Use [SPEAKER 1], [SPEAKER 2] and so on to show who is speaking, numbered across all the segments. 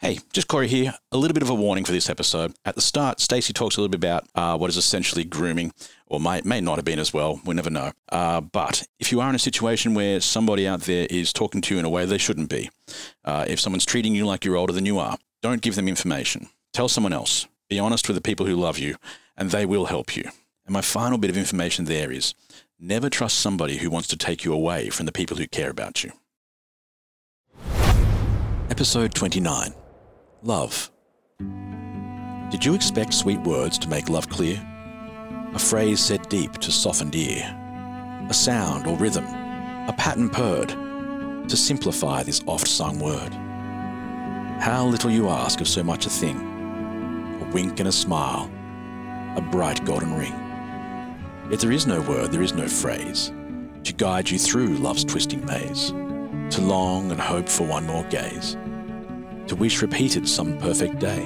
[SPEAKER 1] Hey, just Corey here. A little bit of a warning for this episode. At the start, Stacey talks a little bit about uh, what is essentially grooming, or may, may not have been as well. We never know. Uh, but if you are in a situation where somebody out there is talking to you in a way they shouldn't be, uh, if someone's treating you like you're older than you are, don't give them information. Tell someone else. Be honest with the people who love you, and they will help you. And my final bit of information there is never trust somebody who wants to take you away from the people who care about you. Episode 29 Love. Did you expect sweet words to make love clear? A phrase said deep to softened ear, a sound or rhythm, a pattern purred to simplify this oft sung word. How little you ask of so much a thing a wink and a smile, a bright golden ring. Yet there is no word, there is no phrase to guide you through love's twisting maze, to long and hope for one more gaze, to wish repeated some perfect day,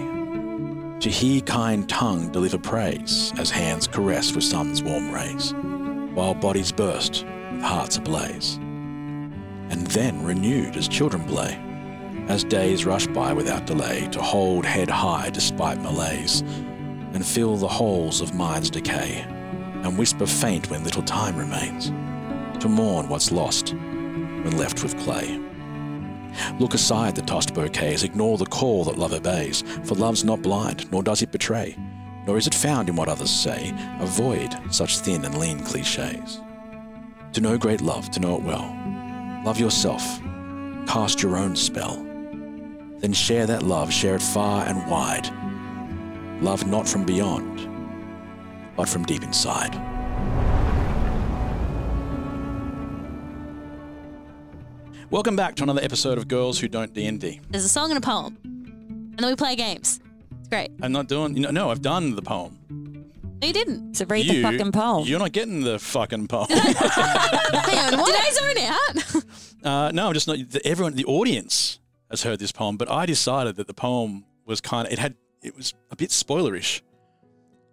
[SPEAKER 1] to hear kind tongue deliver praise as hands caress with sun's warm rays, while bodies burst with hearts ablaze, and then renewed as children play. As days rush by without delay, to hold head high despite malaise, and fill the holes of mind's decay, and whisper faint when little time remains, to mourn what's lost when left with clay. Look aside the tossed bouquets, ignore the call that love obeys, for love's not blind, nor does it betray, nor is it found in what others say. Avoid such thin and lean cliches. To know great love, to know it well, love yourself, cast your own spell. Then share that love, share it far and wide. Love not from beyond, but from deep inside. Welcome back to another episode of Girls Who Don't D&D.
[SPEAKER 2] There's a song and a poem, and then we play games. It's great.
[SPEAKER 1] I'm not doing. No, no I've done the poem.
[SPEAKER 2] No, you didn't.
[SPEAKER 3] So read the
[SPEAKER 1] You-
[SPEAKER 3] fucking poem.
[SPEAKER 1] You're not getting the fucking poem.
[SPEAKER 2] Hang on, what? Did I zone out?
[SPEAKER 1] uh, no, I'm just not. The, everyone, the audience has heard this poem, but I decided that the poem was kind of. It had. It was a bit spoilerish.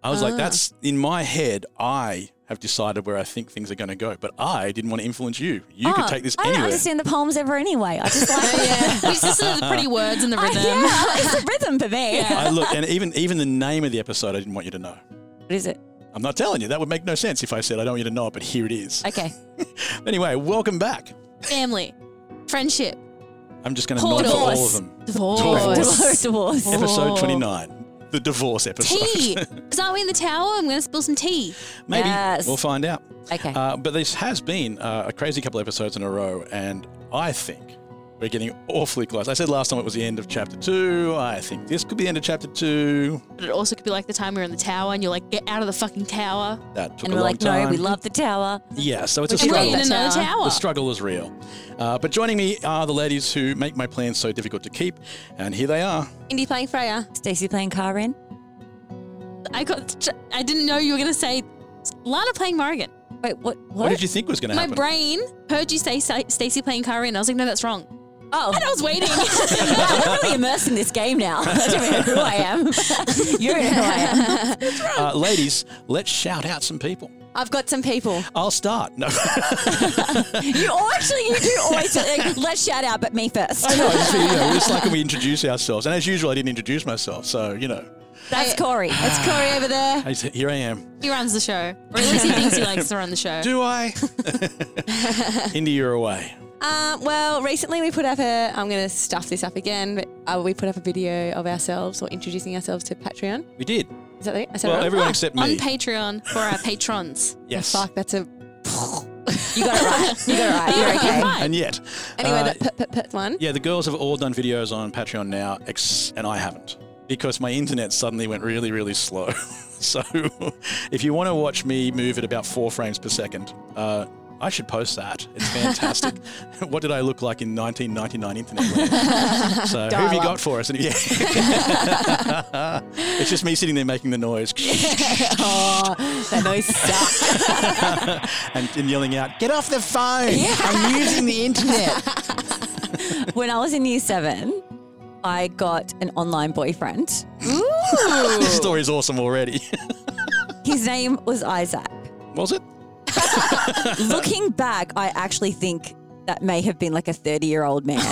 [SPEAKER 1] I was
[SPEAKER 3] Ah.
[SPEAKER 1] like, that's in my head. I have decided where I think things are going to go, but I didn't want to influence you. You could
[SPEAKER 3] Oh,
[SPEAKER 1] take this
[SPEAKER 3] I don't
[SPEAKER 1] anywhere.
[SPEAKER 3] understand the poems ever anyway. I just like
[SPEAKER 2] Oh, yeah. Oh, It's just the pretty words and the
[SPEAKER 3] I-
[SPEAKER 2] rhythm.
[SPEAKER 3] yeah, it's a rhythm for me.
[SPEAKER 1] I look, and even even the name of the episode, I didn't want you to know.
[SPEAKER 3] What is it?
[SPEAKER 1] I'm not telling you. That would make no sense if I said I don't want you to know it, but here it is.
[SPEAKER 3] Okay.
[SPEAKER 1] Anyway, welcome back.
[SPEAKER 2] Family, friendship,
[SPEAKER 1] I'm just going to nod
[SPEAKER 2] portals,
[SPEAKER 1] for all of them.
[SPEAKER 2] divorce,
[SPEAKER 3] Divorce. Divorce.
[SPEAKER 1] Episode
[SPEAKER 2] Oh.
[SPEAKER 1] 29, the divorce episode.
[SPEAKER 2] tea. Because aren't we in the tower? I'm going to spill some tea.
[SPEAKER 1] Maybe.
[SPEAKER 3] Yes.
[SPEAKER 1] We'll find out.
[SPEAKER 3] Okay.
[SPEAKER 1] Uh, but this has been uh, a crazy couple episodes in a row, and I think we're getting awfully close. I said last time it was the end of chapter two. I think this could be the end of chapter two.
[SPEAKER 2] But it also could be like the time we were in the tower and you're like, get out of the fucking tower.
[SPEAKER 1] That took
[SPEAKER 3] and
[SPEAKER 1] a
[SPEAKER 3] we're
[SPEAKER 1] long
[SPEAKER 3] like,
[SPEAKER 1] time.
[SPEAKER 3] no, we love the tower.
[SPEAKER 1] Yeah, so it's a
[SPEAKER 2] And we're
[SPEAKER 1] struggle.
[SPEAKER 2] in
[SPEAKER 3] Struggle.
[SPEAKER 2] another tower.
[SPEAKER 1] The struggle is real. Uh, but joining me are the ladies who make my plans so difficult to keep, and here they are.
[SPEAKER 2] Indy playing Freya.
[SPEAKER 3] Stacey playing Karen.
[SPEAKER 2] I got. I didn't know you were going to say Lana playing Morrigan.
[SPEAKER 3] Wait, what? What?
[SPEAKER 1] What, did you think was going to
[SPEAKER 2] My
[SPEAKER 1] happen?
[SPEAKER 2] brain heard you say Sta- Stacey playing Kyrie, and I was like, no, that's wrong.
[SPEAKER 3] oh,
[SPEAKER 2] And I was waiting.
[SPEAKER 3] I'm really immersed in this game now. I don't know who I am. You're in who I am.
[SPEAKER 1] Uh, ladies, let's shout out some people.
[SPEAKER 4] I've got some people.
[SPEAKER 1] I'll start. No.
[SPEAKER 3] You all actually, you do always. Like, let's shout out, but me first.
[SPEAKER 1] I know. It's, you know, it's like when we introduce ourselves. And as usual, I didn't introduce myself. So, you know,
[SPEAKER 3] That's Corey.
[SPEAKER 4] It's Corey over there.
[SPEAKER 1] I s- here I am.
[SPEAKER 2] he runs the show. Or at least he thinks he likes to run the show.
[SPEAKER 1] Do I? Indy, you're away.
[SPEAKER 4] Um, well, recently we put up a. I'm going to stuff this up again, but uh, we put up a video of ourselves or introducing ourselves to Patreon.
[SPEAKER 1] We did.
[SPEAKER 4] Is that right? I said it
[SPEAKER 1] Well,
[SPEAKER 4] right?
[SPEAKER 1] everyone
[SPEAKER 2] Ah,
[SPEAKER 1] except
[SPEAKER 2] On
[SPEAKER 1] me.
[SPEAKER 2] Patreon for our patrons.
[SPEAKER 1] yes.
[SPEAKER 4] Fuck, that's a.
[SPEAKER 3] You got it right. You got it right. You're okay.
[SPEAKER 2] You're fine.
[SPEAKER 1] And yet.
[SPEAKER 4] Anyway,
[SPEAKER 1] uh,
[SPEAKER 4] that put, put, put one.
[SPEAKER 1] yeah, the girls have all done videos on Patreon now, ex- and I haven't because my internet suddenly went really, really slow. so, if you want to watch me move at about four frames per second, uh, I should post that. It's fantastic. what did I look like in 1999 internet? land? so, who have you
[SPEAKER 4] Dial-up.
[SPEAKER 1] got for us? And- yeah. it's just me sitting there making the noise
[SPEAKER 3] Oh, that noise sucks.
[SPEAKER 1] and, and yelling out, "Get off the phone! I'm using the internet."
[SPEAKER 3] when I was in year seven, I got an online boyfriend.
[SPEAKER 1] this story's awesome already.
[SPEAKER 3] His name was Isaac.
[SPEAKER 1] Was it?
[SPEAKER 3] Looking back, I actually think that may have been like a 30 year old man.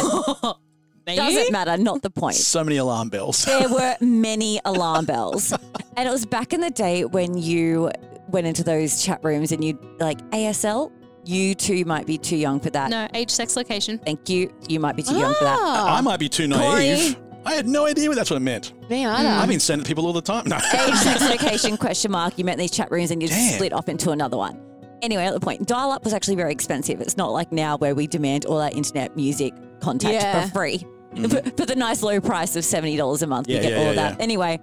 [SPEAKER 2] Maybe.
[SPEAKER 3] Doesn't matter, not the point.
[SPEAKER 1] So many alarm bells.
[SPEAKER 3] There were many alarm bells. And it was back in the day when you went into those chat rooms and you like ASL, you too might be too young for that.
[SPEAKER 2] No, age, sex, location.
[SPEAKER 3] Thank you. You might be too young for that.
[SPEAKER 1] I might be too naive. I had no idea what that's what it meant.
[SPEAKER 4] Me either.
[SPEAKER 1] I've been sending people all the time. No.
[SPEAKER 3] Age, sex, location, question mark. You met in these chat rooms and you
[SPEAKER 1] Damn.
[SPEAKER 3] split off into another one. Anyway, at the point, dial up was actually very expensive. It's not like now where we demand all our internet music contact
[SPEAKER 4] Yeah.
[SPEAKER 3] for free. For, for the nice low price of $70 a month,
[SPEAKER 1] Mm. Yeah,
[SPEAKER 3] we get
[SPEAKER 1] yeah,
[SPEAKER 3] all
[SPEAKER 1] yeah,
[SPEAKER 3] of that.
[SPEAKER 1] yeah.
[SPEAKER 3] Anyway,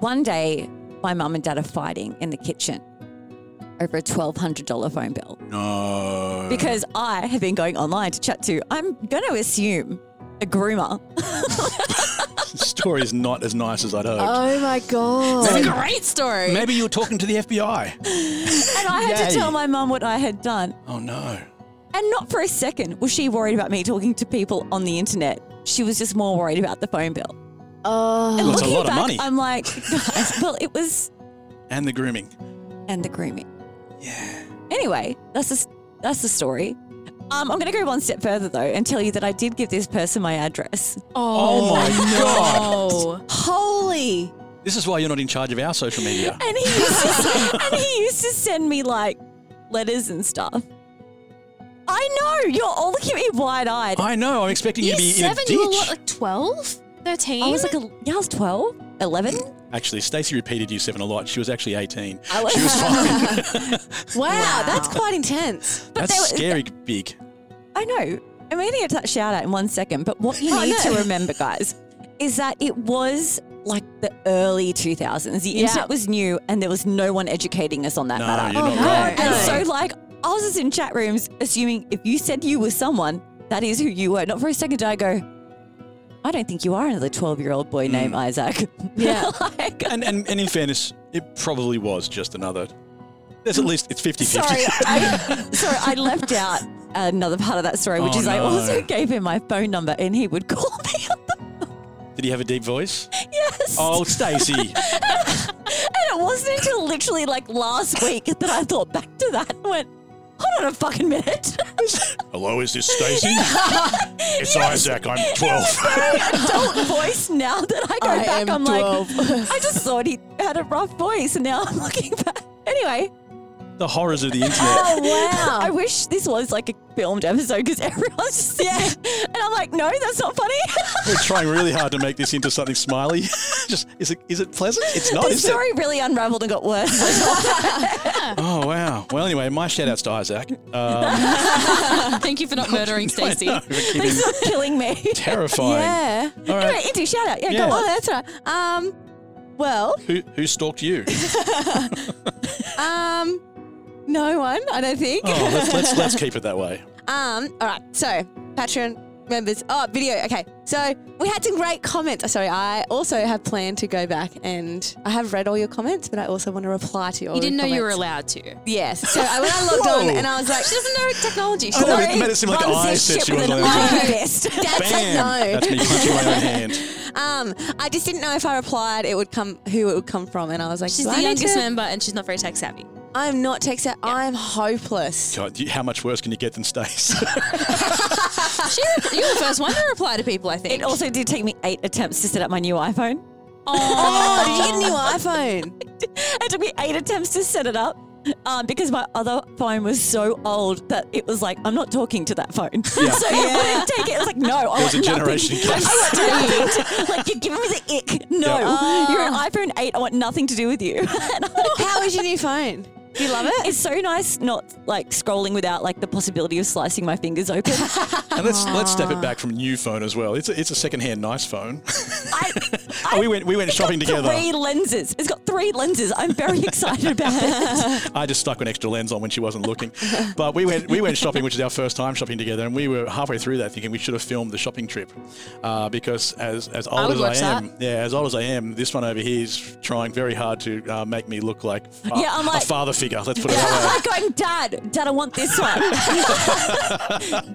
[SPEAKER 3] one day, my mum and dad are fighting in the kitchen over a $1,200 phone bill
[SPEAKER 1] no.
[SPEAKER 3] because I have been going online to chat to, I'm going to assume, a groomer.
[SPEAKER 1] The story is not as nice as I'd hoped.
[SPEAKER 4] Oh my god.
[SPEAKER 2] It's a great story.
[SPEAKER 1] Maybe you were talking to the FBI.
[SPEAKER 3] And I had
[SPEAKER 1] Yay.
[SPEAKER 3] to tell my mum what I had done.
[SPEAKER 1] Oh no.
[SPEAKER 3] And not for a second was she worried about me talking to people on the internet. She was just more worried about the phone bill.
[SPEAKER 4] Oh.
[SPEAKER 3] And
[SPEAKER 1] Well, it's a
[SPEAKER 3] looking
[SPEAKER 1] lot of
[SPEAKER 3] back,
[SPEAKER 1] money.
[SPEAKER 3] I'm like, guys, well, it was
[SPEAKER 1] And the grooming.
[SPEAKER 3] and the grooming. Yeah. Anyway, that's the, s- that's the story. Um, I'm going to go one step further though and tell you that I did give this person my address.
[SPEAKER 1] Oh, my god.
[SPEAKER 2] Oh.
[SPEAKER 3] Holy!
[SPEAKER 1] This is why you're not in charge of our social media.
[SPEAKER 3] And he used to, and he used to send me like letters and stuff. I know you're all looking at me wide eyed.
[SPEAKER 1] I know. I'm expecting you
[SPEAKER 2] Year
[SPEAKER 1] to be
[SPEAKER 2] seven,
[SPEAKER 1] in a
[SPEAKER 2] you were
[SPEAKER 1] ditch.
[SPEAKER 2] what, like 12? 13?
[SPEAKER 3] I was like, a, yeah, I was 12, 11.
[SPEAKER 1] Actually, Stacey repeated you seven a lot. She was actually 18.
[SPEAKER 3] I was-
[SPEAKER 1] she was fine.
[SPEAKER 4] Wow, that's quite intense.
[SPEAKER 3] But
[SPEAKER 1] That's
[SPEAKER 3] there-
[SPEAKER 1] scary big.
[SPEAKER 3] I know. I'm going to get to that shout out in one second. But what you
[SPEAKER 4] Oh,
[SPEAKER 3] need
[SPEAKER 4] no.
[SPEAKER 3] to remember, guys, is that it was like the early 2000s. The
[SPEAKER 4] Yeah.
[SPEAKER 3] internet was new and there was no one educating us on that
[SPEAKER 1] No,
[SPEAKER 3] matter.
[SPEAKER 1] you're
[SPEAKER 4] Oh,
[SPEAKER 1] not
[SPEAKER 4] no.
[SPEAKER 1] wrong.
[SPEAKER 3] And
[SPEAKER 4] No.
[SPEAKER 3] so, like, I was just in chat rooms assuming if you said you were someone, that is who you were. Not for a second did I go, I don't think you are another 12 year old boy
[SPEAKER 1] Mm.
[SPEAKER 3] named Isaac.
[SPEAKER 4] Yeah.
[SPEAKER 3] like,
[SPEAKER 1] And, and and in fairness, it probably was just another. There's at least it's 50
[SPEAKER 3] Sorry,
[SPEAKER 1] 50.
[SPEAKER 3] I, sorry, I left out another part of that story, which
[SPEAKER 1] Oh,
[SPEAKER 3] is I
[SPEAKER 1] no.
[SPEAKER 3] also gave him my phone number and he would call me on the
[SPEAKER 1] Did he have a deep voice?
[SPEAKER 3] yes.
[SPEAKER 1] Oh, Stacey.
[SPEAKER 3] And it wasn't until literally like last week that I thought back to that and went, hold on a fucking minute.
[SPEAKER 1] Hello, is this Stacey? it's Isaac. I'm 12.
[SPEAKER 3] Adult voice now that I go
[SPEAKER 4] I
[SPEAKER 3] back,
[SPEAKER 4] am
[SPEAKER 3] I'm
[SPEAKER 4] 12.
[SPEAKER 3] like, I just thought he had a rough voice and now I'm looking back. Anyway,
[SPEAKER 1] the horrors of the internet.
[SPEAKER 4] Oh, wow.
[SPEAKER 3] I wish this was like a filmed episode because everyone's just yeah. And I'm like, no, that's not funny.
[SPEAKER 1] We're trying really hard to make this into something smiley. Just is it is it pleasant? It's not,
[SPEAKER 3] the
[SPEAKER 1] is
[SPEAKER 3] story really unraveled and got worse.
[SPEAKER 1] it? Oh wow. Well, anyway, my shout outs to Isaac. Um,
[SPEAKER 2] Thank you for not murdering Stacey.
[SPEAKER 1] no, we're kidding.
[SPEAKER 3] Thanks for killing me.
[SPEAKER 1] terrifying.
[SPEAKER 4] Yeah.
[SPEAKER 1] All right.
[SPEAKER 3] Anyway, Inti, shout out. Yeah,
[SPEAKER 1] Yeah.
[SPEAKER 3] go
[SPEAKER 4] Oh,
[SPEAKER 3] on.
[SPEAKER 4] that's right. Um, well,
[SPEAKER 1] Who who stalked you?
[SPEAKER 4] um, no one, I don't think.
[SPEAKER 1] Oh, let's let's, let's keep it that way.
[SPEAKER 4] Um, all right. So, Patreon members. Oh, video. Okay. So, we had some great comments. Oh, Sorry, I also have planned to go back and I have read all your comments, but I also want to reply to your
[SPEAKER 2] You didn't know you were
[SPEAKER 4] comments.
[SPEAKER 2] allowed to.
[SPEAKER 4] Yes. So, I, when I logged on
[SPEAKER 1] Whoa.
[SPEAKER 4] and I was like, she doesn't know technology.
[SPEAKER 1] I thought it made it seem like
[SPEAKER 3] Mum
[SPEAKER 1] I
[SPEAKER 3] says
[SPEAKER 1] said
[SPEAKER 3] shit
[SPEAKER 1] she
[SPEAKER 3] with
[SPEAKER 1] wasn't
[SPEAKER 3] an
[SPEAKER 1] allowed to-
[SPEAKER 3] eye fist.
[SPEAKER 4] Dad said no.
[SPEAKER 1] That's me punching my own hand.
[SPEAKER 4] Um, I just didn't know if I replied, it would come who it would come from, and I was like,
[SPEAKER 2] She's
[SPEAKER 4] "Do I
[SPEAKER 2] the
[SPEAKER 4] need
[SPEAKER 2] youngest
[SPEAKER 4] to-"
[SPEAKER 2] member and she's not very tech savvy.
[SPEAKER 4] I'm not tech savvy. I'm hopeless.
[SPEAKER 1] God, you- how much worse can you get than Stace?
[SPEAKER 2] She, you're the first one to reply to people, I think.
[SPEAKER 3] It also did take me eight attempts to set up my new iPhone.
[SPEAKER 4] Oh, did you get a new iPhone?
[SPEAKER 3] It took me eight attempts to set it up um, because my other phone was so old that it was like, I'm not talking to that phone. so it wouldn't take it. It was like, no, I
[SPEAKER 1] There's
[SPEAKER 3] want
[SPEAKER 1] a
[SPEAKER 3] nothing.
[SPEAKER 1] generation gap.
[SPEAKER 3] I want nothing. to- like, you're giving me the ick. No,
[SPEAKER 1] Yeah.
[SPEAKER 3] you're
[SPEAKER 4] Oh.
[SPEAKER 3] an iPhone 8. I want nothing to do with you. And I'm like,
[SPEAKER 4] How is your new phone? Do you love it?
[SPEAKER 3] It's so nice not like scrolling without like the possibility of slicing my fingers open.
[SPEAKER 1] And let's let's step it back from new phone as well. It's a, it's a secondhand nice phone.
[SPEAKER 3] I, I,
[SPEAKER 1] Oh, we went we went
[SPEAKER 3] it's
[SPEAKER 1] shopping
[SPEAKER 3] got
[SPEAKER 1] together.
[SPEAKER 3] Three lenses. It's got three lenses. I'm very excited about it.
[SPEAKER 1] I just stuck an extra lens on when she wasn't looking. but we went we went shopping, which is our first time shopping together, and we were halfway through that thinking we should have filmed the shopping trip, uh, because as as old
[SPEAKER 2] would
[SPEAKER 1] as
[SPEAKER 2] watch
[SPEAKER 1] I am, yeah, as old as I am, this one over here is trying very hard to uh, make me look like fa-
[SPEAKER 3] Yeah, I'm like-
[SPEAKER 1] a father figure. Let's put it
[SPEAKER 3] I'm
[SPEAKER 1] that way.
[SPEAKER 3] like going, Dad, Dad, I want this one.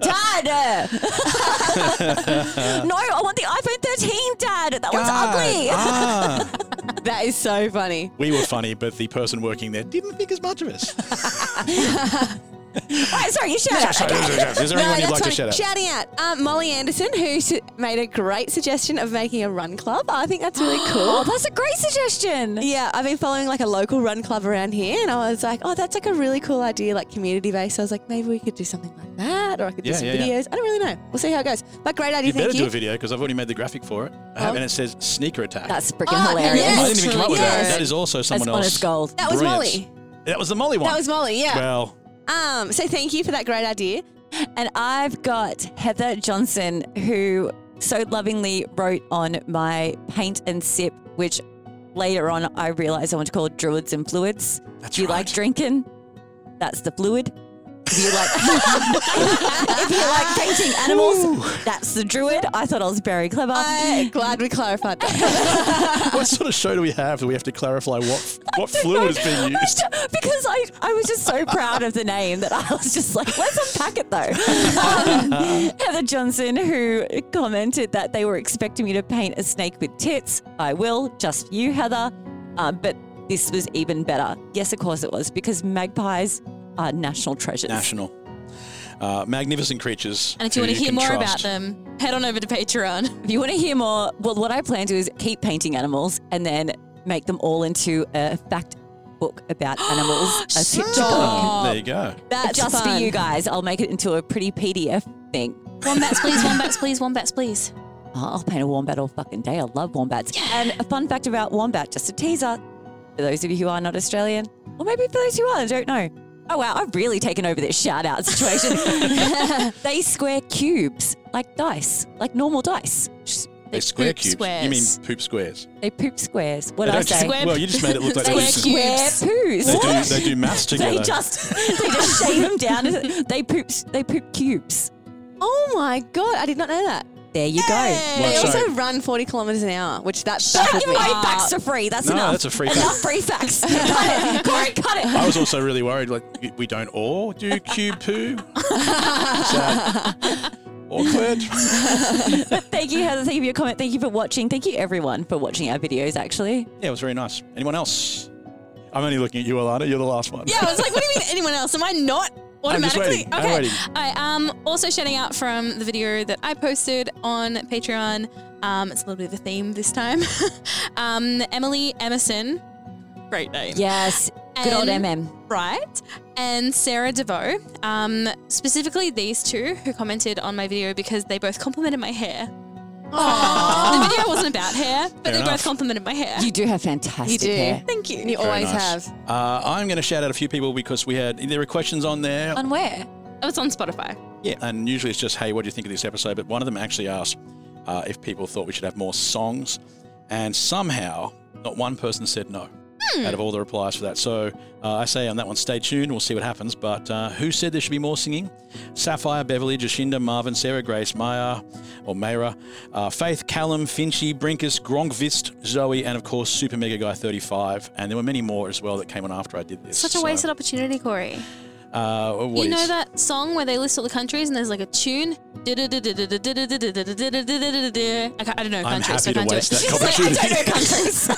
[SPEAKER 3] Dad. no, I want the iPhone 13, Dad. That one's ugly.
[SPEAKER 1] Ah.
[SPEAKER 4] That is so funny.
[SPEAKER 1] we were funny, but the person working there didn't think as much of us.
[SPEAKER 3] Alright, sorry, you shout out. Okay.
[SPEAKER 1] Is there anyone you'd like to shout
[SPEAKER 4] funny.
[SPEAKER 1] out?
[SPEAKER 4] Shouting out um, Molly Anderson, who su- made a great suggestion of making a run club. I think that's really
[SPEAKER 3] Oh,
[SPEAKER 4] cool.
[SPEAKER 3] that's a great suggestion.
[SPEAKER 4] Yeah, I've been following like a local run club around here, and I was like, oh, that's like a really cool idea, like community based. So I was like, maybe we could do something like that, or I could do
[SPEAKER 1] Yeah,
[SPEAKER 4] some
[SPEAKER 1] yeah, yeah.
[SPEAKER 4] videos. I don't really know. We'll see how it goes. But great idea,
[SPEAKER 1] You
[SPEAKER 4] thank
[SPEAKER 1] better
[SPEAKER 4] you.
[SPEAKER 1] do a video because I've already made the graphic for it,
[SPEAKER 4] Oh.
[SPEAKER 1] um, and it says sneaker attack.
[SPEAKER 3] That's freaking
[SPEAKER 4] Oh,
[SPEAKER 3] hilarious.
[SPEAKER 4] yes.
[SPEAKER 1] I didn't even come up with
[SPEAKER 4] Yes.
[SPEAKER 1] that. That is also someone
[SPEAKER 3] That's
[SPEAKER 1] else.
[SPEAKER 3] honest gold.
[SPEAKER 4] that was
[SPEAKER 1] Brilliant.
[SPEAKER 4] Molly.
[SPEAKER 1] That was the Molly one.
[SPEAKER 4] That was Molly. Yeah.
[SPEAKER 1] Well,
[SPEAKER 4] Um, so thank you for that great idea.
[SPEAKER 3] And I've got Heather Johnson, who so lovingly wrote on my paint and sip, which later on I realized I want to call druids and fluids.
[SPEAKER 1] That's
[SPEAKER 3] Do you like
[SPEAKER 1] right.
[SPEAKER 3] drinking? That's the fluid. If you like, if you like painting animals, that's the druid. I thought I was very clever.
[SPEAKER 1] Um,
[SPEAKER 4] I'm Uh, glad we clarified that.
[SPEAKER 1] what sort of show do we have that we have to clarify what what fluid is being used?
[SPEAKER 3] because I, I was just so proud of the name that I was just like, let's unpack it though. Um, Heather Johnson, who commented that they were expecting me to paint a snake with tits. I will, just for you, Heather. Uh, but this was even better. Yes, of course it was, because magpies are national treasures.
[SPEAKER 1] National. Uh, magnificent creatures.
[SPEAKER 2] And if you
[SPEAKER 1] who
[SPEAKER 2] want to hear
[SPEAKER 1] can
[SPEAKER 2] more about
[SPEAKER 1] trust.
[SPEAKER 2] them, head on over to Patreon.
[SPEAKER 3] If you want to hear more, well, what I plan to do is keep painting animals and then make them all into a fact book about animals, a picture book.
[SPEAKER 2] Stop.
[SPEAKER 1] Oh. there you go.
[SPEAKER 4] That's
[SPEAKER 3] just
[SPEAKER 4] fun.
[SPEAKER 3] for you guys, I'll make it into a pretty PDF thing.
[SPEAKER 2] Wombats, please. Wombats, please. Wombats, please.
[SPEAKER 3] Oh, I'll paint a wombat all fucking day. I love wombats. And a fun fact about wombat, just a teaser for those of you who are not Australian, or maybe for those who are, I don't know. Oh wow, I've really taken over this shout out situation. they square cubes like dice, like normal dice. Just-
[SPEAKER 1] They square
[SPEAKER 2] poop
[SPEAKER 1] cubes. You mean
[SPEAKER 2] squares.
[SPEAKER 1] poop squares?
[SPEAKER 3] They poop squares. What
[SPEAKER 1] They
[SPEAKER 3] did I
[SPEAKER 1] don't just-
[SPEAKER 3] say?
[SPEAKER 2] Square-
[SPEAKER 1] well, you just made it look like
[SPEAKER 2] They
[SPEAKER 1] they,
[SPEAKER 2] square
[SPEAKER 1] do,
[SPEAKER 3] Square
[SPEAKER 2] cubes.
[SPEAKER 3] poos.
[SPEAKER 1] they do.
[SPEAKER 3] What?
[SPEAKER 1] They do maths together.
[SPEAKER 3] They just they just shave them down. and- They poop. They poop cubes.
[SPEAKER 4] Oh my god, I did not know that.
[SPEAKER 3] There you
[SPEAKER 4] Hey,
[SPEAKER 1] Well,
[SPEAKER 4] they
[SPEAKER 1] so-
[SPEAKER 4] also run 40 kilometers an hour, which that
[SPEAKER 3] go. Don't
[SPEAKER 4] baffled
[SPEAKER 3] give
[SPEAKER 4] me.
[SPEAKER 3] away facts for free. That's
[SPEAKER 1] No,
[SPEAKER 3] enough.
[SPEAKER 1] that's a free
[SPEAKER 3] enough
[SPEAKER 1] fact. Oh.
[SPEAKER 3] free facts. cut it. Cut it. Cut it.
[SPEAKER 1] I was also really worried. Like we don't all do cube poo. so, awkward.
[SPEAKER 3] Thank you, Heather. Thank you for your comment. Thank you for watching. Thank you, everyone, for watching our videos, actually.
[SPEAKER 1] Yeah, it was very nice. Anyone else? I'm only looking at you, Alana. You're the last one.
[SPEAKER 2] Yeah, I was like, what do you mean anyone else? Am I not
[SPEAKER 1] I'm just
[SPEAKER 2] automatically?
[SPEAKER 1] waiting. I'm
[SPEAKER 2] okay.
[SPEAKER 1] waiting.
[SPEAKER 2] I um also shouting out from the video that I posted on Patreon. Um, it's a little bit of a theme this time. um, Emily Emerson, great name.
[SPEAKER 3] Yes. Good old
[SPEAKER 2] And-
[SPEAKER 3] MM.
[SPEAKER 2] Right. And Sarah DeVoe, um, specifically these two who commented on my video because they both complimented my hair. the video wasn't about hair, but
[SPEAKER 1] Fair
[SPEAKER 2] they
[SPEAKER 1] enough.
[SPEAKER 2] both complimented my hair.
[SPEAKER 3] You do have fantastic
[SPEAKER 4] You do.
[SPEAKER 3] hair.
[SPEAKER 2] Thank you.
[SPEAKER 4] You always
[SPEAKER 1] nice.
[SPEAKER 4] have.
[SPEAKER 1] Uh, I'm going to shout out a few people because we had there were questions on there.
[SPEAKER 2] On where? Oh, it's on Spotify.
[SPEAKER 1] yeah, and usually it's just hey, what do you think of this episode? But one of them actually asked uh, if people thought we should have more songs, and somehow not one person said no.
[SPEAKER 2] Hmm.
[SPEAKER 1] Out of all the replies for that, so uh, I say on that one, stay tuned. We'll see what happens. But uh, who said there should be more singing? Sapphire, Beverly, Jacinda, Marvin, Sarah, Grace, Maya, or Mayra, uh, Faith, Callum, Finchy, Brinkus, Gronkvist, Zoe, and of course Super Mega Guy 35. And there were many more as well that came on after I did this.
[SPEAKER 2] Such a
[SPEAKER 1] So,
[SPEAKER 2] wasted opportunity, Corey.
[SPEAKER 1] Uh, what is-
[SPEAKER 2] You know that song where they list all the countries and there's like a tune? I can't- I don't know
[SPEAKER 1] I'm
[SPEAKER 2] countries, so
[SPEAKER 1] happy
[SPEAKER 2] I
[SPEAKER 1] to
[SPEAKER 2] can't do
[SPEAKER 1] waste that
[SPEAKER 2] it.
[SPEAKER 1] opportunity.
[SPEAKER 3] countries.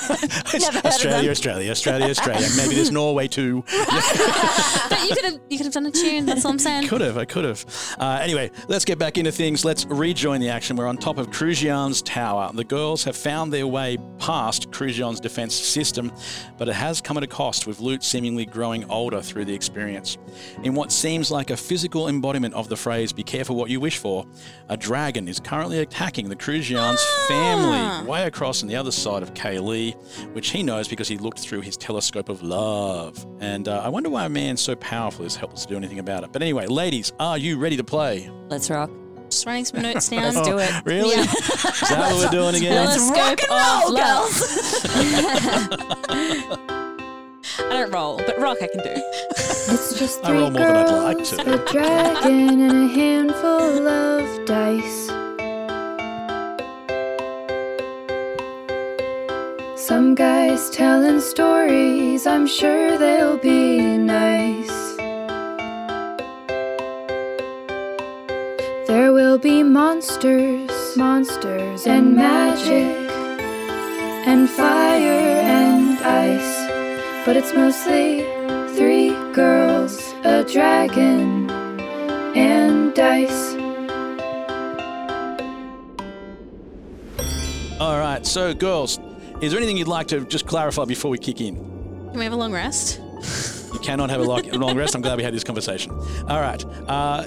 [SPEAKER 3] Never heard of
[SPEAKER 1] Australia,
[SPEAKER 3] them.
[SPEAKER 1] Australia, Australia, Australia. Maybe there's Norway too.
[SPEAKER 2] But you could have you could have done a tune. That's all I'm saying.
[SPEAKER 1] Could have, I could have. Uh, anyway, let's get back into things. Let's rejoin the action. We're on top of Cruzian's tower. The girls have found their way past Cruzian's defense system, but it has come at a cost, with Lute seemingly growing older through the experience. In what seems like a physical embodiment of the phrase, be careful what you wish for, a dragon is currently attacking the Cruzian's
[SPEAKER 3] Ah.
[SPEAKER 1] family way across on the other side of Kaylee, which he knows because he looked through his telescope of love. And uh, I wonder why a man so powerful is helpless to do anything about it. But anyway, ladies, are you ready to play?
[SPEAKER 3] Let's rock.
[SPEAKER 2] Just writing some notes down.
[SPEAKER 3] Let's do it.
[SPEAKER 1] Really? Is that what we're doing again?
[SPEAKER 2] Telescope
[SPEAKER 3] rock
[SPEAKER 2] of
[SPEAKER 3] and roll,
[SPEAKER 2] love.
[SPEAKER 3] girls.
[SPEAKER 2] I don't roll, but rock I can do.
[SPEAKER 5] It's just
[SPEAKER 1] I
[SPEAKER 5] three
[SPEAKER 1] roll more than I'd like
[SPEAKER 5] girls,
[SPEAKER 1] to.
[SPEAKER 5] a dragon, and a handful of dice. Some guys telling stories, I'm sure they'll be nice. There will be monsters, monsters, and magic, and fire and ice. But it's mostly three girls a dragon and dice.
[SPEAKER 1] All right, so girls, is there anything you'd like to just clarify before we kick in?
[SPEAKER 2] Can we have a long rest?
[SPEAKER 1] You cannot have a long, long rest. I'm glad we had this conversation. All right. Uh,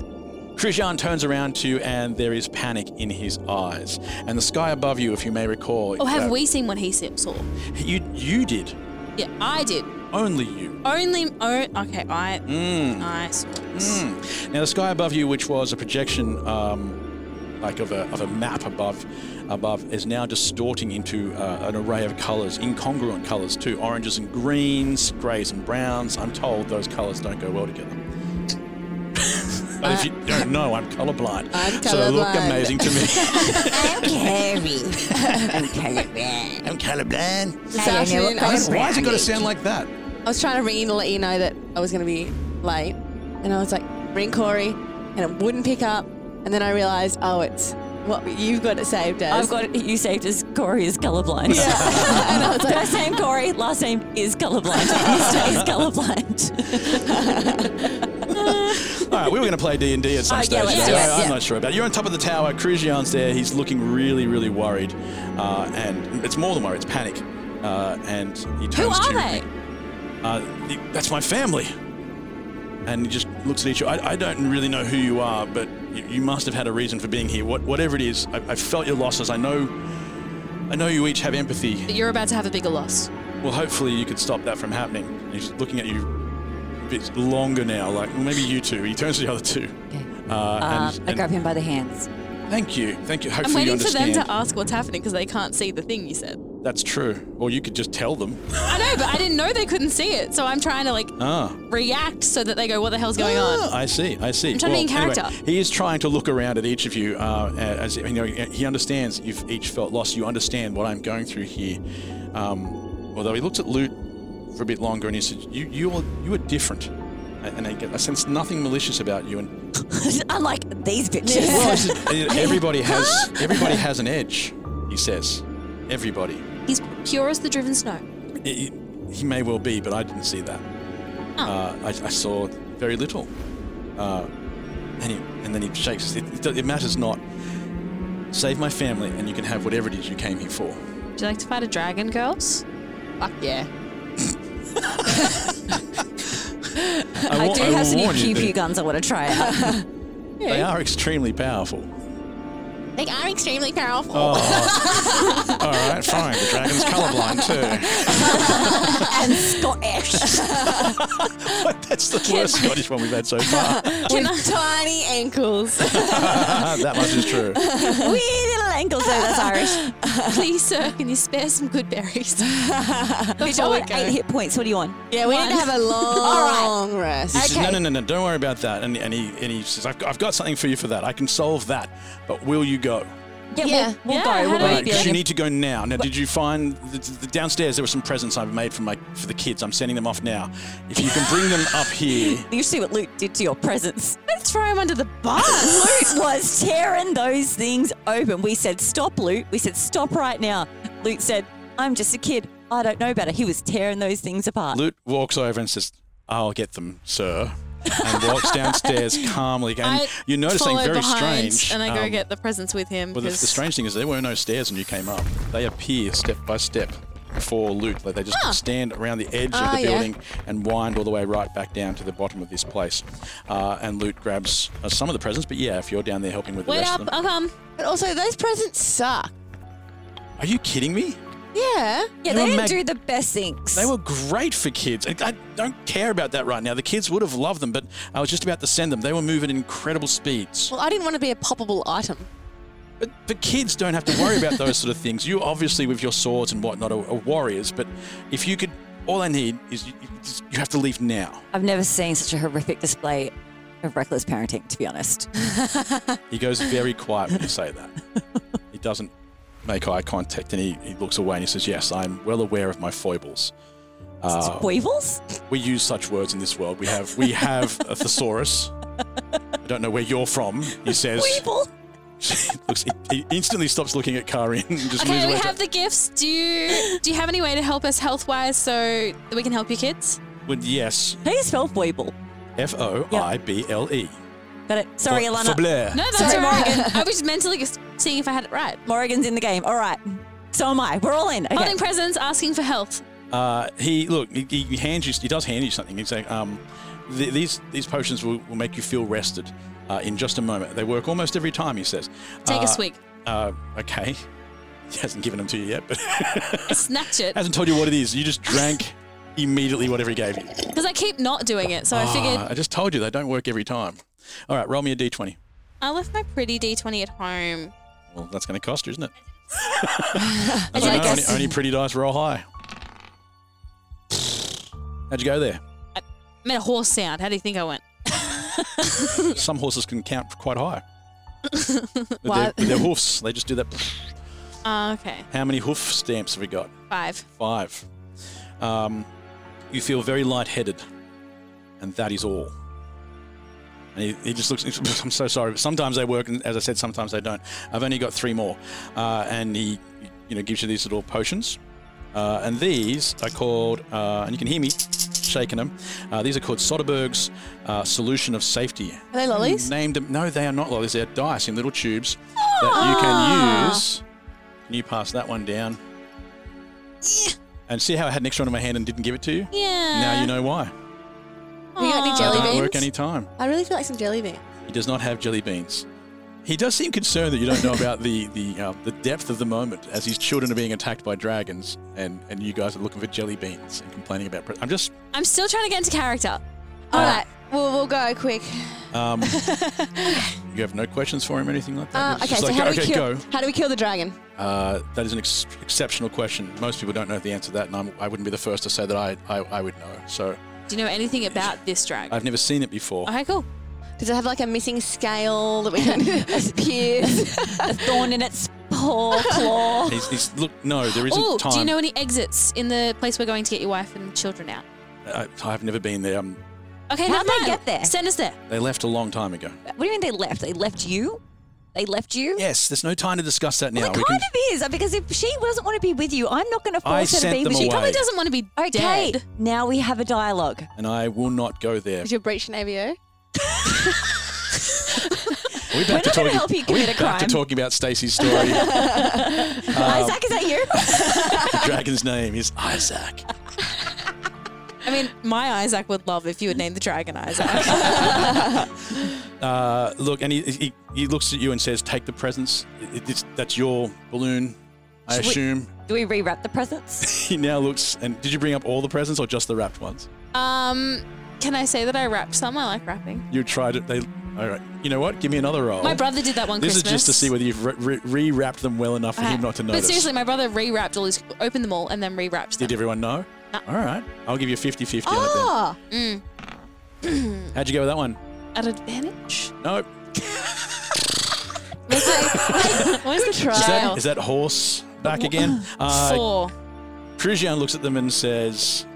[SPEAKER 1] Krishan turns around to you, and there is panic in his eyes. And the sky above you, if you may recall.
[SPEAKER 2] Or Oh, have
[SPEAKER 1] uh,
[SPEAKER 2] we seen what he se- saw?
[SPEAKER 1] You, you did.
[SPEAKER 2] Yeah, I did.
[SPEAKER 1] Only you.
[SPEAKER 2] Only. Oh, okay. I.
[SPEAKER 1] Mm.
[SPEAKER 2] I saw. this.
[SPEAKER 1] Mm. Now, the sky above you, which was a projection um, like of a, of a map above, above, is now distorting into uh, an array of colours, incongruent colours too. Oranges and greens, greys and browns. I'm told those colours don't go well together. but if you don't know, I'm colourblind.
[SPEAKER 4] Uh, I'm
[SPEAKER 1] So look
[SPEAKER 4] colourblind.
[SPEAKER 1] amazing to me.
[SPEAKER 3] I'm Carrie. I'm Carrie.
[SPEAKER 1] I'm colourblind.
[SPEAKER 4] This afternoon, I was,
[SPEAKER 1] Why's it got to sound like that?
[SPEAKER 4] I was trying to ring to let you know that I was going to be late. And I was like, ring Corey. And it wouldn't pick up. And then I realised, oh, it's what you've got it saved as.
[SPEAKER 3] I've got you saved as Corey is colorblind.
[SPEAKER 4] and I was like,
[SPEAKER 3] First name Corey, last name is colorblind. Mr. is colorblind.
[SPEAKER 1] All right, we were going to play D and D at some
[SPEAKER 3] Oh, yeah,
[SPEAKER 1] stage.
[SPEAKER 3] let's
[SPEAKER 1] so
[SPEAKER 3] do it,
[SPEAKER 1] I'm
[SPEAKER 3] yeah.
[SPEAKER 1] not sure about. it. You're on top of the tower. Cruzian's there. He's looking really, really worried, uh, and it's more than worry. It's panic. Uh, and he turns to
[SPEAKER 2] Who are they?
[SPEAKER 1] Uh, the- that's my family. And he just looks at each other. I, I don't really know who you are, but you, you must have had a reason for being here. What, whatever it is, I, I felt your losses. I know, I know you each have empathy.
[SPEAKER 2] But you're about to have a bigger loss.
[SPEAKER 1] Well, hopefully you could stop that from happening. And he's looking at you a bit longer now, like well, maybe you two. He turns to the other two. Uh,
[SPEAKER 3] Um,
[SPEAKER 1] and,
[SPEAKER 3] I
[SPEAKER 1] and
[SPEAKER 3] grab him by the hands.
[SPEAKER 1] thank you, thank you.
[SPEAKER 2] I'm
[SPEAKER 1] Hopefully you
[SPEAKER 2] waiting for them
[SPEAKER 1] understand.
[SPEAKER 2] to ask what's happening because they can't see the thing you said.
[SPEAKER 1] That's true. Or you could just tell them.
[SPEAKER 2] I know, but I didn't know they couldn't see it, so I'm trying to like
[SPEAKER 1] Ah.
[SPEAKER 2] react so that they go, "What the hell's going
[SPEAKER 1] Ah,
[SPEAKER 2] on?"
[SPEAKER 1] I see. I see. I'm
[SPEAKER 2] trying to be in character.
[SPEAKER 1] Anyway, he is trying to look around at each of you, uh, as you know, he understands you've each felt lost. You understand what I'm going through here. Um, although he looks at Lute for a bit longer and he said, "You, you are, you are different." And and I, get, I sense nothing malicious about you. And
[SPEAKER 3] Unlike these bitches.
[SPEAKER 1] well, I said, everybody has, everybody has an edge. He says, "Everybody."
[SPEAKER 2] He's pure as the driven snow.
[SPEAKER 1] He- he may well be, but I didn't see that.
[SPEAKER 3] Oh.
[SPEAKER 1] Uh, I, I saw very little. Uh, and, he, and then he shakes. It, it, do- it matters not. Save my family, and you can have whatever it is you came here for.
[SPEAKER 2] Would you like to fight a dragon, girls?
[SPEAKER 4] fuck yeah.
[SPEAKER 1] wa-
[SPEAKER 3] I do have some new
[SPEAKER 1] warn you
[SPEAKER 3] pew
[SPEAKER 1] that
[SPEAKER 3] pew guns I want to try out.
[SPEAKER 1] They are extremely powerful.
[SPEAKER 2] They are extremely powerful.
[SPEAKER 1] Oh. All right, fine. The dragon's colorblind too.
[SPEAKER 3] and Scottish.
[SPEAKER 1] That's the worst Scottish one we've had so far.
[SPEAKER 2] Can I-
[SPEAKER 4] Tiny ankles.
[SPEAKER 1] that much is true.
[SPEAKER 3] Wee little ankles though, that's Irish.
[SPEAKER 2] please, sir, can you spare some good berries? Before
[SPEAKER 3] Oh,
[SPEAKER 2] we
[SPEAKER 3] at
[SPEAKER 2] go.
[SPEAKER 3] eight hit points. What do you want?
[SPEAKER 4] yeah, we need to
[SPEAKER 2] One.
[SPEAKER 4] have a long rest.
[SPEAKER 1] He says, no, no, no, no, don't worry about that. And, and, he, and he says, I've, I've got something for you for that. I can solve that. But will you go?
[SPEAKER 3] Yeah,
[SPEAKER 2] Yeah.
[SPEAKER 3] we'll, we'll
[SPEAKER 2] Yeah,
[SPEAKER 3] go.
[SPEAKER 2] how
[SPEAKER 3] We'll
[SPEAKER 2] do
[SPEAKER 3] go.
[SPEAKER 2] we
[SPEAKER 1] Right, 'cause you need to go now. Now, did you find the, the downstairs? There were some presents I've made for my for the kids. I'm sending them off now. If you can bring them up here,
[SPEAKER 3] You see what Luke did to your presents.
[SPEAKER 2] Don't throw him under the bus.
[SPEAKER 3] Luke was tearing those things open. We said, Stop, Luke. We said, Stop right now. Luke said, I'm just a kid. I don't know better. He was tearing those things apart.
[SPEAKER 1] Lute walks over and says, "I'll get them, sir," and walks downstairs calmly. And
[SPEAKER 2] I
[SPEAKER 1] you notice something
[SPEAKER 2] follow
[SPEAKER 1] very
[SPEAKER 2] behind
[SPEAKER 1] strange.
[SPEAKER 2] And I go
[SPEAKER 1] um,
[SPEAKER 2] get the presents with him.
[SPEAKER 1] Well, the, the
[SPEAKER 2] 'cause-
[SPEAKER 1] strange thing is there were no stairs when you came up. They appear step by step before Lute. Like they just stand around the edge of
[SPEAKER 4] Ah,
[SPEAKER 1] the
[SPEAKER 4] yeah.
[SPEAKER 1] building and wind all the way right back down to the bottom of this place. Uh, and Lute grabs uh, some of the presents, but yeah, if you're down there helping with the
[SPEAKER 2] Wait
[SPEAKER 1] rest
[SPEAKER 2] up,
[SPEAKER 1] of them.
[SPEAKER 2] I'll come.
[SPEAKER 4] But also, those presents suck. uh-?
[SPEAKER 1] Are you kidding me?
[SPEAKER 4] Yeah.
[SPEAKER 1] they
[SPEAKER 3] yeah, they
[SPEAKER 1] were
[SPEAKER 3] didn't
[SPEAKER 1] mag-
[SPEAKER 3] do the best things.
[SPEAKER 1] They were great for kids. I, I don't care about that right now. The kids would have loved them, but I was just about to send them. They were moving at incredible speeds.
[SPEAKER 4] Well, I didn't want to be a poppable item.
[SPEAKER 1] But the kids don't have to worry about those sort of things. You obviously, with your swords and whatnot, are, are warriors. But if you could, all I need is you, you, just- you have to leave now.
[SPEAKER 3] I've never seen such a horrific display of reckless parenting, to be honest.
[SPEAKER 1] He goes very quiet when you say that. He doesn't make eye contact, and he, he looks away and he says, "Yes, I'm well aware of my foibles.
[SPEAKER 2] Oh.
[SPEAKER 1] Uh,
[SPEAKER 3] Weevils?
[SPEAKER 1] we use such words in this world. We have we have a thesaurus. I don't know where you're from," he says.
[SPEAKER 3] Weevil?
[SPEAKER 1] looks, he, he instantly stops looking at Karin and just moves
[SPEAKER 2] Okay, we
[SPEAKER 1] away.
[SPEAKER 2] have the gifts. Do you do you have any way to help us health wise so that we can help your kids?
[SPEAKER 1] Well, yes,
[SPEAKER 3] How do you spell Weevil?
[SPEAKER 1] F O I B L E.
[SPEAKER 3] Got it. Sorry,
[SPEAKER 1] For-
[SPEAKER 3] Alana.
[SPEAKER 1] For Blair.
[SPEAKER 2] No, that's
[SPEAKER 3] Sorry,
[SPEAKER 2] all right.
[SPEAKER 3] Morgan.
[SPEAKER 2] I was just mentally just seeing if I had it right.
[SPEAKER 3] Morgan's in the game. All right. So am I. We're all in. Okay.
[SPEAKER 2] Holding presents, asking for health.
[SPEAKER 1] Uh, he look. He, he hands you. He does hand you something. He's like, um, th- these these potions will, will make you feel rested uh, in just a moment. They work almost every time. He says.
[SPEAKER 2] Take
[SPEAKER 1] Uh,
[SPEAKER 2] a swig.
[SPEAKER 1] Uh, okay. He hasn't given them to you yet, but
[SPEAKER 2] I snatch it
[SPEAKER 1] hasn't told you what it is. You just drank immediately whatever he gave you.
[SPEAKER 2] because I keep not doing it. So I
[SPEAKER 1] Ah,
[SPEAKER 2] figured
[SPEAKER 1] I just told you they don't work every time. All right, roll me a d20.
[SPEAKER 2] I left my pretty D20 at home.
[SPEAKER 1] Well, that's going to cost you, isn't it?
[SPEAKER 2] I
[SPEAKER 1] Don't
[SPEAKER 2] like
[SPEAKER 1] know,
[SPEAKER 2] this.
[SPEAKER 1] only, only pretty dice roll high. How'd you go there?
[SPEAKER 2] Made a horse sound. How do you think I went?
[SPEAKER 1] Some horses can count quite high. with, their,
[SPEAKER 4] What?
[SPEAKER 1] with their hoofs, they just do that.
[SPEAKER 2] Ah, okay.
[SPEAKER 1] How many hoof stamps have we got?
[SPEAKER 2] Five.
[SPEAKER 1] Five. Um, you feel very lightheaded, and that is all. And he, he just looks. I'm so sorry, but sometimes they work, and as I said, sometimes they don't. I've only got three more, uh, and he, you know, gives you these little potions, uh, and these are called. Uh, and you can hear me shaking them. Uh, these are called Soderbergh's uh, solution of safety.
[SPEAKER 4] Are they lollies? Ah!
[SPEAKER 1] Named them. No, they are not lollies. They're dice in little tubes that you can use. Can you pass that one down? And see how I had an extra one in my hand and didn't give it to you?
[SPEAKER 2] Yeah.
[SPEAKER 1] Now you know why.
[SPEAKER 4] We got any
[SPEAKER 2] Aw.
[SPEAKER 1] They
[SPEAKER 4] jelly
[SPEAKER 1] don't
[SPEAKER 4] beans?
[SPEAKER 1] work any time.
[SPEAKER 4] I really feel like some jelly beans.
[SPEAKER 1] He does not have jelly beans. He does seem concerned that you don't know about the the, uh, the depth of the moment as his children are being attacked by dragons and, and you guys are looking for jelly beans and complaining about. Pre- I'm just.
[SPEAKER 2] I'm still trying to get into character.
[SPEAKER 4] All right, we'll, we'll go quick.
[SPEAKER 1] Um, you have no questions for him or anything like that?
[SPEAKER 4] Uh,
[SPEAKER 1] It's
[SPEAKER 4] okay,
[SPEAKER 1] just
[SPEAKER 4] so
[SPEAKER 1] like,
[SPEAKER 4] how do we
[SPEAKER 1] okay,
[SPEAKER 4] kill?
[SPEAKER 1] go.
[SPEAKER 4] How do we kill the dragon?
[SPEAKER 1] Uh, that is an ex- exceptional question. Most people don't know the answer to that, and I'm, I wouldn't be the first to say that I, I, I would know. So
[SPEAKER 2] Do you know anything about this dragon?
[SPEAKER 1] I've never seen it before.
[SPEAKER 4] Oh.
[SPEAKER 2] Okay, cool.
[SPEAKER 4] Does it have like a missing scale that we can pierce?
[SPEAKER 3] a thorn in its paw claw.
[SPEAKER 1] He's, he's, look, no, there isn't
[SPEAKER 2] Oh,
[SPEAKER 1] time.
[SPEAKER 2] do you know any exits in the place we're going to get your wife and children out?
[SPEAKER 1] I, I've never been there. Um,
[SPEAKER 2] Okay, never
[SPEAKER 3] How'd they
[SPEAKER 2] mind.
[SPEAKER 3] get there?
[SPEAKER 2] Send us there.
[SPEAKER 1] they left a long time ago.
[SPEAKER 3] what do you mean they left? They left you? They left you?
[SPEAKER 1] Yes, there's no time to discuss that
[SPEAKER 3] Well,
[SPEAKER 1] now.
[SPEAKER 3] it
[SPEAKER 1] We
[SPEAKER 3] kind
[SPEAKER 1] can-
[SPEAKER 3] of is uh, because if she doesn't want to be with you, I'm not going to
[SPEAKER 1] I
[SPEAKER 3] force her
[SPEAKER 1] sent
[SPEAKER 3] to be
[SPEAKER 1] them
[SPEAKER 3] with you.
[SPEAKER 1] away.
[SPEAKER 2] Probably doesn't want to be
[SPEAKER 3] Okay,
[SPEAKER 2] dead.
[SPEAKER 3] now we have a dialogue.
[SPEAKER 1] and I will not go there.
[SPEAKER 4] Did you breach an AVO?
[SPEAKER 1] Are we back
[SPEAKER 3] We're
[SPEAKER 1] to
[SPEAKER 3] not gonna
[SPEAKER 1] talking,
[SPEAKER 3] help you
[SPEAKER 1] are we
[SPEAKER 3] commit a
[SPEAKER 1] back to
[SPEAKER 3] crime.
[SPEAKER 1] talking about Stacy's story. the Um,
[SPEAKER 3] Isaac, is that you?
[SPEAKER 1] dragon's name is Isaac.
[SPEAKER 2] I mean, my Isaac would love if you would name the dragon Isaac.
[SPEAKER 1] Uh, look, and he, he, he looks at you and says, "Take the presents. It- it- it's- that's your balloon, I
[SPEAKER 3] Should we-
[SPEAKER 1] assume."
[SPEAKER 3] do we rewrap the presents?
[SPEAKER 1] He now looks and did you bring up all the presents or just the wrapped ones?
[SPEAKER 2] um, can I say that I wrapped some? I like wrapping.
[SPEAKER 1] You tried it. They all right. You know what? Give me another roll.
[SPEAKER 2] My brother did that one
[SPEAKER 1] Oh. This is
[SPEAKER 2] Christmas.
[SPEAKER 1] just to see whether you've re- re- rewrapped them well enough for
[SPEAKER 2] Okay.
[SPEAKER 1] him
[SPEAKER 3] Uh-huh.
[SPEAKER 1] not to notice.
[SPEAKER 2] But seriously, my brother rewrapped all his, opened them all and then rewrapped them.
[SPEAKER 1] did everyone know?
[SPEAKER 2] No.
[SPEAKER 1] All right. I'll give you 50-50 on
[SPEAKER 4] Oh,
[SPEAKER 2] Mm.
[SPEAKER 1] it
[SPEAKER 2] Oh.
[SPEAKER 1] then. How'd you go with that one?
[SPEAKER 2] At advantage?
[SPEAKER 1] Nope.
[SPEAKER 2] Where's the, where's the
[SPEAKER 1] Is
[SPEAKER 2] trial?
[SPEAKER 1] that, is that horse back again? Uh,
[SPEAKER 2] Four.
[SPEAKER 1] Cruzian looks at them and says,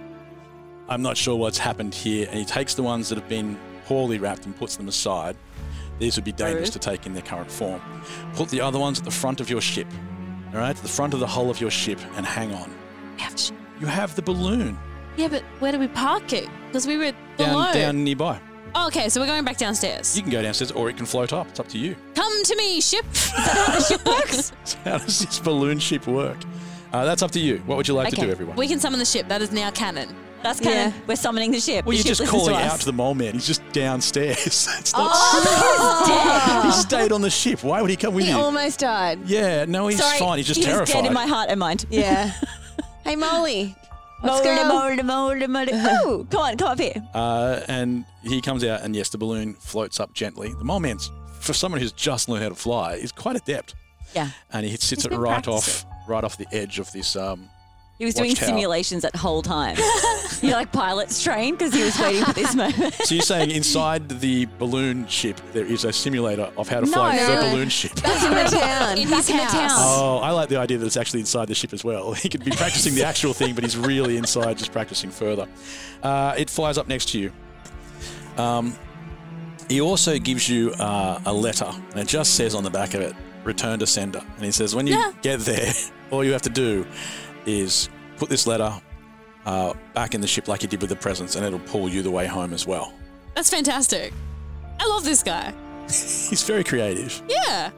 [SPEAKER 1] I'm not sure what's happened here. And he takes the ones that have been poorly wrapped and puts them aside. These would be dangerous to take in their current form. Put the other ones at the front of your ship, all right? The front of the hull of your ship and hang on.
[SPEAKER 2] Yeah, sh-
[SPEAKER 1] You have the balloon
[SPEAKER 2] Yeah, but where do we park it? Because we were below.
[SPEAKER 1] down, down nearby.
[SPEAKER 2] Oh, okay, so we're going back downstairs.
[SPEAKER 1] You can go downstairs or it can float up. It's up to you.
[SPEAKER 2] Come to me, ship. Is that how the ship works?
[SPEAKER 1] So How does this balloon ship work? Uh, that's up to you. What would you like to
[SPEAKER 3] Okay.
[SPEAKER 1] do, everyone?
[SPEAKER 2] We can summon the ship. That is now canon.
[SPEAKER 3] That's kind
[SPEAKER 4] Yeah.
[SPEAKER 3] of we're summoning the ship.
[SPEAKER 1] well,
[SPEAKER 3] the
[SPEAKER 1] you're
[SPEAKER 3] ship
[SPEAKER 1] just
[SPEAKER 3] listens
[SPEAKER 1] calling
[SPEAKER 3] to
[SPEAKER 1] out
[SPEAKER 3] us. Oh.
[SPEAKER 1] to the mole man. He's just downstairs. it's not
[SPEAKER 3] Dead.
[SPEAKER 1] He stayed on the ship. Why would he come with
[SPEAKER 4] he
[SPEAKER 1] you?
[SPEAKER 4] almost died.
[SPEAKER 1] yeah, no, he's
[SPEAKER 3] Sorry,
[SPEAKER 1] fine. He's just
[SPEAKER 3] he was
[SPEAKER 1] terrified.
[SPEAKER 3] dead in my heart and mind.
[SPEAKER 4] Yeah. hey, Molly. Let's
[SPEAKER 3] Moldy,
[SPEAKER 4] go.
[SPEAKER 3] moldy, moldy, moldy. Ooh, come on, come up here.
[SPEAKER 1] uh, and he comes out, and yes, the balloon floats up gently. The mole man's, for someone who's just learned how to fly, is quite adept.
[SPEAKER 3] Yeah,
[SPEAKER 1] And he sits it
[SPEAKER 2] been
[SPEAKER 1] right
[SPEAKER 2] practicing.
[SPEAKER 1] off, right off the edge of this. Um,
[SPEAKER 3] he was
[SPEAKER 1] Watch
[SPEAKER 3] doing
[SPEAKER 1] how.
[SPEAKER 3] simulations at whole time. you know, like pilots train because he was waiting for this moment.
[SPEAKER 1] so you're saying inside the balloon ship there is a simulator of how to fly
[SPEAKER 4] No.
[SPEAKER 1] the
[SPEAKER 4] No.
[SPEAKER 1] balloon ship.
[SPEAKER 4] That's in the town.
[SPEAKER 2] In
[SPEAKER 4] Back
[SPEAKER 2] his
[SPEAKER 4] in the
[SPEAKER 2] house.
[SPEAKER 4] town.
[SPEAKER 1] Oh, I like the idea that it's actually inside the ship as well. He could be practicing the actual thing, but he's really inside, just practicing further. Uh, it flies up next to you. Um, he also gives you uh, a letter, and it just says on the back of it, "Return to sender." And he says, when you
[SPEAKER 2] Yeah.
[SPEAKER 1] get there, all you have to do is put this letter uh, back in the ship like you did with the presents, and it'll pull you the way home as well.
[SPEAKER 2] That's fantastic. I love this guy.
[SPEAKER 1] He's very creative.
[SPEAKER 2] Yeah.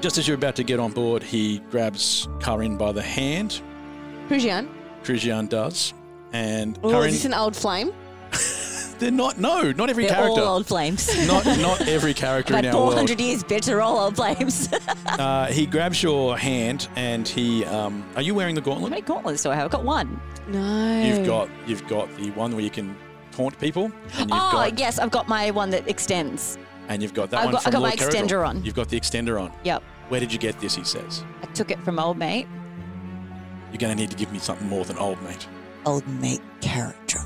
[SPEAKER 1] Just as you're about to get on board, he grabs Karin by the hand.
[SPEAKER 4] Prugian.
[SPEAKER 1] Krijian does. And
[SPEAKER 4] Oh,
[SPEAKER 1] Karin,
[SPEAKER 4] is this an old flame?
[SPEAKER 1] they're not, no, not every
[SPEAKER 3] They're
[SPEAKER 1] character.
[SPEAKER 3] all old flames.
[SPEAKER 1] Not, not every character
[SPEAKER 3] Like
[SPEAKER 1] in our world.
[SPEAKER 3] 400 years, bitch, they're all old flames. How
[SPEAKER 1] Uh, he grabs your hand and he. Um, are you wearing the gauntlet?
[SPEAKER 3] many gauntlets do I have? I've got one.
[SPEAKER 4] No.
[SPEAKER 1] You've got you've got the one where you can taunt people, and you've
[SPEAKER 3] oh,
[SPEAKER 1] got
[SPEAKER 3] yes, I've got my one that extends.
[SPEAKER 1] and you've got that
[SPEAKER 3] I've
[SPEAKER 1] one
[SPEAKER 3] got-
[SPEAKER 1] from
[SPEAKER 3] I've got
[SPEAKER 1] Lord
[SPEAKER 3] my extender
[SPEAKER 1] Caradhral.
[SPEAKER 3] on.
[SPEAKER 1] You've got the extender on.
[SPEAKER 3] Yep.
[SPEAKER 1] Where did you get this? He says.
[SPEAKER 3] I took it from old mate.
[SPEAKER 1] You're going to need to give me something more than old mate.
[SPEAKER 3] Old mate character.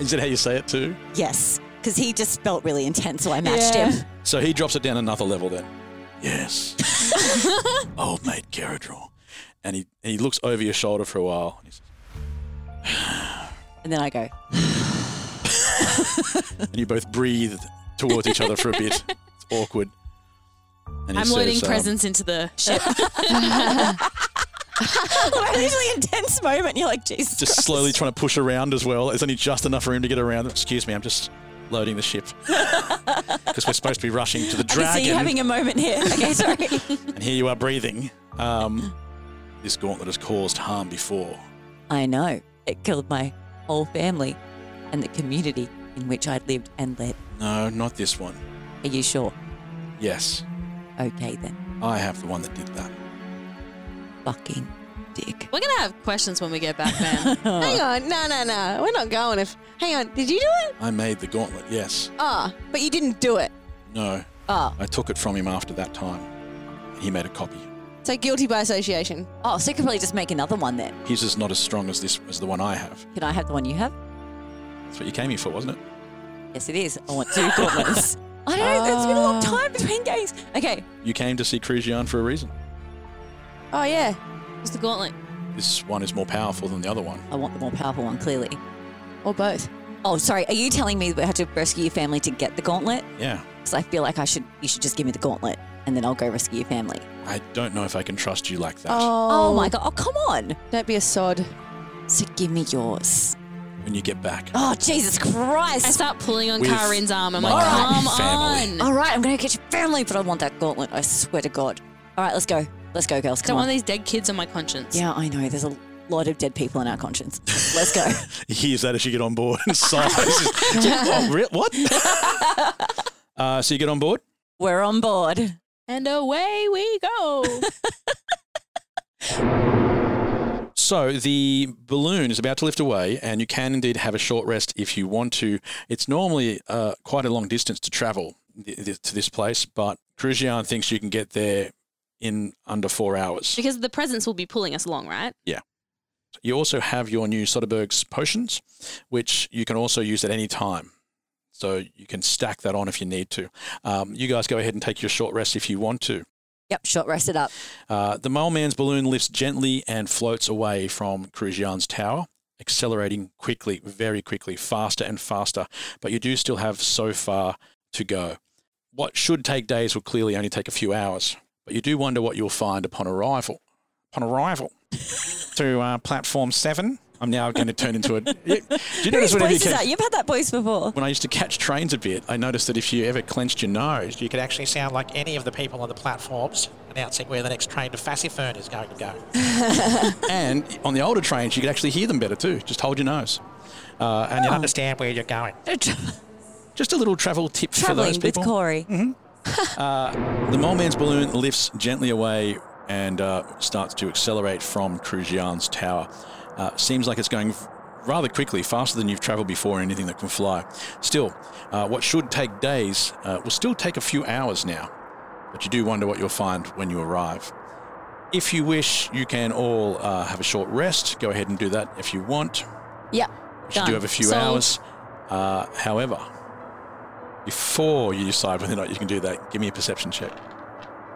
[SPEAKER 1] Is that how you say it too?
[SPEAKER 3] Yes, because he just felt really intense, so I matched
[SPEAKER 2] Yeah.
[SPEAKER 3] him.
[SPEAKER 1] So he drops it down another level then. Yes. Old mate Caradhral. And he, he looks over your shoulder for a while. And, he says-
[SPEAKER 3] And then I go,
[SPEAKER 1] and you both breathe towards each other for a bit. It's awkward. And he
[SPEAKER 2] I'm loading
[SPEAKER 1] says, um,
[SPEAKER 2] presents into the ship.
[SPEAKER 3] Well, usually intense moment. and You're like, Jesus.
[SPEAKER 1] Just
[SPEAKER 3] Christ."
[SPEAKER 1] slowly trying to push around as well. There's only just enough room to get around. Excuse me, I'm just loading the ship. Because we're supposed to be rushing to the
[SPEAKER 3] I can see you
[SPEAKER 1] dragon.
[SPEAKER 3] having a moment here. Okay, sorry.
[SPEAKER 1] and here you are breathing. Um, this gauntlet has caused harm before.
[SPEAKER 3] I know. It killed my whole family and the community in which I'd lived and led.
[SPEAKER 1] No, not this one.
[SPEAKER 3] Are you sure?
[SPEAKER 1] Yes,
[SPEAKER 3] Okay then.
[SPEAKER 1] I have the one that did that.
[SPEAKER 3] Fucking dick.
[SPEAKER 2] We're gonna have questions when we get back, man.
[SPEAKER 4] Hang on. No, no, no. We're not going if. Hang on. Did you do it?
[SPEAKER 1] I made the gauntlet, yes.
[SPEAKER 4] Ah, but you didn't do it.
[SPEAKER 1] No,
[SPEAKER 4] Ah.
[SPEAKER 1] I took it from him after that time. He made a copy.
[SPEAKER 4] So guilty by association.
[SPEAKER 3] Oh, so you could probably just make another one then.
[SPEAKER 1] His is not as strong as this as the one I have.
[SPEAKER 3] Can I have the one you have?
[SPEAKER 1] That's what you came here for, wasn't it?
[SPEAKER 3] Yes, it is. I want two gauntlets. Ah. I don't know. It's been a long time between games. Okay.
[SPEAKER 1] You came to see Krujian for a reason.
[SPEAKER 4] Oh, yeah.
[SPEAKER 2] It's the gauntlet.
[SPEAKER 1] This one is more powerful than the other one.
[SPEAKER 3] I want the more powerful one, clearly.
[SPEAKER 4] Or both.
[SPEAKER 3] Oh, sorry. Are you telling me we had to rescue your family to get the gauntlet?
[SPEAKER 1] Yeah.
[SPEAKER 3] Because I feel like I should. You should just give me the gauntlet, and then I'll go rescue your family.
[SPEAKER 1] I don't know if I can trust you like that.
[SPEAKER 4] Oh,
[SPEAKER 3] Oh, my god! Oh come on!
[SPEAKER 4] Don't be a sod.
[SPEAKER 3] So give me yours.
[SPEAKER 1] When you get back,
[SPEAKER 3] Oh Jesus
[SPEAKER 2] I
[SPEAKER 3] Christ!
[SPEAKER 2] start pulling on
[SPEAKER 1] With
[SPEAKER 2] Karin's arm. I'm
[SPEAKER 1] my
[SPEAKER 2] like, come
[SPEAKER 1] family.
[SPEAKER 2] on.
[SPEAKER 3] All right, I'm gonna get your family, but I want that gauntlet. I swear to God. All right, let's go. Let's go, girls.
[SPEAKER 2] I don't
[SPEAKER 3] Come
[SPEAKER 2] want
[SPEAKER 3] on.
[SPEAKER 2] these dead kids on my conscience.
[SPEAKER 3] Yeah, I know. There's a lot of dead people in our conscience. Let's go.
[SPEAKER 1] he hears that as you get on board and sighs. oh, re- what? uh, so you get on board.
[SPEAKER 3] We're on board.
[SPEAKER 2] And away we go.
[SPEAKER 1] So the balloon is about to lift away, and you can indeed have a short rest if you want to. It's normally uh, quite a long distance to travel th- th- to this place, but Crujian thinks you can get there in under four hours.
[SPEAKER 2] because the presents will be pulling us along, right?
[SPEAKER 1] You also have your new Soderbergh's potions, which you can also use at any time. So you can stack that on if you need to. Um, you guys go ahead and take your short rest if you want to.
[SPEAKER 3] Yep, short rest it up.
[SPEAKER 1] Uh, the mole man's balloon lifts gently and floats away from Krujian's tower, accelerating quickly, very quickly, faster and faster. But you do still have so far to go. What should take days will clearly only take a few hours. But you do wonder what you'll find upon arrival. Upon arrival to uh, platform seven, I'm now going to turn into a. Do you notice whenever
[SPEAKER 3] Whose
[SPEAKER 1] you
[SPEAKER 3] voice is
[SPEAKER 1] catch,
[SPEAKER 3] that? You've had that voice before.
[SPEAKER 1] when I used to catch trains a bit, I noticed that if you ever clenched your nose, you
[SPEAKER 6] You could actually sound like any of the people on the platforms announcing where the next train to Fassifern is going to go.
[SPEAKER 1] And on the older trains, you could actually hear them better too. Just hold your nose. Uh, and you
[SPEAKER 6] You
[SPEAKER 1] under-
[SPEAKER 6] understand where you're going.
[SPEAKER 1] just a little travel tip for those
[SPEAKER 3] Traveling with
[SPEAKER 1] people. Mm-hmm.
[SPEAKER 3] Corey.
[SPEAKER 1] the mole man's balloon lifts gently away and uh, starts to accelerate from Krujian's tower. Uh, seems like it's going v- rather quickly, faster than you've traveled before in anything that can fly. Still, uh, what should take days uh, will still take a few hours now. But you do wonder what you'll find when you arrive. If you wish, you can all uh, have a short rest. Go ahead and do that if you want.
[SPEAKER 3] Yep.
[SPEAKER 1] She do
[SPEAKER 3] Done.
[SPEAKER 1] have a few
[SPEAKER 2] Sold.
[SPEAKER 1] hours. Uh, however, before you decide whether or not you can do that, give me a perception check.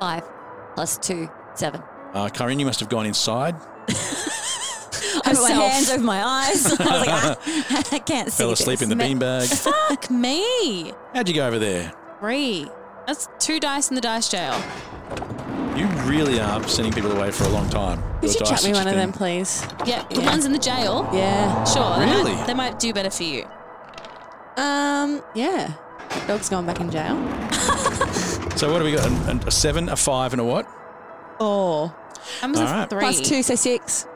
[SPEAKER 3] Five plus two, seven.
[SPEAKER 1] Uh, Karin, you must have gone inside,
[SPEAKER 3] I put my
[SPEAKER 2] Herself.
[SPEAKER 3] hands over my eyes. I was like, ah, I can't see.
[SPEAKER 1] fell
[SPEAKER 3] this.
[SPEAKER 1] asleep in the beanbag.
[SPEAKER 2] Fuck me.
[SPEAKER 1] How'd you go over there?
[SPEAKER 2] Three. That's two dice in the dice jail.
[SPEAKER 1] You really are sending people away for a long time.
[SPEAKER 4] Could
[SPEAKER 1] Your
[SPEAKER 4] you
[SPEAKER 1] dice
[SPEAKER 4] chat me
[SPEAKER 1] are
[SPEAKER 4] one
[SPEAKER 1] just
[SPEAKER 4] of
[SPEAKER 1] being-
[SPEAKER 4] them, please?
[SPEAKER 2] Yeah, the ones in the jail.
[SPEAKER 4] Yeah.
[SPEAKER 2] Sure. they might-
[SPEAKER 1] Really?
[SPEAKER 2] they might do better for you.
[SPEAKER 4] Um. Yeah. Dog's gone back in jail.
[SPEAKER 1] So what do we got? An- an- A, seven, a five, and a what?
[SPEAKER 4] Oh.
[SPEAKER 2] I was
[SPEAKER 1] All
[SPEAKER 2] a
[SPEAKER 1] right.
[SPEAKER 2] three.
[SPEAKER 4] Plus two, so six.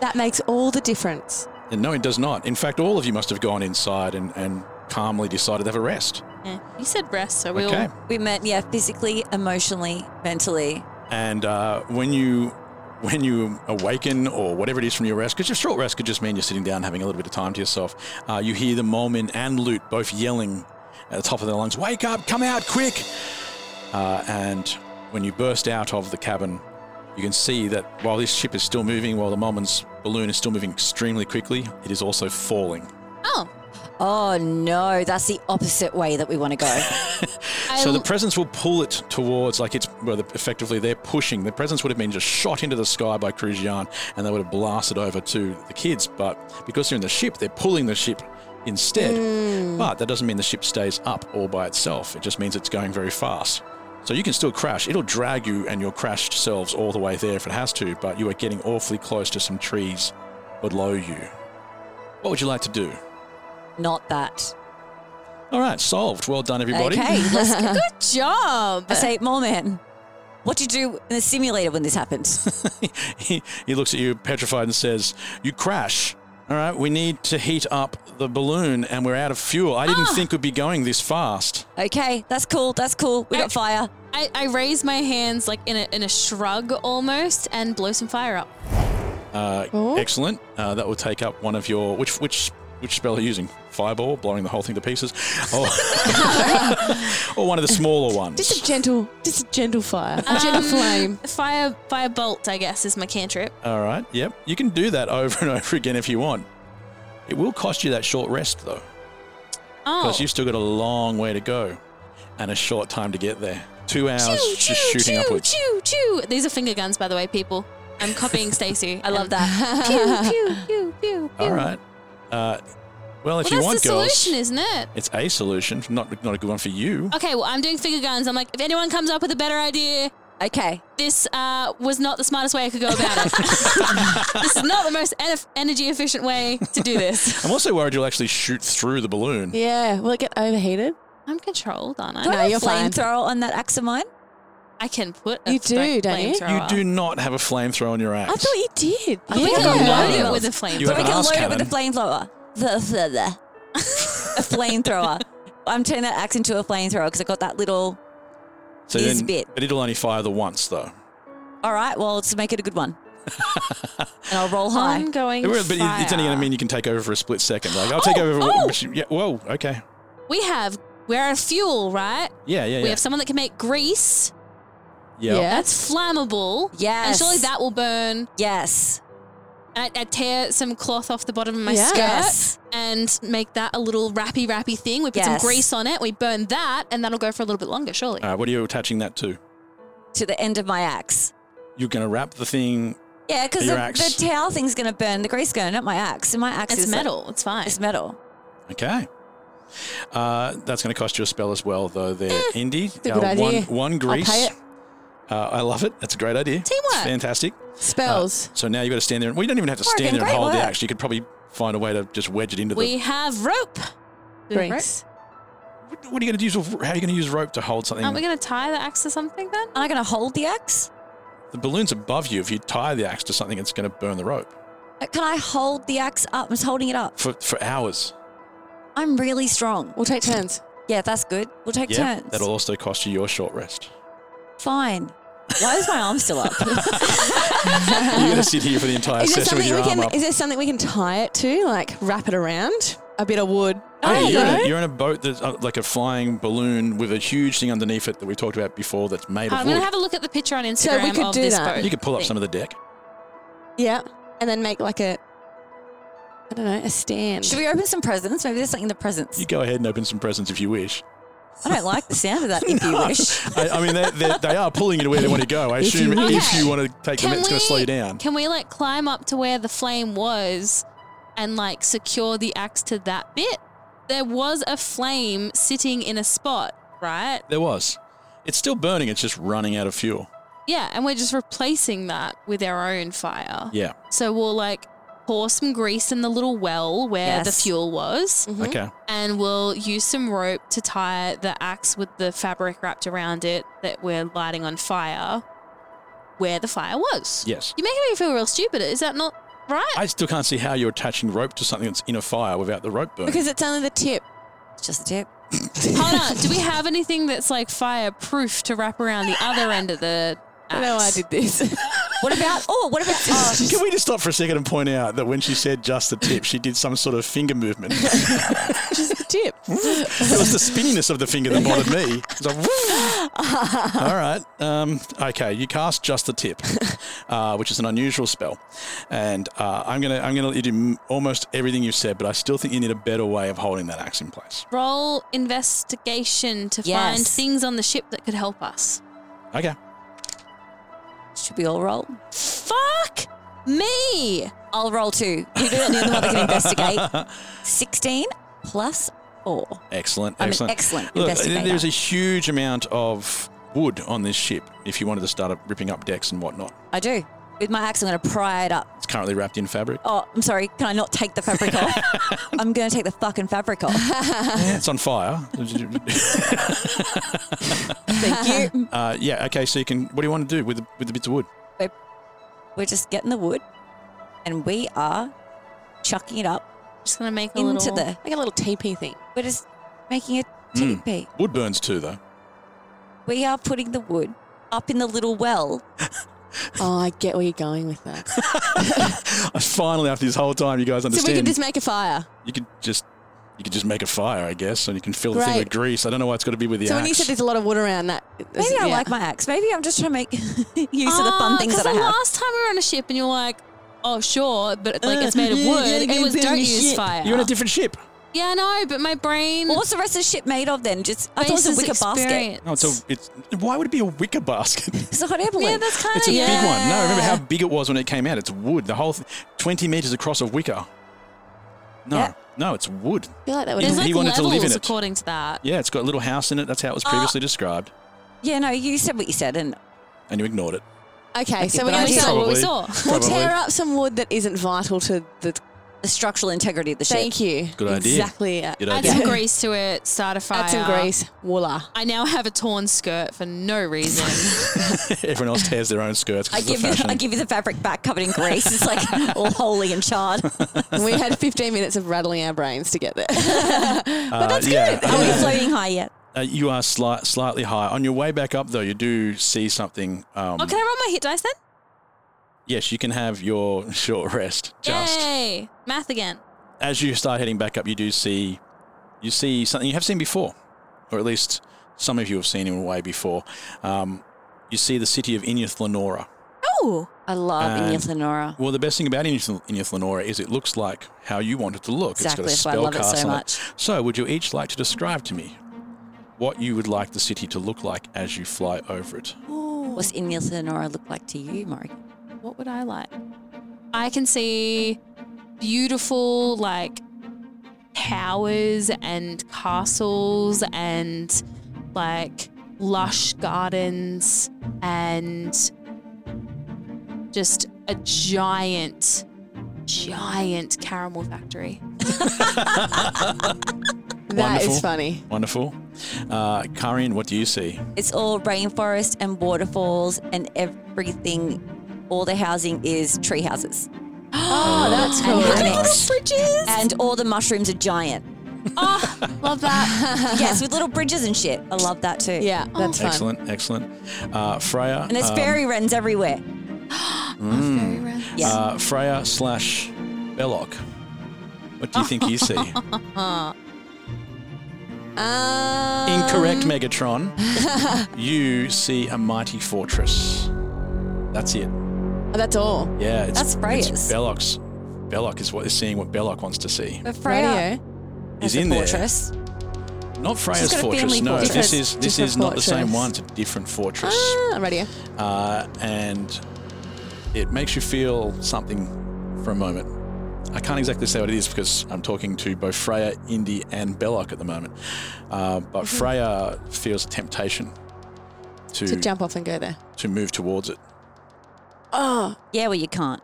[SPEAKER 4] that makes all the difference.
[SPEAKER 1] And no, it does not. In fact, all of you must have gone inside and, and calmly decided to have a rest.
[SPEAKER 2] Yeah. You said breast, so we'll.
[SPEAKER 1] Okay.
[SPEAKER 3] We met, yeah, physically, emotionally, mentally.
[SPEAKER 1] And uh, when you when you awaken or whatever it is from your rest, because your short rest could just mean you're sitting down having a little bit of time to yourself, uh, you hear the Molmin and Lute both yelling at the top of their lungs, "Wake up! Come out quick!" Uh, and when you burst out of the cabin, you can see that while this ship is still moving, while the Molman's balloon is still moving extremely quickly, it is also falling.
[SPEAKER 2] Oh,
[SPEAKER 3] Oh no, that's the opposite way that we want to go.
[SPEAKER 2] I
[SPEAKER 1] So the
[SPEAKER 2] l-
[SPEAKER 1] presence will pull it towards, like it's well, the- effectively they're pushing. The presence would have been just shot into the sky by Cruzian and they would have blasted over to the kids. But because they're in the ship, they're pulling the ship instead. But that doesn't mean the ship stays up all by itself. It just means it's going very fast. So you can still crash. It'll drag you and your crashed selves all the way there if it has to, but you are getting awfully close to some trees below you. What would you like to do?
[SPEAKER 3] Not that.
[SPEAKER 1] All right, solved. Well done, everybody.
[SPEAKER 3] Okay, let's go.
[SPEAKER 2] good job.
[SPEAKER 3] I say, Mole Man, what did you do in the simulator when this happened?
[SPEAKER 1] he, he looks at you petrified and says, You crash. All right, we need to heat up the balloon and we're out of fuel. I
[SPEAKER 2] Ah.
[SPEAKER 1] didn't think we'd be going this fast.
[SPEAKER 3] okay, that's cool, that's cool. We got fire.
[SPEAKER 2] I, I raise my hands like in a, in a shrug almost and blow some fire up.
[SPEAKER 1] Uh,
[SPEAKER 2] Oh.
[SPEAKER 1] Excellent. Uh, that will take up one of your. Which which which spell are you using? Fireball, blowing the whole thing to pieces? Or, or one of the smaller
[SPEAKER 4] Just a
[SPEAKER 1] ones?
[SPEAKER 4] gentle, just a gentle fire,
[SPEAKER 2] Uh,
[SPEAKER 4] a gentle flame.
[SPEAKER 2] Um, Fire fire bolt, I guess, is my cantrip.
[SPEAKER 1] All right, yep. You can do that over and over again if you want. It will cost you that short rest, though,
[SPEAKER 2] Oh,
[SPEAKER 1] because you've still got a long way to go and a short time to get there. Two hours
[SPEAKER 2] Choo,
[SPEAKER 1] just shooting
[SPEAKER 2] choo,
[SPEAKER 1] upwards.
[SPEAKER 2] choo, choo. These are finger guns, by the way, people. I'm copying Stacey. I love that.
[SPEAKER 1] All right. Uh, well, if
[SPEAKER 2] well,
[SPEAKER 1] you
[SPEAKER 2] that's
[SPEAKER 1] want
[SPEAKER 2] the
[SPEAKER 1] girls,
[SPEAKER 2] solution, isn't it?
[SPEAKER 1] it's a solution, not not a good one for you.
[SPEAKER 2] Okay, well, I'm doing finger guns. I'm like, if anyone comes up with a better idea,
[SPEAKER 3] Okay,
[SPEAKER 2] this uh, was not the smartest way I could go about it. this is not the most en- energy efficient way to do this.
[SPEAKER 1] I'm also worried you'll actually shoot through the balloon.
[SPEAKER 4] Yeah. Will it get overheated?
[SPEAKER 2] I'm controlled, aren't I?
[SPEAKER 3] do I
[SPEAKER 4] No,
[SPEAKER 3] have
[SPEAKER 4] you're
[SPEAKER 3] a
[SPEAKER 4] fine.
[SPEAKER 3] flamethrower on that axe of mine?
[SPEAKER 2] I can put a
[SPEAKER 4] You do,
[SPEAKER 2] fl-
[SPEAKER 4] don't you? You
[SPEAKER 2] flamethrower.
[SPEAKER 1] You do not have a flamethrower on your axe.
[SPEAKER 4] I thought you did.
[SPEAKER 2] But We can
[SPEAKER 1] No.
[SPEAKER 2] load it with a flamethrower.
[SPEAKER 1] You have
[SPEAKER 3] we
[SPEAKER 1] an
[SPEAKER 3] can
[SPEAKER 1] axe
[SPEAKER 3] load it with a
[SPEAKER 1] cannon.
[SPEAKER 3] flamethrower. The- the- the. a flamethrower. I'm turning that axe into a flamethrower because I got that little.
[SPEAKER 1] so
[SPEAKER 3] is
[SPEAKER 1] then-
[SPEAKER 3] bit.
[SPEAKER 1] But it'll only fire the once, though.
[SPEAKER 3] All right, well, let's make it a good one. and I'll roll high.
[SPEAKER 2] Ongoing
[SPEAKER 1] But it- it's only going
[SPEAKER 2] fire.
[SPEAKER 1] to mean you can take over for a split second. Like I'll take
[SPEAKER 2] Oh,
[SPEAKER 1] over. for-
[SPEAKER 2] oh!
[SPEAKER 1] but you- Yeah. Whoa. Okay.
[SPEAKER 2] We have. We're out of fuel, right?
[SPEAKER 1] Yeah. Yeah.
[SPEAKER 2] We
[SPEAKER 1] Yeah.
[SPEAKER 2] have someone that can make grease.
[SPEAKER 1] Yep.
[SPEAKER 4] Yeah.
[SPEAKER 2] That's flammable. And
[SPEAKER 3] Yes.
[SPEAKER 2] surely that will burn.
[SPEAKER 3] Yes.
[SPEAKER 2] And I, I tear some cloth off the bottom of my
[SPEAKER 4] Yeah.
[SPEAKER 2] skirt
[SPEAKER 3] Yes.
[SPEAKER 2] and make that a little wrappy, wrappy thing. We put
[SPEAKER 3] Yes.
[SPEAKER 2] some grease on it. We burn that, and that'll go for a little bit longer, surely.
[SPEAKER 1] All right. Uh, What are you attaching that to?
[SPEAKER 3] To the end of my axe.
[SPEAKER 1] You're going to wrap the thing.
[SPEAKER 3] Yeah, because
[SPEAKER 1] Your
[SPEAKER 3] the,
[SPEAKER 1] axe.
[SPEAKER 3] the towel thing's going to burn the grease gun, not my axe. And my axe
[SPEAKER 2] it's
[SPEAKER 3] is like-
[SPEAKER 2] metal. it's fine.
[SPEAKER 3] it's metal.
[SPEAKER 1] Okay. Uh, that's going to cost you a spell as well, though. There, Indy.
[SPEAKER 4] Eh, a good
[SPEAKER 1] Uh, one,
[SPEAKER 4] idea.
[SPEAKER 1] one grease.
[SPEAKER 4] pay it.
[SPEAKER 1] Uh, I love it. That's a great idea.
[SPEAKER 2] Teamwork.
[SPEAKER 1] It's fantastic.
[SPEAKER 4] Spells.
[SPEAKER 1] So now you've got to stand there. And, well, you don't even have to
[SPEAKER 3] Morgan,
[SPEAKER 1] stand there and
[SPEAKER 3] great
[SPEAKER 1] hold the
[SPEAKER 3] work.
[SPEAKER 1] axe. You could probably find a way to just wedge it into
[SPEAKER 2] we have rope. Do we have rope?
[SPEAKER 4] Drinks.
[SPEAKER 1] the. What- What are you going to use? with- How are you going to use rope to hold something?
[SPEAKER 2] Aren't we going to tie the axe to something then?
[SPEAKER 3] Am I going to hold the axe?
[SPEAKER 1] the balloon's above you. If you tie the axe to something, it's going to burn the rope
[SPEAKER 3] Uh, Can I hold the axe up? I'm just holding it up.
[SPEAKER 1] for, for hours.
[SPEAKER 3] I'm really strong.
[SPEAKER 4] We'll take turns.
[SPEAKER 3] Yeah, that's good. We'll take
[SPEAKER 1] Yeah.
[SPEAKER 3] turns.
[SPEAKER 1] That'll also cost you your short rest.
[SPEAKER 3] Fine. Why is my arm still up?
[SPEAKER 1] You're going to sit here for the entire
[SPEAKER 4] Is there
[SPEAKER 1] session with
[SPEAKER 4] something
[SPEAKER 1] your
[SPEAKER 4] we
[SPEAKER 1] arm
[SPEAKER 4] can?
[SPEAKER 1] up.
[SPEAKER 4] Is there something we can tie it to? Like wrap it around a bit of wood.
[SPEAKER 1] Oh, yeah,
[SPEAKER 4] I don't
[SPEAKER 1] you're, in
[SPEAKER 4] know.
[SPEAKER 1] a, you're in a boat that's uh, like a flying balloon with a huge thing underneath it that we talked about before that's made
[SPEAKER 2] I'm
[SPEAKER 1] of
[SPEAKER 2] going
[SPEAKER 1] wood.
[SPEAKER 2] to have a look at the picture on Instagram
[SPEAKER 4] So we could
[SPEAKER 2] of
[SPEAKER 4] do
[SPEAKER 2] this
[SPEAKER 4] that.
[SPEAKER 2] boat.
[SPEAKER 1] you could pull up
[SPEAKER 2] thing.
[SPEAKER 1] some of the deck.
[SPEAKER 4] Yeah, and then make like a, I don't know, a stand.
[SPEAKER 3] Should we open some presents? Maybe there's something in the presents.
[SPEAKER 1] You go ahead and open some presents if you wish.
[SPEAKER 3] I don't like the sound of that. If you wish.
[SPEAKER 1] I, I mean, they're, they're, they are pulling you to where they want to go. I assume if you,
[SPEAKER 2] wish.
[SPEAKER 1] want to take them, it's going to slow you down.
[SPEAKER 2] Can we like climb up to where the flame was and like secure the axe to that bit? There was a flame sitting in a spot, right?
[SPEAKER 1] There was. It's still burning, it's just running out of fuel.
[SPEAKER 2] Yeah, and we're just replacing that with our own fire.
[SPEAKER 1] Yeah.
[SPEAKER 2] So we'll like pour some grease in the little well where the
[SPEAKER 3] Yes.
[SPEAKER 2] fuel was,
[SPEAKER 1] Okay.
[SPEAKER 2] and we'll use some rope to tie the axe with the fabric wrapped around it that we're lighting on fire where the fire was.
[SPEAKER 1] Yes.
[SPEAKER 2] You're making me feel real stupid. Is that not right?
[SPEAKER 1] I still can't see how you're attaching rope to something that's in a fire without the rope burning.
[SPEAKER 4] Because it's only the tip.
[SPEAKER 3] It's just a tip.
[SPEAKER 2] Hold on. Do we have anything that's like fireproof to wrap around the other end of the axe?
[SPEAKER 4] No, I did this.
[SPEAKER 3] What about? Oh, what about? Oh,
[SPEAKER 1] Can we just stop for a second and point out that when she said just the tip, she did some sort of finger movement? it
[SPEAKER 4] Just the tip.
[SPEAKER 1] was the spinniness of the finger that bothered me. It was like, "Woo." All right. Um, okay, you cast just the tip, uh, which is an unusual spell, and uh, I'm gonna I'm gonna let you do m- almost everything you said, but I still think you need a better way of holding that axe in place.
[SPEAKER 2] Roll investigation to
[SPEAKER 3] Yes.
[SPEAKER 2] find things on the ship that could help us.
[SPEAKER 1] Okay.
[SPEAKER 3] should we all roll?
[SPEAKER 2] Fuck me!
[SPEAKER 3] I'll roll two. We don't need another can investigate. Sixteen plus four.
[SPEAKER 1] Excellent.
[SPEAKER 3] I'm an
[SPEAKER 1] excellent.
[SPEAKER 3] excellent
[SPEAKER 1] Look,
[SPEAKER 3] investigator.
[SPEAKER 1] there's a huge amount of wood on this ship. If you wanted to start up ripping up decks and whatnot,
[SPEAKER 3] I do. With my axe, I'm going to pry it up.
[SPEAKER 1] it's currently wrapped in fabric.
[SPEAKER 3] Oh, I'm sorry. Can I not take the fabric off? I'm going to take the fucking fabric off.
[SPEAKER 1] Yeah, it's on fire.
[SPEAKER 3] Thank you.
[SPEAKER 1] uh, yeah. Okay. So you can. What do you want to do with the, with the bits of wood?
[SPEAKER 3] We're just getting the wood, and we are chucking it up
[SPEAKER 2] Just gonna make a
[SPEAKER 3] into
[SPEAKER 2] little.
[SPEAKER 3] the.
[SPEAKER 4] Like a little teepee thing.
[SPEAKER 3] We're just making a
[SPEAKER 1] Mm.
[SPEAKER 3] teepee.
[SPEAKER 1] Wood burns too, though.
[SPEAKER 3] We are putting the wood up in the little well.
[SPEAKER 4] Oh, I get where you're going with that. so
[SPEAKER 1] Finally, after this whole time, you guys understand.
[SPEAKER 4] we can just make a fire.
[SPEAKER 1] you could just you could just make a fire, I guess, and you can fill the thing
[SPEAKER 4] Great.
[SPEAKER 1] with grease. I don't know why it's got to be with the
[SPEAKER 4] so
[SPEAKER 1] axe.
[SPEAKER 4] when you said there's a lot of wood around that,
[SPEAKER 3] Maybe I
[SPEAKER 4] yeah.
[SPEAKER 3] like my axe. Maybe I'm just trying to make use of the
[SPEAKER 2] Ah,
[SPEAKER 3] fun things
[SPEAKER 2] 'cause
[SPEAKER 3] that I
[SPEAKER 2] the
[SPEAKER 3] have.
[SPEAKER 2] last time we were on a ship and you were like, oh, sure, but like
[SPEAKER 1] Uh,
[SPEAKER 2] it's made of
[SPEAKER 1] yeah,
[SPEAKER 2] wood.
[SPEAKER 1] yeah,
[SPEAKER 2] it
[SPEAKER 1] yeah,
[SPEAKER 2] was
[SPEAKER 1] yeah,
[SPEAKER 2] don't
[SPEAKER 1] yeah,
[SPEAKER 2] use
[SPEAKER 1] shit.
[SPEAKER 2] fire.
[SPEAKER 1] You're on a different ship.
[SPEAKER 2] yeah, I know, but my brain.
[SPEAKER 3] Well, what's the rest of the ship made of then? Just I thought it was a
[SPEAKER 2] bases
[SPEAKER 3] wicker basket.
[SPEAKER 2] experience.
[SPEAKER 1] No, it's a, Oh, it's why would it be a wicker basket?
[SPEAKER 3] It's a hot air balloon.
[SPEAKER 2] Yeah, that's kind
[SPEAKER 1] It's a
[SPEAKER 2] of
[SPEAKER 1] big one. No, remember how big it was when it came out? It's wood. The whole th- 20 meters across of wicker. No,
[SPEAKER 3] Yeah.
[SPEAKER 1] no, it's wood.
[SPEAKER 4] I feel like that would
[SPEAKER 2] There's
[SPEAKER 1] He
[SPEAKER 2] like
[SPEAKER 1] wanted
[SPEAKER 2] levels
[SPEAKER 1] to live in it.
[SPEAKER 2] according to that.
[SPEAKER 1] Yeah, it's got a little house in it. That's how it was previously described,
[SPEAKER 3] yeah, no, you said what you said, and
[SPEAKER 1] and you ignored it.
[SPEAKER 4] Okay, so
[SPEAKER 3] but
[SPEAKER 4] we're
[SPEAKER 2] And we
[SPEAKER 4] going to
[SPEAKER 1] idea.
[SPEAKER 2] saw what
[SPEAKER 1] Probably.
[SPEAKER 2] we saw.
[SPEAKER 4] we'll
[SPEAKER 1] Probably.
[SPEAKER 4] tear up some wood that isn't vital to the.
[SPEAKER 3] the structural integrity of the ship.
[SPEAKER 4] Thank you.
[SPEAKER 1] Good idea.
[SPEAKER 4] Exactly. it.
[SPEAKER 1] Good
[SPEAKER 2] Add
[SPEAKER 1] idea.
[SPEAKER 2] some grease to it, start a fire.
[SPEAKER 4] Add some grease. Voila.
[SPEAKER 2] I now have a torn skirt for no reason.
[SPEAKER 1] Everyone else tears their own skirts. 'cause
[SPEAKER 3] I
[SPEAKER 1] it's a
[SPEAKER 3] give you,
[SPEAKER 1] fashion.
[SPEAKER 3] I give you the fabric back covered in grease. It's like all holy and charred.
[SPEAKER 2] Uh,
[SPEAKER 4] we had 15 minutes of rattling our brains to get there.
[SPEAKER 1] Uh,
[SPEAKER 3] that's
[SPEAKER 1] yeah,
[SPEAKER 3] Are we floating high yet?
[SPEAKER 1] Uh, you are slight, slightly high. On your way back up, though, you do see something. Um,
[SPEAKER 2] oh, can I roll my hit dice then?
[SPEAKER 1] Yes, you can have your short rest. Just
[SPEAKER 2] Yay! Math again.
[SPEAKER 1] as you start heading back up, you do see you see something you have seen before, or at least some of you have seen in a way before. Um, you see the city of Inyath Lenora.
[SPEAKER 3] Oh, I love
[SPEAKER 1] And-
[SPEAKER 3] Inyith Lenora.
[SPEAKER 1] Well, the best thing about Inyath Inyath Lenora is it looks like how you want it to look.
[SPEAKER 3] Exactly,
[SPEAKER 1] it's
[SPEAKER 3] that's
[SPEAKER 1] got a
[SPEAKER 3] why I
[SPEAKER 1] spell
[SPEAKER 3] love it
[SPEAKER 1] cast
[SPEAKER 3] so
[SPEAKER 1] on
[SPEAKER 3] much.
[SPEAKER 1] it. So, would you each like to describe to me what you would like the city to look like as you fly over it?
[SPEAKER 3] What's Inyith Lenora look like to you, Morgan?
[SPEAKER 2] What would I like? I can see beautiful, like, towers and castles and, like, lush gardens and just a giant, giant caramel factory.
[SPEAKER 4] That
[SPEAKER 1] Wonderful.
[SPEAKER 4] is funny.
[SPEAKER 1] Wonderful. Uh, Karin, what do you see?
[SPEAKER 3] It's all rainforest and waterfalls and everything. All the housing is tree houses,
[SPEAKER 4] Oh, that's
[SPEAKER 3] cool.
[SPEAKER 1] Nice.
[SPEAKER 2] Bridges!
[SPEAKER 3] and all the mushrooms are giant.
[SPEAKER 2] Oh, love that.
[SPEAKER 3] yes, with little bridges and shit. I love that too.
[SPEAKER 4] Yeah, oh, that's fun.
[SPEAKER 1] Excellent, excellent. Uh, Freya.
[SPEAKER 3] And there's
[SPEAKER 1] um, Mm.
[SPEAKER 3] fairy wrens everywhere. Yeah.
[SPEAKER 1] Uh, Freya slash Belloc. What do you think you see? Uh,
[SPEAKER 4] Um,
[SPEAKER 1] Incorrect, Megatron. you see a mighty fortress. That's it.
[SPEAKER 4] Oh, That's all.
[SPEAKER 1] Yeah, it's,
[SPEAKER 3] That's Freya's.
[SPEAKER 1] It's Belloc's. Belloc is what is seeing what Belloc wants to see.
[SPEAKER 3] but
[SPEAKER 4] Radio.
[SPEAKER 1] He's
[SPEAKER 3] has a
[SPEAKER 1] in
[SPEAKER 3] fortress.
[SPEAKER 1] there. Not Freya's
[SPEAKER 3] got a
[SPEAKER 1] fortress.
[SPEAKER 3] family
[SPEAKER 1] No,
[SPEAKER 3] fortress.
[SPEAKER 1] this is this
[SPEAKER 4] Different
[SPEAKER 1] is not the same
[SPEAKER 4] fortress.
[SPEAKER 1] one. It's a different fortress.
[SPEAKER 4] Ah, radio.
[SPEAKER 1] uh, and it makes you feel something for a moment. I can't exactly say what it is because I'm talking to both Freya, Indy, and Belloc at the moment. Uh, but Freya feels temptation. Mm-hmm. to
[SPEAKER 4] to jump off and go there.
[SPEAKER 1] to move towards it.
[SPEAKER 4] Oh,
[SPEAKER 3] Yeah, well, you can't.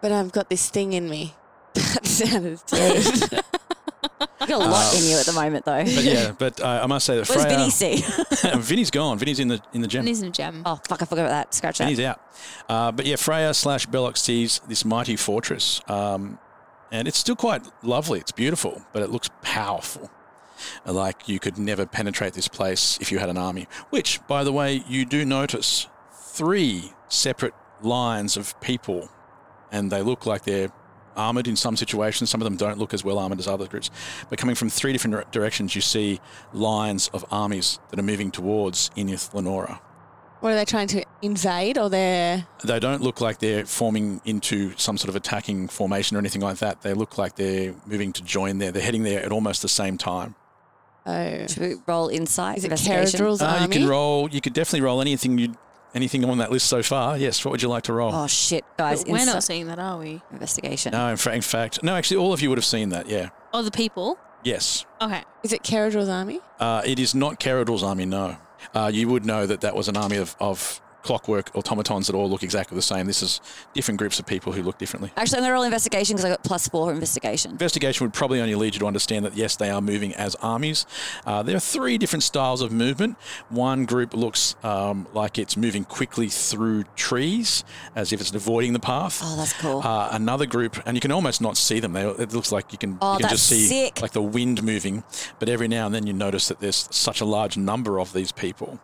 [SPEAKER 4] but I've got this thing in me. That sounded terrible.
[SPEAKER 3] You got a lot in you at the moment, though.
[SPEAKER 1] But yeah, but uh, I must say that
[SPEAKER 3] Where's
[SPEAKER 1] Uh, Freya,
[SPEAKER 3] Vinny C?
[SPEAKER 1] Vinny's gone. Vinny's in the in the gem.
[SPEAKER 2] It isn't a gem.
[SPEAKER 3] oh, fuck, I forgot about that. Scratch
[SPEAKER 1] And
[SPEAKER 3] that.
[SPEAKER 1] he's out. Uh, but yeah, Freya slash Belloc sees this mighty fortress. Um, and it's still quite lovely. It's beautiful, but it looks powerful. Like you could never penetrate this place if you had an army. Which, by the way, you do notice three separate lines of people. And they look like they're armored in some situations. Some of them don't look as well armored as other groups. But coming from three different dire- directions, you see lines of armies that are moving towards Inith Lenora.
[SPEAKER 4] what are they trying to invade? Or they're
[SPEAKER 1] They don't look like they're forming into some sort of attacking formation or anything like that. They look like they're moving to join there. They're heading there at almost the same time.
[SPEAKER 4] oh,
[SPEAKER 3] Should we roll insight?
[SPEAKER 4] is it
[SPEAKER 3] investigation?
[SPEAKER 4] Caradril's
[SPEAKER 1] Uh, you
[SPEAKER 4] army?
[SPEAKER 1] can roll. You could definitely roll anything you anything on that list so far. Yes. What would you like to roll?
[SPEAKER 3] Oh, shit, guys.
[SPEAKER 2] But we're not
[SPEAKER 3] Insight
[SPEAKER 2] seeing that, are we?
[SPEAKER 3] investigation.
[SPEAKER 1] No. In fact, in fact, no. Actually, all of you would have seen that. Yeah.
[SPEAKER 2] Oh, the people.
[SPEAKER 1] Yes.
[SPEAKER 2] Okay.
[SPEAKER 4] is it Caradril's army?
[SPEAKER 1] Uh, it is not Caradul's army. No. Uh, you would know that that was an army of, of clockwork automatons that all look exactly the same. This is different groups of people who look differently.
[SPEAKER 3] Actually, I'm going to roll investigation because I got plus four investigation.
[SPEAKER 1] investigation would probably only lead you to understand that yes, they are moving as armies. Uh, there are three different styles of movement. One group looks um, like it's moving quickly through trees, as if it's avoiding the path.
[SPEAKER 3] Oh, that's cool.
[SPEAKER 1] Uh, another group, and you can almost not see them. They, it looks like you can,
[SPEAKER 3] Oh,
[SPEAKER 1] you can just
[SPEAKER 3] that's
[SPEAKER 1] see
[SPEAKER 3] sick.
[SPEAKER 1] like the wind moving. But every now and then you notice that there's such a large number of these people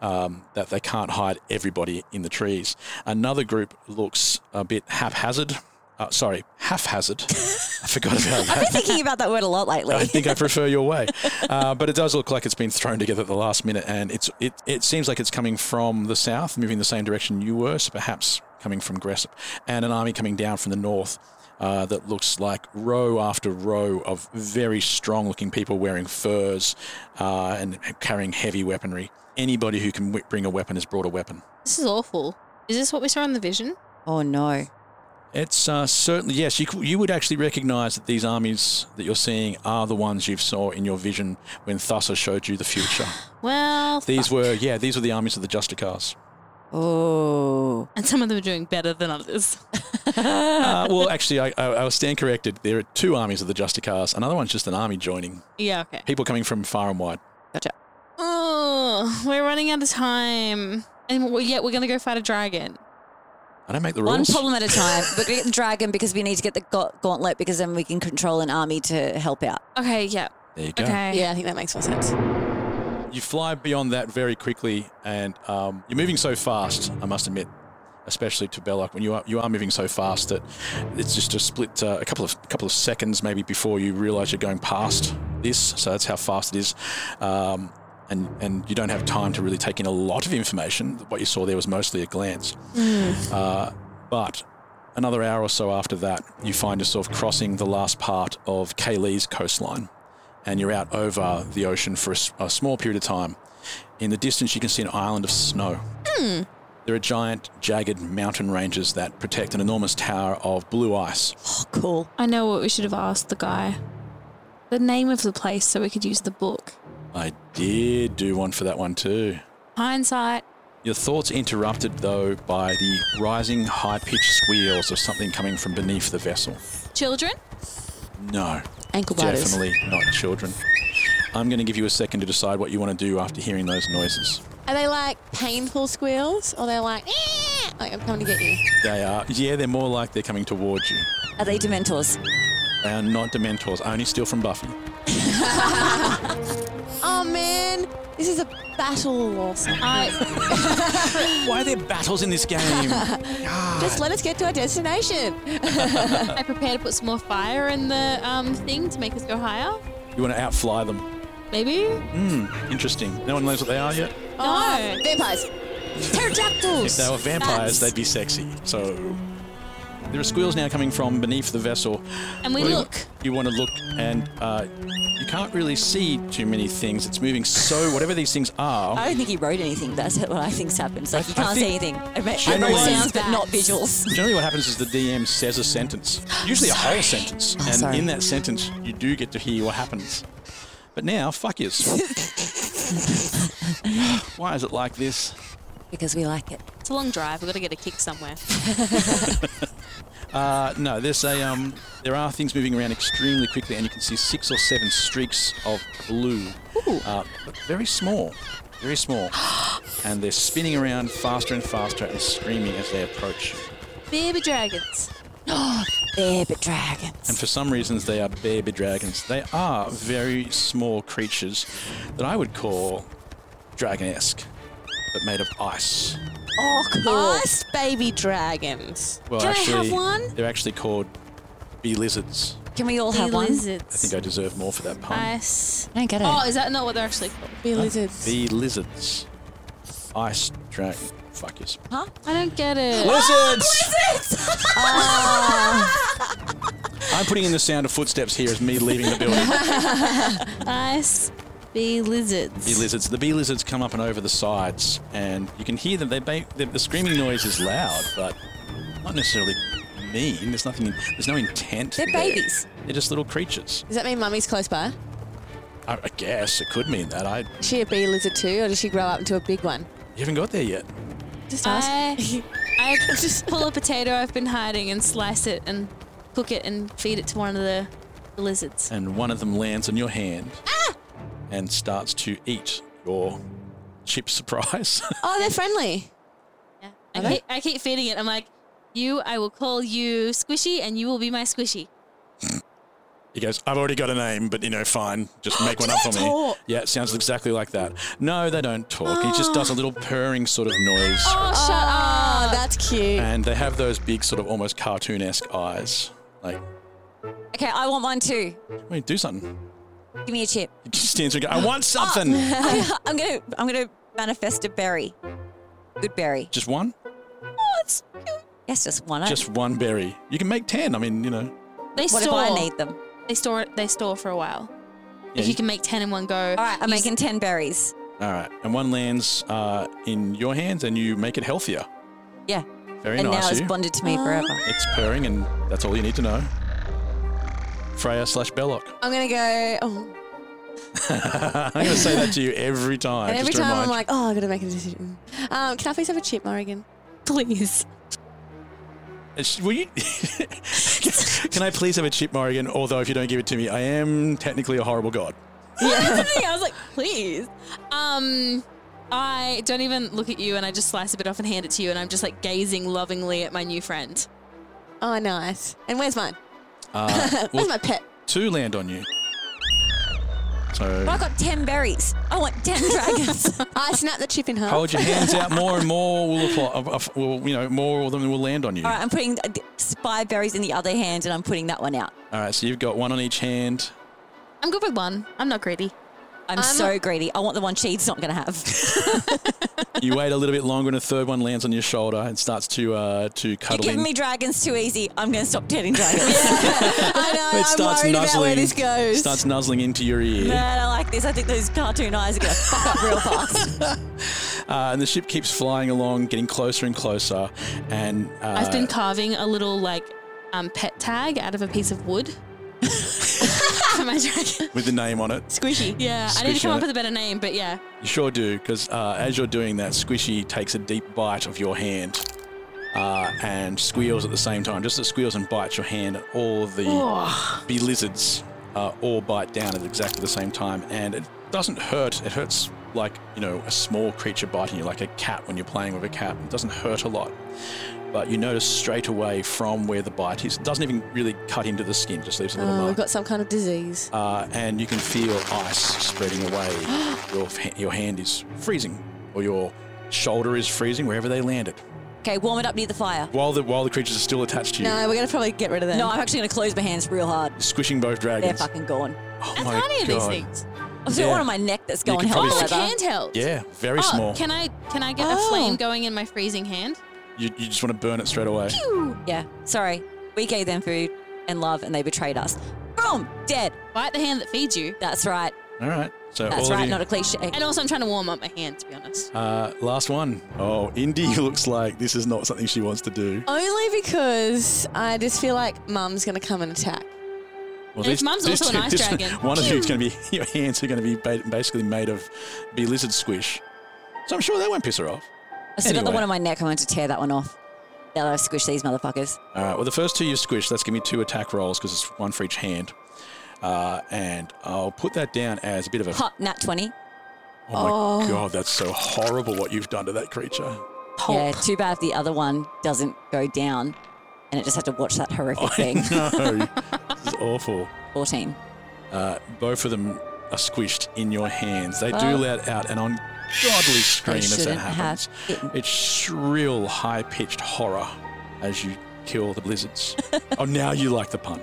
[SPEAKER 1] um, that they can't hide everybody in the trees. Another group looks a bit haphazard. Uh, sorry, haphazard. I forgot about that.
[SPEAKER 3] Thinking about that word a lot lately.
[SPEAKER 1] I think I prefer your way. Uh, but it does look like it's been thrown together at the last minute, and it's it, it seems like it's coming from the south, moving the same direction you were, so perhaps coming from Gressop, and an army coming down from the north. Uh, that looks like row after row of very strong looking people wearing furs uh, and carrying heavy weaponry. Anybody who can w- bring a weapon has brought a weapon.
[SPEAKER 2] This is awful. Is this what we saw in the vision?
[SPEAKER 3] oh, no.
[SPEAKER 1] It's uh, certainly yes. You cou- you would actually recognise that these armies that you're seeing are the ones you saw in your vision when Thassa showed you the future.
[SPEAKER 2] Well,
[SPEAKER 1] These
[SPEAKER 2] fuck.
[SPEAKER 1] were yeah, these were the armies of the Justicars.
[SPEAKER 3] Oh.
[SPEAKER 2] And some of them are doing better than others.
[SPEAKER 1] Uh, well, actually, I, I, I stand corrected. There are two armies of the Justicars. Another one's just an army joining
[SPEAKER 2] Yeah, okay.
[SPEAKER 1] people coming from far and wide.
[SPEAKER 2] Oh, we're running out of time. And we yet we're going to go fight a dragon.
[SPEAKER 1] I don't make the
[SPEAKER 3] One
[SPEAKER 1] rules.
[SPEAKER 3] problem at a time. But we get the dragon because we need to get the gaunt- gauntlet because then we can control an army to help out.
[SPEAKER 2] Okay, yeah.
[SPEAKER 1] there you go.
[SPEAKER 2] Okay.
[SPEAKER 4] Yeah, I think that makes more sense.
[SPEAKER 1] You fly beyond that very quickly, and um, you're moving so fast. I must admit, especially to Belloc, when you are you are moving so fast that it's just a split uh, a couple of couple of seconds maybe before you realise you're going past this. So that's how fast it is. Um, and, and you don't have time to really take in a lot of information. What you saw there was mostly a glance. Uh, but another hour or so after that, you find yourself crossing the last part of Kaylee's coastline and you're out over the ocean for a, s- a small period of time. In the distance, you can see an island of snow. There are giant, jagged mountain ranges that protect an enormous tower of blue ice.
[SPEAKER 3] Oh, cool.
[SPEAKER 2] I know what we should have asked the guy. The name of the place so we could use the book.
[SPEAKER 1] I did do one for that one too.
[SPEAKER 2] Hindsight.
[SPEAKER 1] Your thoughts interrupted though by the rising, high-pitched squeals of something coming from beneath the vessel.
[SPEAKER 2] Children?
[SPEAKER 1] No,
[SPEAKER 4] Ankle biters.
[SPEAKER 1] definitely not children. I'm going to give you a second to decide what you want to do after hearing those noises.
[SPEAKER 4] Are they like painful squeals? Or they're like, "Eh," like I'm coming to get you?
[SPEAKER 1] They are, yeah, they're more like they're coming towards you.
[SPEAKER 3] Are they Dementors?
[SPEAKER 1] They are Uh, not Dementors. I only steal from Buffy.
[SPEAKER 4] Oh man, this is a battle awesome.
[SPEAKER 2] I,
[SPEAKER 1] Why are there battles in this game? Ah.
[SPEAKER 4] Just let us get to our destination.
[SPEAKER 2] I prepare to put some more fire in the um, thing to make us go higher.
[SPEAKER 1] you want to outfly them.
[SPEAKER 2] Maybe?
[SPEAKER 1] Interesting. No one knows what they are yet.
[SPEAKER 2] No.
[SPEAKER 4] Oh, Vampires.
[SPEAKER 1] If they were vampires, they'd be sexy. So there are squeals now coming from beneath the vessel.
[SPEAKER 2] And we
[SPEAKER 1] Well, you-
[SPEAKER 2] look.
[SPEAKER 1] You want to look, and uh, you can't really see too many things. It's moving so. Whatever these things are.
[SPEAKER 3] I don't think he wrote anything. That's what I think's happened. It's like you
[SPEAKER 1] I
[SPEAKER 3] can't see
[SPEAKER 1] think-
[SPEAKER 3] anything. I mean, I
[SPEAKER 1] Generally-
[SPEAKER 3] wrote sounds, but not visuals.
[SPEAKER 1] Generally, what happens is the DM says a sentence, usually a whole sentence, and
[SPEAKER 3] sorry.
[SPEAKER 1] in that sentence, you do get to hear what happens. But now, fuck yous. Why is it like this?
[SPEAKER 3] because we like it.
[SPEAKER 2] It's a long drive. We've got to get a kick somewhere.
[SPEAKER 1] Uh, no, there's a um, there are things moving around extremely quickly, and you can see six or seven streaks of blue, uh, but very small, very small, and they're spinning around faster and faster and screaming as they approach.
[SPEAKER 2] Baby dragons.
[SPEAKER 3] They're but dragons.
[SPEAKER 1] And for some reasons, they are bear dragons. They are very small creatures that I would call dragon-esque, but made of ice.
[SPEAKER 4] Oh, Ice baby dragons.
[SPEAKER 1] Well,
[SPEAKER 2] Can I have one?
[SPEAKER 1] they're actually called bee lizards.
[SPEAKER 3] Can we all have
[SPEAKER 2] Bee
[SPEAKER 3] one?
[SPEAKER 1] I
[SPEAKER 2] lizards.
[SPEAKER 1] think I deserve more for that pun.
[SPEAKER 2] Ice.
[SPEAKER 3] I don't get it.
[SPEAKER 2] Oh, is that not what they're actually called?
[SPEAKER 4] Be lizards.
[SPEAKER 1] The lizards. Ice dragon. Fuck yes.
[SPEAKER 2] I don't get it.
[SPEAKER 1] Lizards! I'm putting in the sound of footsteps here as me leaving the building.
[SPEAKER 2] Ice. Bee lizards.
[SPEAKER 1] bee lizards. The bee lizards come up and over the sides, and you can hear them. They ba- the, the screaming noise is loud, but not necessarily mean. There's nothing. There's no intent.
[SPEAKER 4] They're
[SPEAKER 1] there.
[SPEAKER 4] babies.
[SPEAKER 1] They're just little creatures.
[SPEAKER 4] Does that mean mummy's close by?
[SPEAKER 1] I, I guess it could mean that. I you
[SPEAKER 4] Is she a bee lizard too, or does she grow up into a big one?
[SPEAKER 1] haven't got there yet.
[SPEAKER 4] Just
[SPEAKER 3] Uh,
[SPEAKER 2] I, I just pull a potato I've been hiding and slice it and cook it and feed it to one of the, the lizards.
[SPEAKER 1] and one of them lands on your hand
[SPEAKER 4] Ah!
[SPEAKER 1] and starts to eat your chip surprise.
[SPEAKER 4] Oh, they're friendly.
[SPEAKER 2] Yeah. I, keep, I keep feeding it. I'm like, you, I will call you Squishy and you will be my Squishy.
[SPEAKER 1] he goes, I've already got a name, but you know, fine, just make one up for me. Yeah, it sounds exactly like that. No, they don't talk. He just does a little purring sort of noise.
[SPEAKER 2] Oh, shut up.
[SPEAKER 3] uh,
[SPEAKER 4] Oh, that's cute.
[SPEAKER 1] And they have those big, sort of almost cartoon esque eyes. Like,
[SPEAKER 3] Okay, I want one too.
[SPEAKER 1] wait, do something.
[SPEAKER 3] Give me a chip.
[SPEAKER 1] He just stands there and goes, I want something.
[SPEAKER 3] Oh. I'm gonna I'm gonna manifest a berry. Good berry.
[SPEAKER 1] just one?
[SPEAKER 3] Oh, Yes, just one.
[SPEAKER 1] Just one berry. You can make 10. I mean, you know.
[SPEAKER 2] They
[SPEAKER 3] what
[SPEAKER 2] store.
[SPEAKER 3] if I need them?
[SPEAKER 2] They store. They store for a while.
[SPEAKER 1] Yeah,
[SPEAKER 2] if you can make ten in one go.
[SPEAKER 3] All right, I'm
[SPEAKER 2] you s-
[SPEAKER 3] making ten berries.
[SPEAKER 1] All right. And one lands uh, in your hands and you make it healthier.
[SPEAKER 3] Yeah,
[SPEAKER 1] Very
[SPEAKER 3] and
[SPEAKER 1] nice.
[SPEAKER 3] now
[SPEAKER 1] of
[SPEAKER 3] it's
[SPEAKER 1] you.
[SPEAKER 3] bonded to me forever.
[SPEAKER 1] It's purring, and that's all you need to know. Freya slash Belloc.
[SPEAKER 4] I'm gonna go. Oh.
[SPEAKER 1] I'm going to say that to you every time.
[SPEAKER 4] And every
[SPEAKER 1] just to
[SPEAKER 4] time I'm
[SPEAKER 1] remind
[SPEAKER 4] like, oh, I gotta make a decision. Um, can I please have a chip, Morrigan? Please.
[SPEAKER 1] you. Sh- Will you? Can I please have a chip, Morrigan? Although, if you don't give it to me, I am technically a horrible god.
[SPEAKER 2] Yeah. I was like, please. Um, I don't even look at you, and I just slice a bit off and hand it to you, and I'm just like gazing lovingly at my new friend.
[SPEAKER 4] Oh, nice. And where's mine?
[SPEAKER 1] Uh,
[SPEAKER 4] Where's
[SPEAKER 1] well,
[SPEAKER 4] my pet?
[SPEAKER 1] two land on you. So
[SPEAKER 3] But I got ten berries. I want ten dragons.
[SPEAKER 4] I snapped the chip in half.
[SPEAKER 1] hold your hands out more and more will apply. of- of- Will, you know, more of them will land on you.
[SPEAKER 3] All right, I'm putting uh, th- five berries in the other hand, and I'm putting that one out.
[SPEAKER 1] All right. So you've got one on each hand.
[SPEAKER 2] I'm good with one. I'm not greedy.
[SPEAKER 3] I'm, so greedy. I want the one she's not going to have.
[SPEAKER 1] You wait a little bit longer, and a third one lands on your shoulder and starts to uh, to
[SPEAKER 3] You're
[SPEAKER 1] cuddle
[SPEAKER 3] giving
[SPEAKER 1] in.
[SPEAKER 3] me dragons too easy. I'm going to stop turning dragons.
[SPEAKER 4] I know.
[SPEAKER 1] It
[SPEAKER 4] I'm
[SPEAKER 1] starts
[SPEAKER 4] worried about
[SPEAKER 1] nuzzling.
[SPEAKER 4] where this goes.
[SPEAKER 1] Starts nuzzling into your ear,
[SPEAKER 3] Man, I like this. I think those cartoon eyes are going to fuck up real fast.
[SPEAKER 1] uh, and the ship keeps flying along, getting closer and closer. And uh,
[SPEAKER 2] I've been carving a little like um, pet tag out of a piece of wood for my dragon.
[SPEAKER 1] uh, with the name on it,
[SPEAKER 4] squishy.
[SPEAKER 2] Yeah, I need to
[SPEAKER 1] Squishy
[SPEAKER 2] come
[SPEAKER 1] on
[SPEAKER 2] up
[SPEAKER 1] it.
[SPEAKER 2] with a better name, but yeah.
[SPEAKER 1] you sure do, because uh, as you're doing that, Squishy takes a deep bite of your hand. Uh, and squeals at the same time. Just as squeals and bites your hand, all the bee lizards uh, all bite down at exactly the same time. And it doesn't hurt. It hurts like, you know, a small creature biting you, like a cat when you're playing with a cat. It doesn't hurt a lot. But you notice straight away from where the bite is, it doesn't even really cut into the skin, just leaves a little
[SPEAKER 4] Oh,
[SPEAKER 1] mark.
[SPEAKER 4] we've got some kind of disease.
[SPEAKER 1] uh, and you can feel ice spreading away. your, f- your hand is freezing, or your shoulder is freezing wherever they landed.
[SPEAKER 3] Okay, warm it up near the fire.
[SPEAKER 1] While the while the creatures are still attached to you,
[SPEAKER 4] No, we're gonna probably get rid of them.
[SPEAKER 3] No, I'm actually going to close my hands real hard.
[SPEAKER 1] squishing both
[SPEAKER 3] They're
[SPEAKER 1] dragons.
[SPEAKER 3] fucking gone.
[SPEAKER 1] oh
[SPEAKER 2] How
[SPEAKER 1] my
[SPEAKER 2] tiny are these
[SPEAKER 1] God.
[SPEAKER 2] things?
[SPEAKER 3] I've got
[SPEAKER 1] Yeah.
[SPEAKER 3] one on my neck that's going
[SPEAKER 1] could
[SPEAKER 3] hell
[SPEAKER 1] probably
[SPEAKER 2] Oh,
[SPEAKER 1] Is
[SPEAKER 2] like
[SPEAKER 1] it-
[SPEAKER 3] leather.
[SPEAKER 2] handheld.
[SPEAKER 1] Yeah, very
[SPEAKER 2] oh,
[SPEAKER 1] small.
[SPEAKER 2] Can I can I get
[SPEAKER 4] Oh.
[SPEAKER 2] a flame going in my freezing hand?
[SPEAKER 1] you, you just want to burn it straight away.
[SPEAKER 3] Yeah, sorry. We gave them food and love, and they betrayed us. Boom, dead.
[SPEAKER 2] Bite the hand that feeds you.
[SPEAKER 3] That's right.
[SPEAKER 1] All right. So
[SPEAKER 3] That's
[SPEAKER 1] all
[SPEAKER 3] right.
[SPEAKER 1] of you,
[SPEAKER 3] Not a cliche.
[SPEAKER 2] And also, I'm trying to warm up my hand, to be honest.
[SPEAKER 1] uh, last one. Oh, Indy looks like this is not something she wants to do.
[SPEAKER 4] Only because I just feel like mum's gonna come and attack.
[SPEAKER 1] Well,
[SPEAKER 2] And his mum's also an ice
[SPEAKER 1] this-
[SPEAKER 2] dragon.
[SPEAKER 1] One of you's going to be your hands are going to be ba- basically made of be lizard squish. So I'm sure that won't piss her off.
[SPEAKER 3] I still got the
[SPEAKER 1] Anyway.
[SPEAKER 3] one on my neck. I'm going to tear that one off. Now that I've squished these motherfuckers.
[SPEAKER 1] All right. Uh, Well, the first two you squished. That's give me two attack rolls because it's one for each hand. Uh, and I'll put that down as a bit of a.
[SPEAKER 3] Hot nat 20.
[SPEAKER 1] Oh my god, that's so horrible what you've done to that creature.
[SPEAKER 3] Yeah, too bad the other one doesn't go down and it just had to watch that horrific
[SPEAKER 1] I
[SPEAKER 3] thing.
[SPEAKER 1] know. this is awful.
[SPEAKER 3] 14.
[SPEAKER 1] Uh, both of them are squished in your hands. They do
[SPEAKER 3] Well,
[SPEAKER 1] let out an ungodly scream as that
[SPEAKER 3] shouldn't have
[SPEAKER 1] happens.
[SPEAKER 3] bitten.
[SPEAKER 1] It's shrill, high pitched horror as you kill the blizzards. oh, now you like the pun.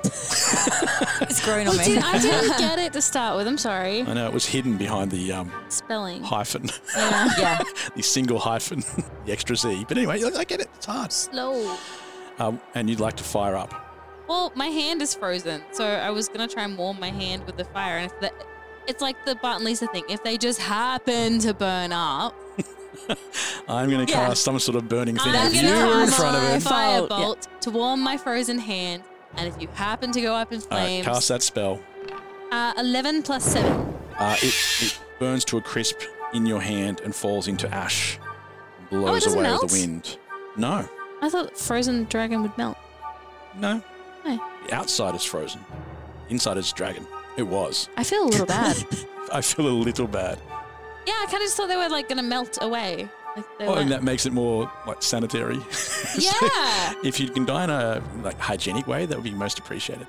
[SPEAKER 3] It's grown on me.
[SPEAKER 2] Dude, I didn't get it to start with. I'm sorry.
[SPEAKER 1] I know it was hidden behind the um,
[SPEAKER 2] Spelling.
[SPEAKER 1] hyphen,
[SPEAKER 3] yeah.
[SPEAKER 1] the single hyphen, the extra Z. But anyway, I I get it. It's hard.
[SPEAKER 2] Slow.
[SPEAKER 1] Um, and you'd like to fire up.
[SPEAKER 2] Well, my hand is frozen, so I was gonna try and warm my hand with the fire, and if the, it's like the Bart and Lisa thing. If they just happen to burn up,
[SPEAKER 1] I'm going to
[SPEAKER 3] Yeah.
[SPEAKER 1] cast some sort of burning thing.
[SPEAKER 2] I'm
[SPEAKER 1] if
[SPEAKER 2] gonna
[SPEAKER 1] you were in
[SPEAKER 2] cast
[SPEAKER 1] front of
[SPEAKER 2] my
[SPEAKER 1] it,
[SPEAKER 2] fire
[SPEAKER 3] Fault, yeah.
[SPEAKER 2] bolt to warm my frozen hand, and if you happen to go up in
[SPEAKER 1] All right,
[SPEAKER 2] flames,
[SPEAKER 1] Uh, cast that spell.
[SPEAKER 2] uh, eleven plus seven.
[SPEAKER 1] Uh, it, it burns to a crisp in your hand and falls into ash, and
[SPEAKER 2] Oh, it
[SPEAKER 1] blows
[SPEAKER 2] doesn't
[SPEAKER 1] away
[SPEAKER 2] melt?
[SPEAKER 1] with the wind. No,
[SPEAKER 2] I thought frozen dragon would melt.
[SPEAKER 1] no.
[SPEAKER 2] No.
[SPEAKER 1] The outside is frozen. Inside is dragon. It was.
[SPEAKER 2] I feel a little bad.
[SPEAKER 1] I feel a little bad.
[SPEAKER 2] yeah, I kind of just thought they were like gonna melt away. Like they
[SPEAKER 1] Oh, and
[SPEAKER 2] weren't-
[SPEAKER 1] that makes it more like sanitary.
[SPEAKER 2] Yeah,
[SPEAKER 1] if you can die in a like hygienic way, that would be most appreciated.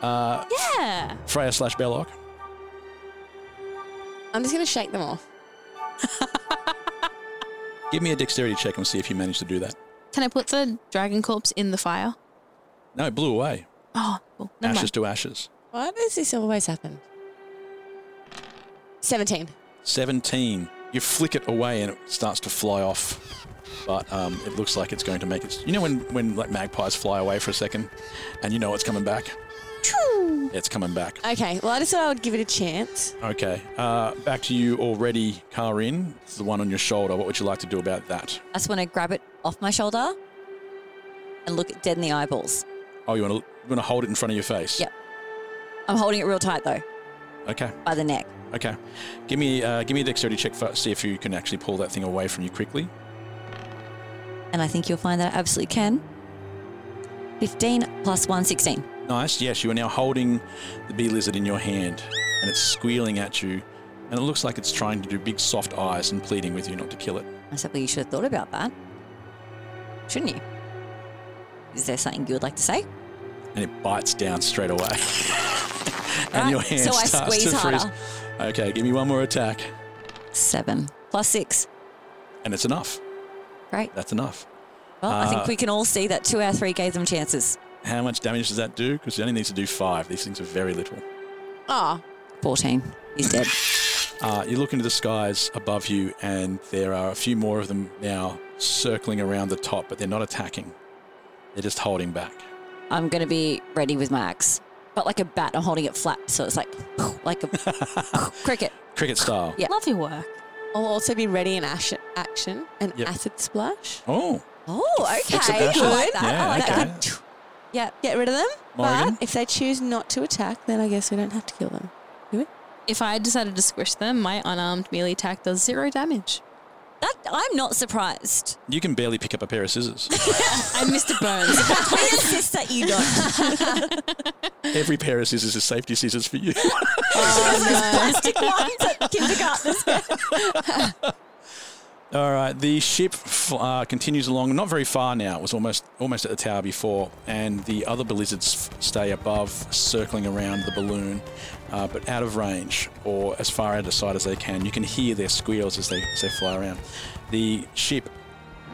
[SPEAKER 1] Uh,
[SPEAKER 2] yeah.
[SPEAKER 1] Freya slash Belloc.
[SPEAKER 4] I'm just going to shake them off.
[SPEAKER 1] Give me a dexterity check and see if you manage to do that.
[SPEAKER 2] Can I put the dragon corpse in the fire?
[SPEAKER 1] No, it blew away.
[SPEAKER 2] Oh, cool. Never
[SPEAKER 1] ashes
[SPEAKER 2] mind.
[SPEAKER 1] to ashes.
[SPEAKER 4] Why does this always happen? 17.
[SPEAKER 1] 17. You flick it away and it starts to fly off. But um, it looks like it's going to make it. You know when, when like magpies fly away for a second and you know it's coming back? It's coming back.
[SPEAKER 4] Okay, well, I just thought I would give it a chance.
[SPEAKER 1] Okay. Uh, back to you already, Karin. It's the one on your shoulder. What would you like to do about that?
[SPEAKER 3] I just want to grab it off my shoulder and look it dead in the eyeballs.
[SPEAKER 1] Oh, you want to you want to hold it in front of your face?
[SPEAKER 3] Yep. I'm holding it real tight though,
[SPEAKER 1] Okay.
[SPEAKER 3] by the neck.
[SPEAKER 1] Okay. Give me uh, give me a dexterity check for see if you can actually pull that thing away from you quickly.
[SPEAKER 3] And I think you'll find that I absolutely can. 15 plus 1, 16.
[SPEAKER 1] Nice. Yes, you are now holding the bee lizard in your hand, and it's squealing at you, and it looks like it's trying to do big soft eyes and pleading with you not to kill it.
[SPEAKER 3] I said, well, you should have thought about that. Shouldn't you? Is there something you would like to say?
[SPEAKER 1] And it bites down straight away, and
[SPEAKER 3] Right,
[SPEAKER 1] your hand
[SPEAKER 3] so I
[SPEAKER 1] starts to
[SPEAKER 3] squeeze
[SPEAKER 1] freeze.
[SPEAKER 3] harder.
[SPEAKER 1] Okay, give me one more attack,
[SPEAKER 3] Seven plus six.
[SPEAKER 1] and it's enough.
[SPEAKER 3] Great.
[SPEAKER 1] That's enough.
[SPEAKER 3] Well, I
[SPEAKER 1] Uh,
[SPEAKER 3] think we can all see that two out of three gave them chances.
[SPEAKER 1] How much damage does that do? Because it only needs to do five. These things are very little.
[SPEAKER 4] Oh,
[SPEAKER 3] 14. He's dead.
[SPEAKER 1] Uh, you look into the skies above you, and there are a few more of them now circling around the top, but they're not attacking. They're just holding back.
[SPEAKER 3] I'm going to be ready with my axe. But like a bat, I'm holding it flat. So it's like, like a cricket.
[SPEAKER 1] Cricket style.
[SPEAKER 3] Yeah.
[SPEAKER 2] Love your work.
[SPEAKER 4] I'll also be ready in ash- action and
[SPEAKER 1] Yep.
[SPEAKER 4] acid splash.
[SPEAKER 1] Oh,
[SPEAKER 3] Oh, okay.
[SPEAKER 1] Fix it,
[SPEAKER 3] I
[SPEAKER 1] Ashley.
[SPEAKER 3] like that.
[SPEAKER 1] Yeah,
[SPEAKER 3] I like
[SPEAKER 1] okay.
[SPEAKER 3] that. Yeah.
[SPEAKER 4] Get rid of them.
[SPEAKER 1] Morgan?
[SPEAKER 4] But if they choose not to attack, then I guess we don't have to kill them.
[SPEAKER 2] If I decided to squish them, my unarmed melee attack does zero damage.
[SPEAKER 3] That, I'm not surprised.
[SPEAKER 1] You can barely pick up a pair of scissors.
[SPEAKER 2] I'm Mr. Burns.
[SPEAKER 3] I insist that you don't.
[SPEAKER 1] Every pair of scissors is safety scissors for you.
[SPEAKER 3] Plastic ones at kindergartners.
[SPEAKER 1] All right, the ship f- uh, continues along, not very far now. It was almost almost at the tower before, and the other blizzards f- stay above, circling around the balloon, uh, but out of range or as far out of sight as they can. You can hear their squeals as they as they fly around. The ship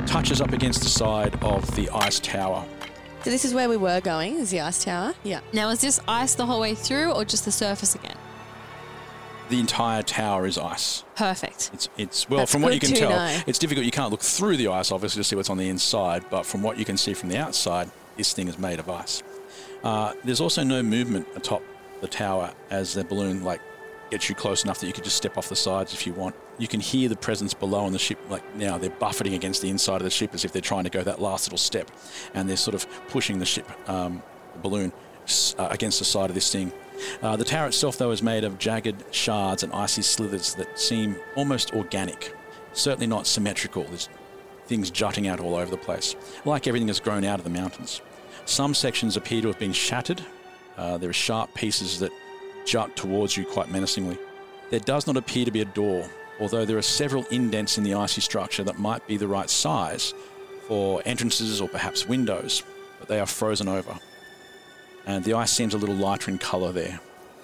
[SPEAKER 1] touches up against the side of the ice tower.
[SPEAKER 4] So this is where we were going, is the ice tower. Yeah.
[SPEAKER 2] now, is this ice the whole way through or just the surface again?
[SPEAKER 1] The entire tower is ice.
[SPEAKER 2] Perfect.
[SPEAKER 1] It's, it's well,
[SPEAKER 4] That's
[SPEAKER 1] from what you
[SPEAKER 4] good
[SPEAKER 1] can
[SPEAKER 4] to
[SPEAKER 1] tell,
[SPEAKER 4] know.
[SPEAKER 1] it's difficult. You can't look through the ice, obviously, to see what's on the inside. But from what you can see from the outside, this thing is made of ice. Uh, there's also no movement atop the tower as the balloon like gets you close enough that you could just step off the sides if you want. You can hear the presence below on the ship. Like now, they're buffeting against the inside of the ship as if they're trying to go that last little step, and they're sort of pushing the ship, um, the balloon, s- uh, against the side of this thing. Uh, the tower itself, though, is made of jagged shards and icy slithers that seem almost organic. Certainly not symmetrical. There's things jutting out all over the place, like everything that's grown out of the mountains. Some sections appear to have been shattered. Uh, there are sharp pieces that jut towards you quite menacingly. There does not appear to be a door, although there are several indents in the icy structure that might be the right size for entrances or perhaps windows, but they are frozen over. And the ice seems a little lighter in colour there.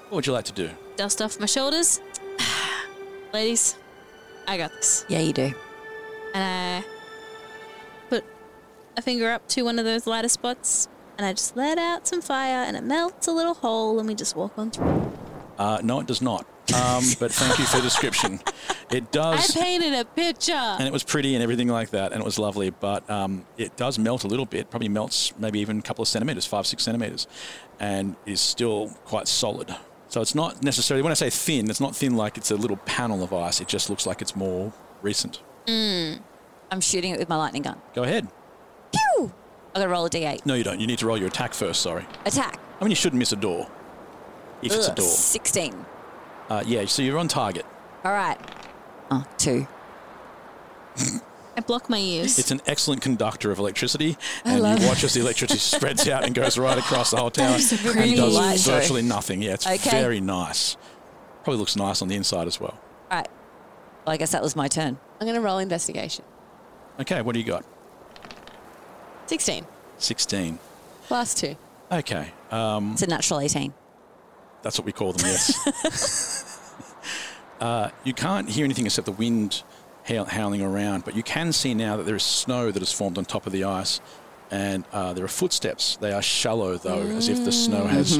[SPEAKER 1] What would you like to do?
[SPEAKER 2] Dust off my shoulders. Ladies, I got this.
[SPEAKER 3] Yeah, you do.
[SPEAKER 2] And I put a finger up to one of those lighter spots and I just let out some fire and it melts a little hole and we just walk on through.
[SPEAKER 1] Uh, no, it does not. Um, but thank you for the description. It
[SPEAKER 2] I
[SPEAKER 1] does.
[SPEAKER 2] painted a picture.
[SPEAKER 1] and it was pretty and everything like that, and it was lovely. But um, it does melt a little bit, probably melts maybe even a couple of centimeters, five, six centimeters, and is still quite solid. So it's not necessarily, when I say thin, it's not thin like it's a little panel of ice. It just looks like it's more recent.
[SPEAKER 3] I'm shooting it with my lightning gun.
[SPEAKER 1] Go ahead.
[SPEAKER 3] Pew! I gotta roll a d8.
[SPEAKER 1] No, you don't. You need to roll your attack first, sorry.
[SPEAKER 3] Attack.
[SPEAKER 1] I mean, you should miss a door if it's a
[SPEAKER 3] Ugh,
[SPEAKER 1] door.
[SPEAKER 3] 16.
[SPEAKER 1] Uh, yeah, so you're on target.
[SPEAKER 3] All right. Oh, two.
[SPEAKER 2] I block my ears.
[SPEAKER 1] It's an excellent conductor of electricity, and you watch as the electricity spreads out and goes right across the whole tower
[SPEAKER 3] is a
[SPEAKER 1] and
[SPEAKER 3] pretty
[SPEAKER 1] does
[SPEAKER 3] light show.
[SPEAKER 1] virtually nothing. Yeah, it's
[SPEAKER 3] Okay.
[SPEAKER 1] very nice. Probably looks nice on the inside as well.
[SPEAKER 3] All right. Well, I guess that was my turn.
[SPEAKER 4] I'm going to roll investigation.
[SPEAKER 1] Okay, what do you got?
[SPEAKER 4] 16
[SPEAKER 1] Sixteen.
[SPEAKER 4] plus 2.
[SPEAKER 1] Okay, uh,
[SPEAKER 3] It's a natural 18.
[SPEAKER 1] that's what we call them. Yes. uh, you can't hear anything except the wind howl- howling around, but you can see now that there is snow that has formed on top of the ice. And uh, there are footsteps. They are shallow, though, as if the snow has.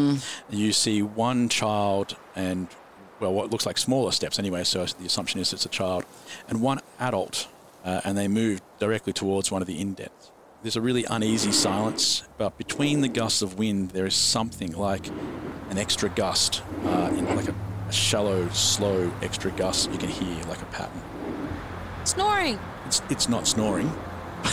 [SPEAKER 1] You see one child and, well, what looks like smaller steps anyway, so the assumption is it's a child, and one adult, uh, and they move directly towards one of the indents. There's a really uneasy silence, but between the gusts of wind, there is something like an extra gust, uh, in like a, a shallow, slow extra gust you can hear, like a pattern.
[SPEAKER 2] Snoring.
[SPEAKER 1] It's, it's not snoring.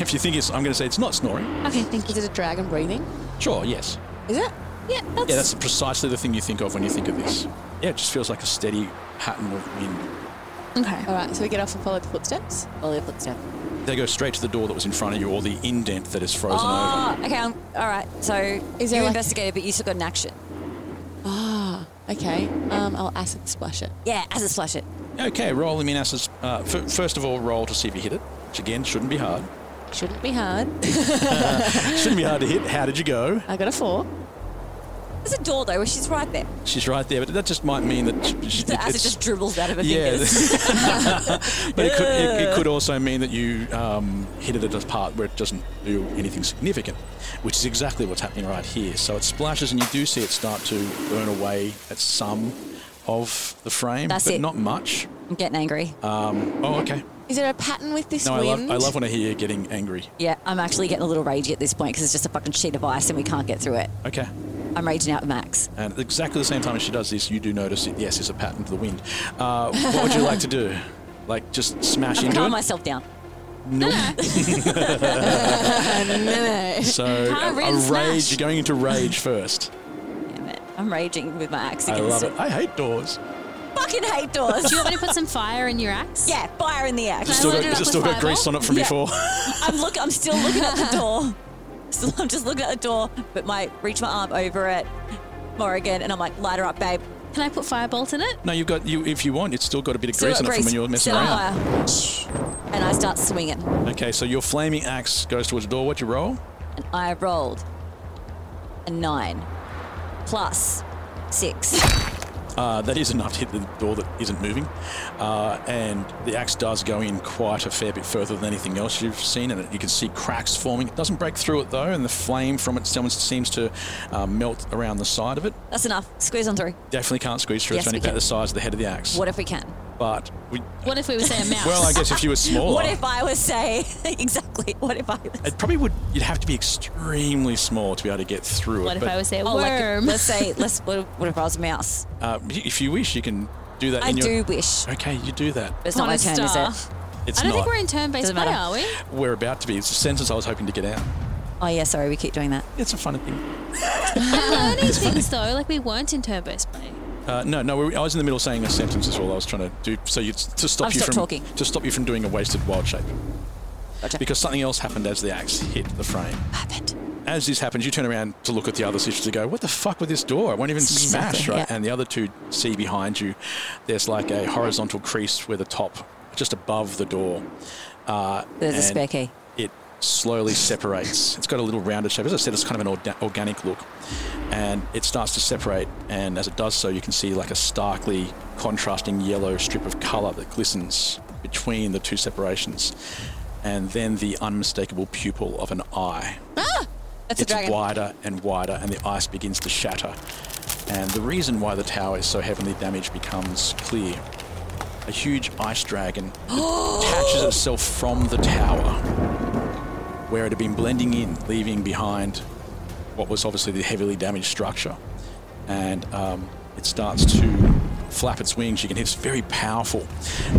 [SPEAKER 1] if you think it's, I'm going to say it's not snoring.
[SPEAKER 2] Okay, thank you.
[SPEAKER 4] Is it a dragon breathing?
[SPEAKER 1] Sure, yes.
[SPEAKER 4] Is it?
[SPEAKER 2] Yeah,
[SPEAKER 1] Yeah,
[SPEAKER 2] that's,
[SPEAKER 1] that's precisely the thing you think of when you think of this. Yeah, it just feels like a steady pattern of wind.
[SPEAKER 4] All right, so we get off and follow the footsteps.
[SPEAKER 3] Follow your footstep.
[SPEAKER 1] They go straight to the door that was in front of you, or the indent that is frozen
[SPEAKER 3] Oh, okay. I'm, all right. So
[SPEAKER 4] Is there
[SPEAKER 3] you
[SPEAKER 4] like-
[SPEAKER 3] investigated, but you still got an action.
[SPEAKER 4] Okay, um, I'll acid splash it.
[SPEAKER 3] Yeah, as a splash it.
[SPEAKER 1] over. Okay, roll him in as a- uh, f- first of all, roll to see if you hit it, which again shouldn't be hard.
[SPEAKER 4] Shouldn't be hard.
[SPEAKER 1] Shouldn't be hard to hit. How did you go?
[SPEAKER 4] I got a 4.
[SPEAKER 3] There's a door though, where she's right there.
[SPEAKER 1] She's right there, but that just might mean that sh- sh-
[SPEAKER 3] The acid
[SPEAKER 1] it's-
[SPEAKER 3] just dribbles out of her
[SPEAKER 1] Yeah,
[SPEAKER 3] fingers.
[SPEAKER 1] but it could, it, it could also mean that you um, hit it at a part where it doesn't do anything significant, which is exactly what's happening right here. So it splashes, and you do see it start to burn away at some of the frame,
[SPEAKER 3] That's
[SPEAKER 1] but
[SPEAKER 3] it.
[SPEAKER 1] not much.
[SPEAKER 3] I'm getting angry.
[SPEAKER 1] Oh, okay.
[SPEAKER 4] Is there a pattern with this
[SPEAKER 1] No, I
[SPEAKER 4] wind?
[SPEAKER 1] love, I love when I hear you getting angry.
[SPEAKER 3] yeah, I'm actually getting a little ragey at this point because it's just a fucking sheet of ice and we can't get through it.
[SPEAKER 1] Okay.
[SPEAKER 3] I'm raging out at Max.
[SPEAKER 1] And at exactly the same time as she does this, you do notice it. Yes, it's a pattern to the wind. Uh, what would you like to do? Like just smash
[SPEAKER 3] I've
[SPEAKER 1] into it?
[SPEAKER 3] calmed myself down.
[SPEAKER 1] So
[SPEAKER 2] Can't
[SPEAKER 1] a, a
[SPEAKER 2] really
[SPEAKER 1] rage.
[SPEAKER 2] smash.
[SPEAKER 1] You're going into rage first.
[SPEAKER 3] Damn it. I'm raging with my axe
[SPEAKER 1] I
[SPEAKER 3] against
[SPEAKER 1] love it. I hate doors.
[SPEAKER 3] Fucking hate doors.
[SPEAKER 2] Do you want me to put some fire in your axe?
[SPEAKER 3] yeah, fire in the axe.
[SPEAKER 2] Just
[SPEAKER 1] Still
[SPEAKER 2] Load
[SPEAKER 1] got,
[SPEAKER 2] it
[SPEAKER 1] is it
[SPEAKER 2] up with
[SPEAKER 1] still got
[SPEAKER 2] fireball?
[SPEAKER 1] grease on it from
[SPEAKER 3] Yeah.
[SPEAKER 1] before?
[SPEAKER 3] I'm look. I'm still looking at the door. Still, I'm just looking at the door, but my reach my arm over it, Morrigan, and I'm like, light her up, babe.
[SPEAKER 2] Can I put firebolt in it?
[SPEAKER 1] No, you've got you. If you want, it's still got a bit of
[SPEAKER 3] Still
[SPEAKER 1] grease
[SPEAKER 3] got
[SPEAKER 1] on it from when you were messing
[SPEAKER 3] Set on
[SPEAKER 1] around.
[SPEAKER 3] fire. Shh. And I start swinging,
[SPEAKER 1] Okay, so your flaming axe goes towards the door. What you roll?
[SPEAKER 3] and I rolled a nine plus six.
[SPEAKER 1] Uh, that is enough to hit the door that isn't moving, uh, and the axe does go in quite a fair bit further than anything else you've seen, and you can see cracks forming. It doesn't break through it though, and the flame from it someone seems to uh, melt around the side of it.
[SPEAKER 3] That's enough. Squeeze on through.
[SPEAKER 1] Definitely can't squeeze through.
[SPEAKER 3] Yes,
[SPEAKER 1] it's only
[SPEAKER 3] we
[SPEAKER 1] about
[SPEAKER 3] can.
[SPEAKER 1] the size of the head of the axe.
[SPEAKER 3] What if we can?
[SPEAKER 1] But we,
[SPEAKER 2] What if we were say a mouse?
[SPEAKER 1] well, I guess if you were smaller,
[SPEAKER 3] What if I was say exactly? What if I was?
[SPEAKER 1] it probably would. You'd have to be extremely small to be able to get through
[SPEAKER 2] what
[SPEAKER 1] it.
[SPEAKER 2] if
[SPEAKER 1] but-
[SPEAKER 2] I was say a
[SPEAKER 3] Oh,
[SPEAKER 2] worm?
[SPEAKER 3] like let's say let's. What if, what if I was a mouse?
[SPEAKER 1] Uh, if you wish, you can do that.
[SPEAKER 3] I
[SPEAKER 1] in your...
[SPEAKER 3] do wish. But
[SPEAKER 1] Okay, you do that.
[SPEAKER 3] it's not
[SPEAKER 2] Upon
[SPEAKER 3] my
[SPEAKER 2] a
[SPEAKER 3] turn,
[SPEAKER 2] star.
[SPEAKER 3] is it?
[SPEAKER 1] It's
[SPEAKER 2] I don't
[SPEAKER 1] not.
[SPEAKER 2] think we're in turn-based
[SPEAKER 3] Doesn't
[SPEAKER 2] play,
[SPEAKER 3] matter.
[SPEAKER 2] are we?
[SPEAKER 1] we're about to be. It's a sentence I was hoping to get out.
[SPEAKER 3] Oh, yeah, sorry, we keep doing that.
[SPEAKER 1] It's a funny thing.
[SPEAKER 2] We're learning things though, like we weren't in Turbosplay.
[SPEAKER 1] Uh, no, no, we- I was in the middle of saying a sentence as well. I was trying to do so you, to stop
[SPEAKER 3] I've
[SPEAKER 1] you
[SPEAKER 3] stopped
[SPEAKER 1] from
[SPEAKER 3] talking.
[SPEAKER 1] to stop you from doing a wasted wild shape.
[SPEAKER 3] Gotcha.
[SPEAKER 1] Because something else happened as the axe hit the frame.
[SPEAKER 3] Perfect.
[SPEAKER 1] As this happens, you turn around to look at the other sisters to go, "What the fuck with this door? It won't even
[SPEAKER 3] Exactly,
[SPEAKER 1] smash!" Right?
[SPEAKER 3] yeah.
[SPEAKER 1] And the other two see behind you. There's like a horizontal crease where the top, just above the door. Uh,
[SPEAKER 3] There's a
[SPEAKER 1] and
[SPEAKER 3] spare key.
[SPEAKER 1] It slowly separates. It's got a little rounded shape. As I said, it's kind of an orga- organic look, and it starts to separate. And as it does so, you can see like a starkly contrasting yellow strip of color that glistens between the two separations, and then the unmistakable pupil of an eye it's
[SPEAKER 4] That's a dragon.
[SPEAKER 1] wider and wider, and the ice begins to shatter. And the reason why the tower is so heavily damaged becomes clear. A huge ice dragon attaches itself from the tower, where it had been blending in, leaving behind what was obviously the heavily damaged structure. And um, it starts to flap its wings. You can hear it's very powerful,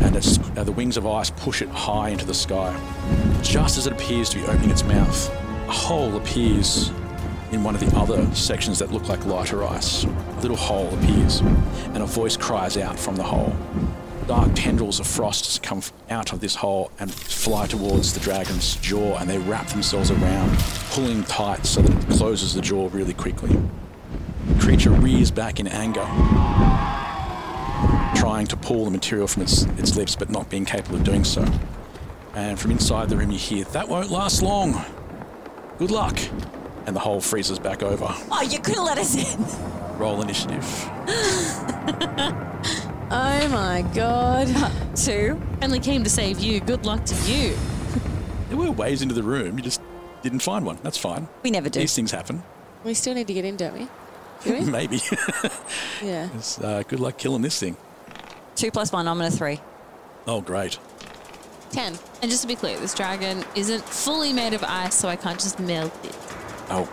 [SPEAKER 1] and it's, uh, the wings of ice push it high into the sky. Just as it appears to be opening its mouth, a hole appears in one of the other sections that look like lighter ice. A little hole appears, and a voice cries out from the hole. Dark tendrils of frost come f- out of this hole and fly towards the dragon's jaw, and they wrap themselves around, pulling tight so that it closes the jaw really quickly. The creature rears back in anger, trying to pull the material from its, its lips, but not being capable of doing so. And from inside the room, you hear, That won't last long. Good luck. And the hole freezes back over.
[SPEAKER 3] Oh, you couldn't let us in.
[SPEAKER 1] Roll initiative.
[SPEAKER 4] Oh my god.
[SPEAKER 3] Two.
[SPEAKER 2] Only came to save you. Good luck to you.
[SPEAKER 1] There were ways into the room, you just didn't find one. That's fine.
[SPEAKER 3] We never do.
[SPEAKER 1] These things happen.
[SPEAKER 4] We still need to get in, don't we? Do we?
[SPEAKER 1] Maybe.
[SPEAKER 4] Yeah.
[SPEAKER 1] It's, uh, good luck killing this thing.
[SPEAKER 3] Two plus one, I'm going to three.
[SPEAKER 1] Oh, great.
[SPEAKER 4] Ten.
[SPEAKER 2] And just to be clear, this dragon isn't fully made of ice, so I can't just melt it.
[SPEAKER 1] Oh,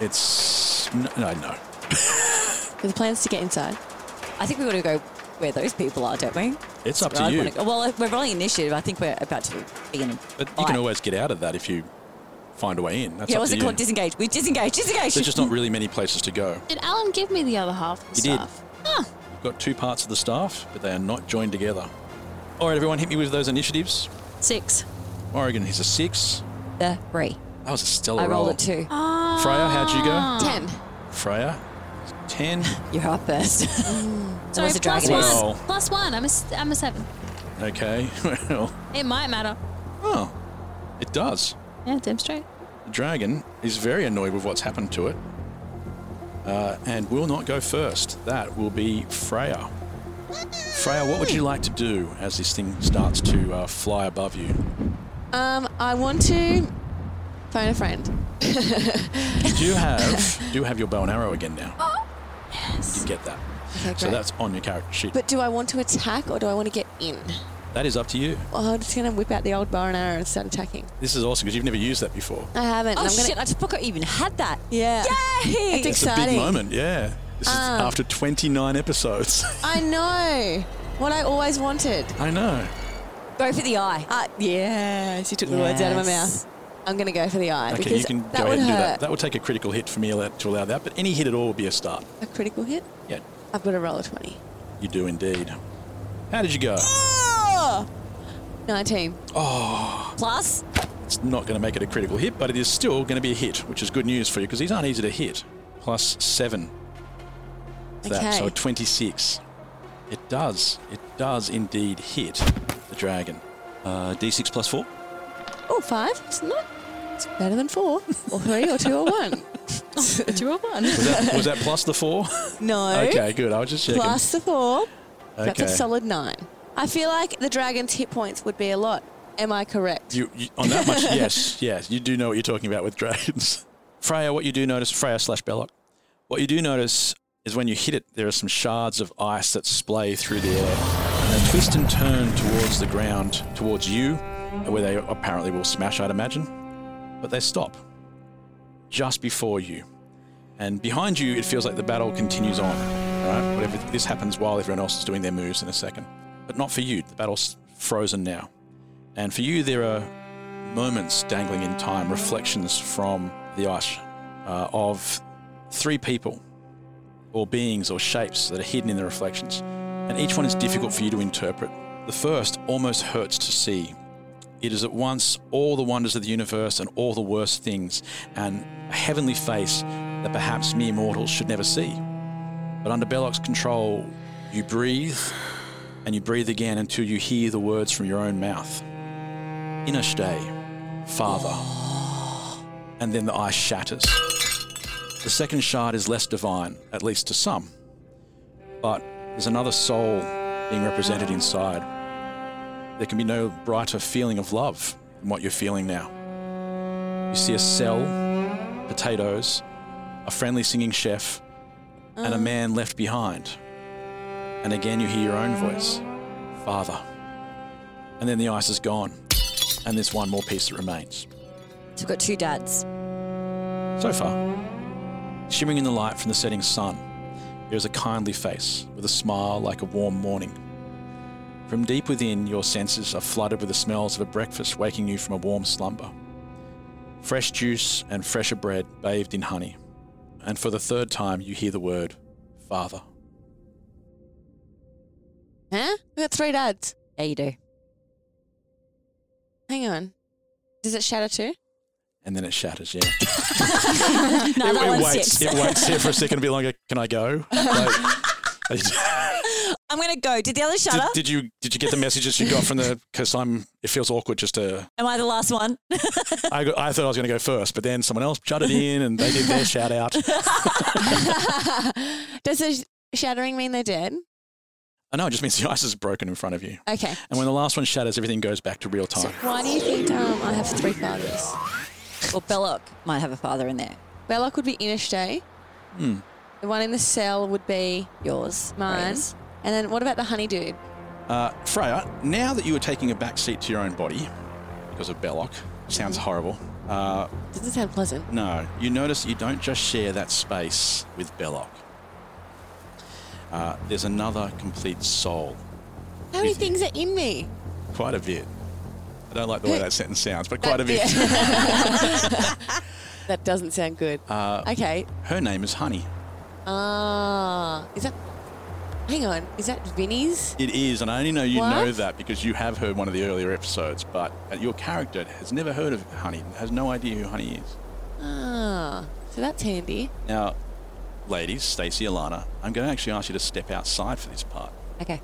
[SPEAKER 1] it's. No, no. no.
[SPEAKER 4] With plans to get inside.
[SPEAKER 3] I think we want to go where those people are, don't we?
[SPEAKER 1] It's up
[SPEAKER 3] Where
[SPEAKER 1] to
[SPEAKER 3] I'd
[SPEAKER 1] you.
[SPEAKER 3] wanna go. Well, if we're rolling initiative. I think we're about to be in.
[SPEAKER 1] But you can always get out of that if you find a way in. That's
[SPEAKER 3] Yeah,
[SPEAKER 1] up
[SPEAKER 3] what's
[SPEAKER 1] to
[SPEAKER 3] it
[SPEAKER 1] you.
[SPEAKER 3] called? Disengage. We disengage. Disengage.
[SPEAKER 1] There's just not really many places to go.
[SPEAKER 2] Did Alan give me the other half of the
[SPEAKER 1] He did.
[SPEAKER 2] stuff? Huh.
[SPEAKER 1] We've got two parts of the staff, but they are not joined together. All right, everyone, hit me with those initiatives.
[SPEAKER 2] Six.
[SPEAKER 1] Oregon hits a six.
[SPEAKER 3] the three.
[SPEAKER 1] That was a stellar
[SPEAKER 3] I
[SPEAKER 1] roll.
[SPEAKER 3] rolled it two. Ah.
[SPEAKER 1] Freya, how'd you
[SPEAKER 2] Ah.
[SPEAKER 1] go?
[SPEAKER 4] Ten.
[SPEAKER 1] Freya, 10.
[SPEAKER 3] You're up first.
[SPEAKER 2] Sorry,
[SPEAKER 3] was a
[SPEAKER 2] plus
[SPEAKER 3] dragon.
[SPEAKER 2] one.
[SPEAKER 1] Wow.
[SPEAKER 2] Plus one. I'm a, s- I'm a seven.
[SPEAKER 1] Okay, well,
[SPEAKER 2] It might matter.
[SPEAKER 1] oh, it does.
[SPEAKER 2] Yeah, damn straight.
[SPEAKER 1] The dragon is very annoyed with what's happened to it uh, and will not go first. That will be Freya. Freya, what would you like to do as this thing starts to uh, fly above you?
[SPEAKER 4] Um, I want to phone a friend.
[SPEAKER 1] You do have, do have your bow and arrow again now.
[SPEAKER 4] Oh, Yes.
[SPEAKER 1] Get that.
[SPEAKER 4] Okay, great.
[SPEAKER 1] So that's on your character sheet.
[SPEAKER 4] but do I want to attack or do I want to get in?
[SPEAKER 1] that is up to you.
[SPEAKER 4] Well, I'm just gonna whip out the old bow and arrow and start attacking.
[SPEAKER 1] This is awesome because you've never used that before.
[SPEAKER 4] I haven't.
[SPEAKER 3] Oh
[SPEAKER 4] and I'm gonna,
[SPEAKER 3] shit! I just forgot you even had that.
[SPEAKER 4] Yeah.
[SPEAKER 3] Yay!
[SPEAKER 1] It's
[SPEAKER 4] It's
[SPEAKER 1] a
[SPEAKER 4] exciting. Um,
[SPEAKER 1] big moment, yeah. This is after 29 episodes.
[SPEAKER 4] I know. What I always wanted.
[SPEAKER 1] I know.
[SPEAKER 3] Go for the eye.
[SPEAKER 4] Uh, yes, you took the words out of my
[SPEAKER 3] Yes.
[SPEAKER 4] mouth. I'm gonna go for the eye
[SPEAKER 1] Okay,
[SPEAKER 4] because
[SPEAKER 1] you can
[SPEAKER 4] that
[SPEAKER 1] go ahead
[SPEAKER 4] would
[SPEAKER 1] and do
[SPEAKER 4] hurt.
[SPEAKER 1] that. That would take a critical hit for me allow- to allow that, but any hit at all would be a start.
[SPEAKER 4] A critical hit.
[SPEAKER 1] Yeah,
[SPEAKER 4] I've got to roll a twenty.
[SPEAKER 1] you do indeed. How did you go?
[SPEAKER 3] Oh!
[SPEAKER 4] Nineteen.
[SPEAKER 3] Plus,
[SPEAKER 1] It's not going to make it a critical hit, but it is still going to be a hit, which is good news for you because these aren't easy to hit. Plus seven. to That, so
[SPEAKER 4] Okay.
[SPEAKER 1] a 26. It does. It does indeed hit the dragon. Uh, D6 plus four.
[SPEAKER 4] Oh, five. It's not. It's better than four, or three, or two, or one.
[SPEAKER 2] Two or one.
[SPEAKER 1] Was that, was that plus the four?
[SPEAKER 4] No.
[SPEAKER 1] okay, good. I was just checking.
[SPEAKER 4] Plus the four. That's a
[SPEAKER 1] Okay.
[SPEAKER 4] solid nine. I feel like the dragon's hit points would be a lot. Am I correct?
[SPEAKER 1] You, you, on that much, yes, yes, you do know what you're talking about with dragons. Freya, what you do notice, Freya slash Belloc, what you do notice is when you hit it, there are some shards of ice that splay through the air and they twist and turn towards the ground, towards you, where they apparently will smash, I'd imagine. But they stop just before you. And behind you, it feels like the battle continues on. all Right? Whatever this happens while everyone else is doing their moves in a second, but not for you. The battle's frozen now, and for you, there are moments dangling in time, reflections from the ice uh, of three people or beings or shapes that are hidden in the reflections. And each one is difficult for you to interpret. The first almost hurts to see. It is at once all the wonders of the universe and all the worst things, and a heavenly face that perhaps mere mortals should never see. But under Belloc's control, you breathe and you breathe again until you hear the words from your own mouth. Inashtay, Father. And then the ice shatters. The second shard is less divine, at least to some. But there's another soul being represented inside. There can be no brighter feeling of love than what you're feeling now. You see a cell, potatoes, a friendly singing chef, and a man left behind. And again, you hear your own voice, Father. And then the ice is gone, and there's one more piece that remains.
[SPEAKER 3] So we've got two dads.
[SPEAKER 1] So far, shimmering in the light from the setting sun, there is a kindly face with a smile like a warm morning. From deep within, your senses are flooded with the smells of a breakfast waking you from a warm slumber. Fresh juice and fresher bread bathed in honey. And for the third time, you hear the word, Father.
[SPEAKER 4] Huh? We got three dads.
[SPEAKER 3] Yeah, you do.
[SPEAKER 4] Hang on. Does it shatter too?
[SPEAKER 1] And then it shatters, yeah.
[SPEAKER 3] No, that
[SPEAKER 1] it
[SPEAKER 3] one's
[SPEAKER 1] waits.
[SPEAKER 3] six.
[SPEAKER 1] It waits here for a second to be longer. Can I go? Like, did,
[SPEAKER 3] I'm gonna go. Did the other shut up?
[SPEAKER 1] did you did you get the messages you got from the? Because I'm. It feels awkward just to.
[SPEAKER 3] Am I the last one?
[SPEAKER 1] I, got- I thought I was going to go first, but then someone else shut it in and they did their shout out.
[SPEAKER 4] Does the sh- shattering mean they're dead?
[SPEAKER 1] I know it just means the ice is broken in front of you,
[SPEAKER 4] Okay.
[SPEAKER 1] and when the last one shatters, everything goes back to real time.
[SPEAKER 4] Why do you think um, I have three fathers?
[SPEAKER 3] well, Belloc might have a father in there.
[SPEAKER 4] Belloc would be Inishte.
[SPEAKER 1] Hmm.
[SPEAKER 4] The one in the cell would be
[SPEAKER 3] Yours,
[SPEAKER 4] mine.
[SPEAKER 3] Ray's.
[SPEAKER 4] And then what about the honey dude?
[SPEAKER 1] Uh, Freya, now that you are taking a back seat to your own body because of Belloc, sounds horrible. Uh,
[SPEAKER 4] Doesn't sound pleasant.
[SPEAKER 1] No, you notice you don't just share that space with Belloc. Uh, there's another complete soul,
[SPEAKER 4] How many things are in me?
[SPEAKER 1] quite a bit. I don't like the way that sentence sounds, but quite a bit.
[SPEAKER 4] That doesn't sound good.
[SPEAKER 1] Uh,
[SPEAKER 4] okay.
[SPEAKER 1] Her name is Honey.
[SPEAKER 4] Ah, is that? Hang on. Is that Vinny's?
[SPEAKER 1] It is, and I only know you
[SPEAKER 4] What?
[SPEAKER 1] know that because you have heard one of the earlier episodes, but uh, your character has never heard of Honey, has no idea who Honey is.
[SPEAKER 4] Ah, so that's handy.
[SPEAKER 1] Now, ladies, Stacey, Alana, I'm going to actually ask you to step outside for this part.
[SPEAKER 3] Okay.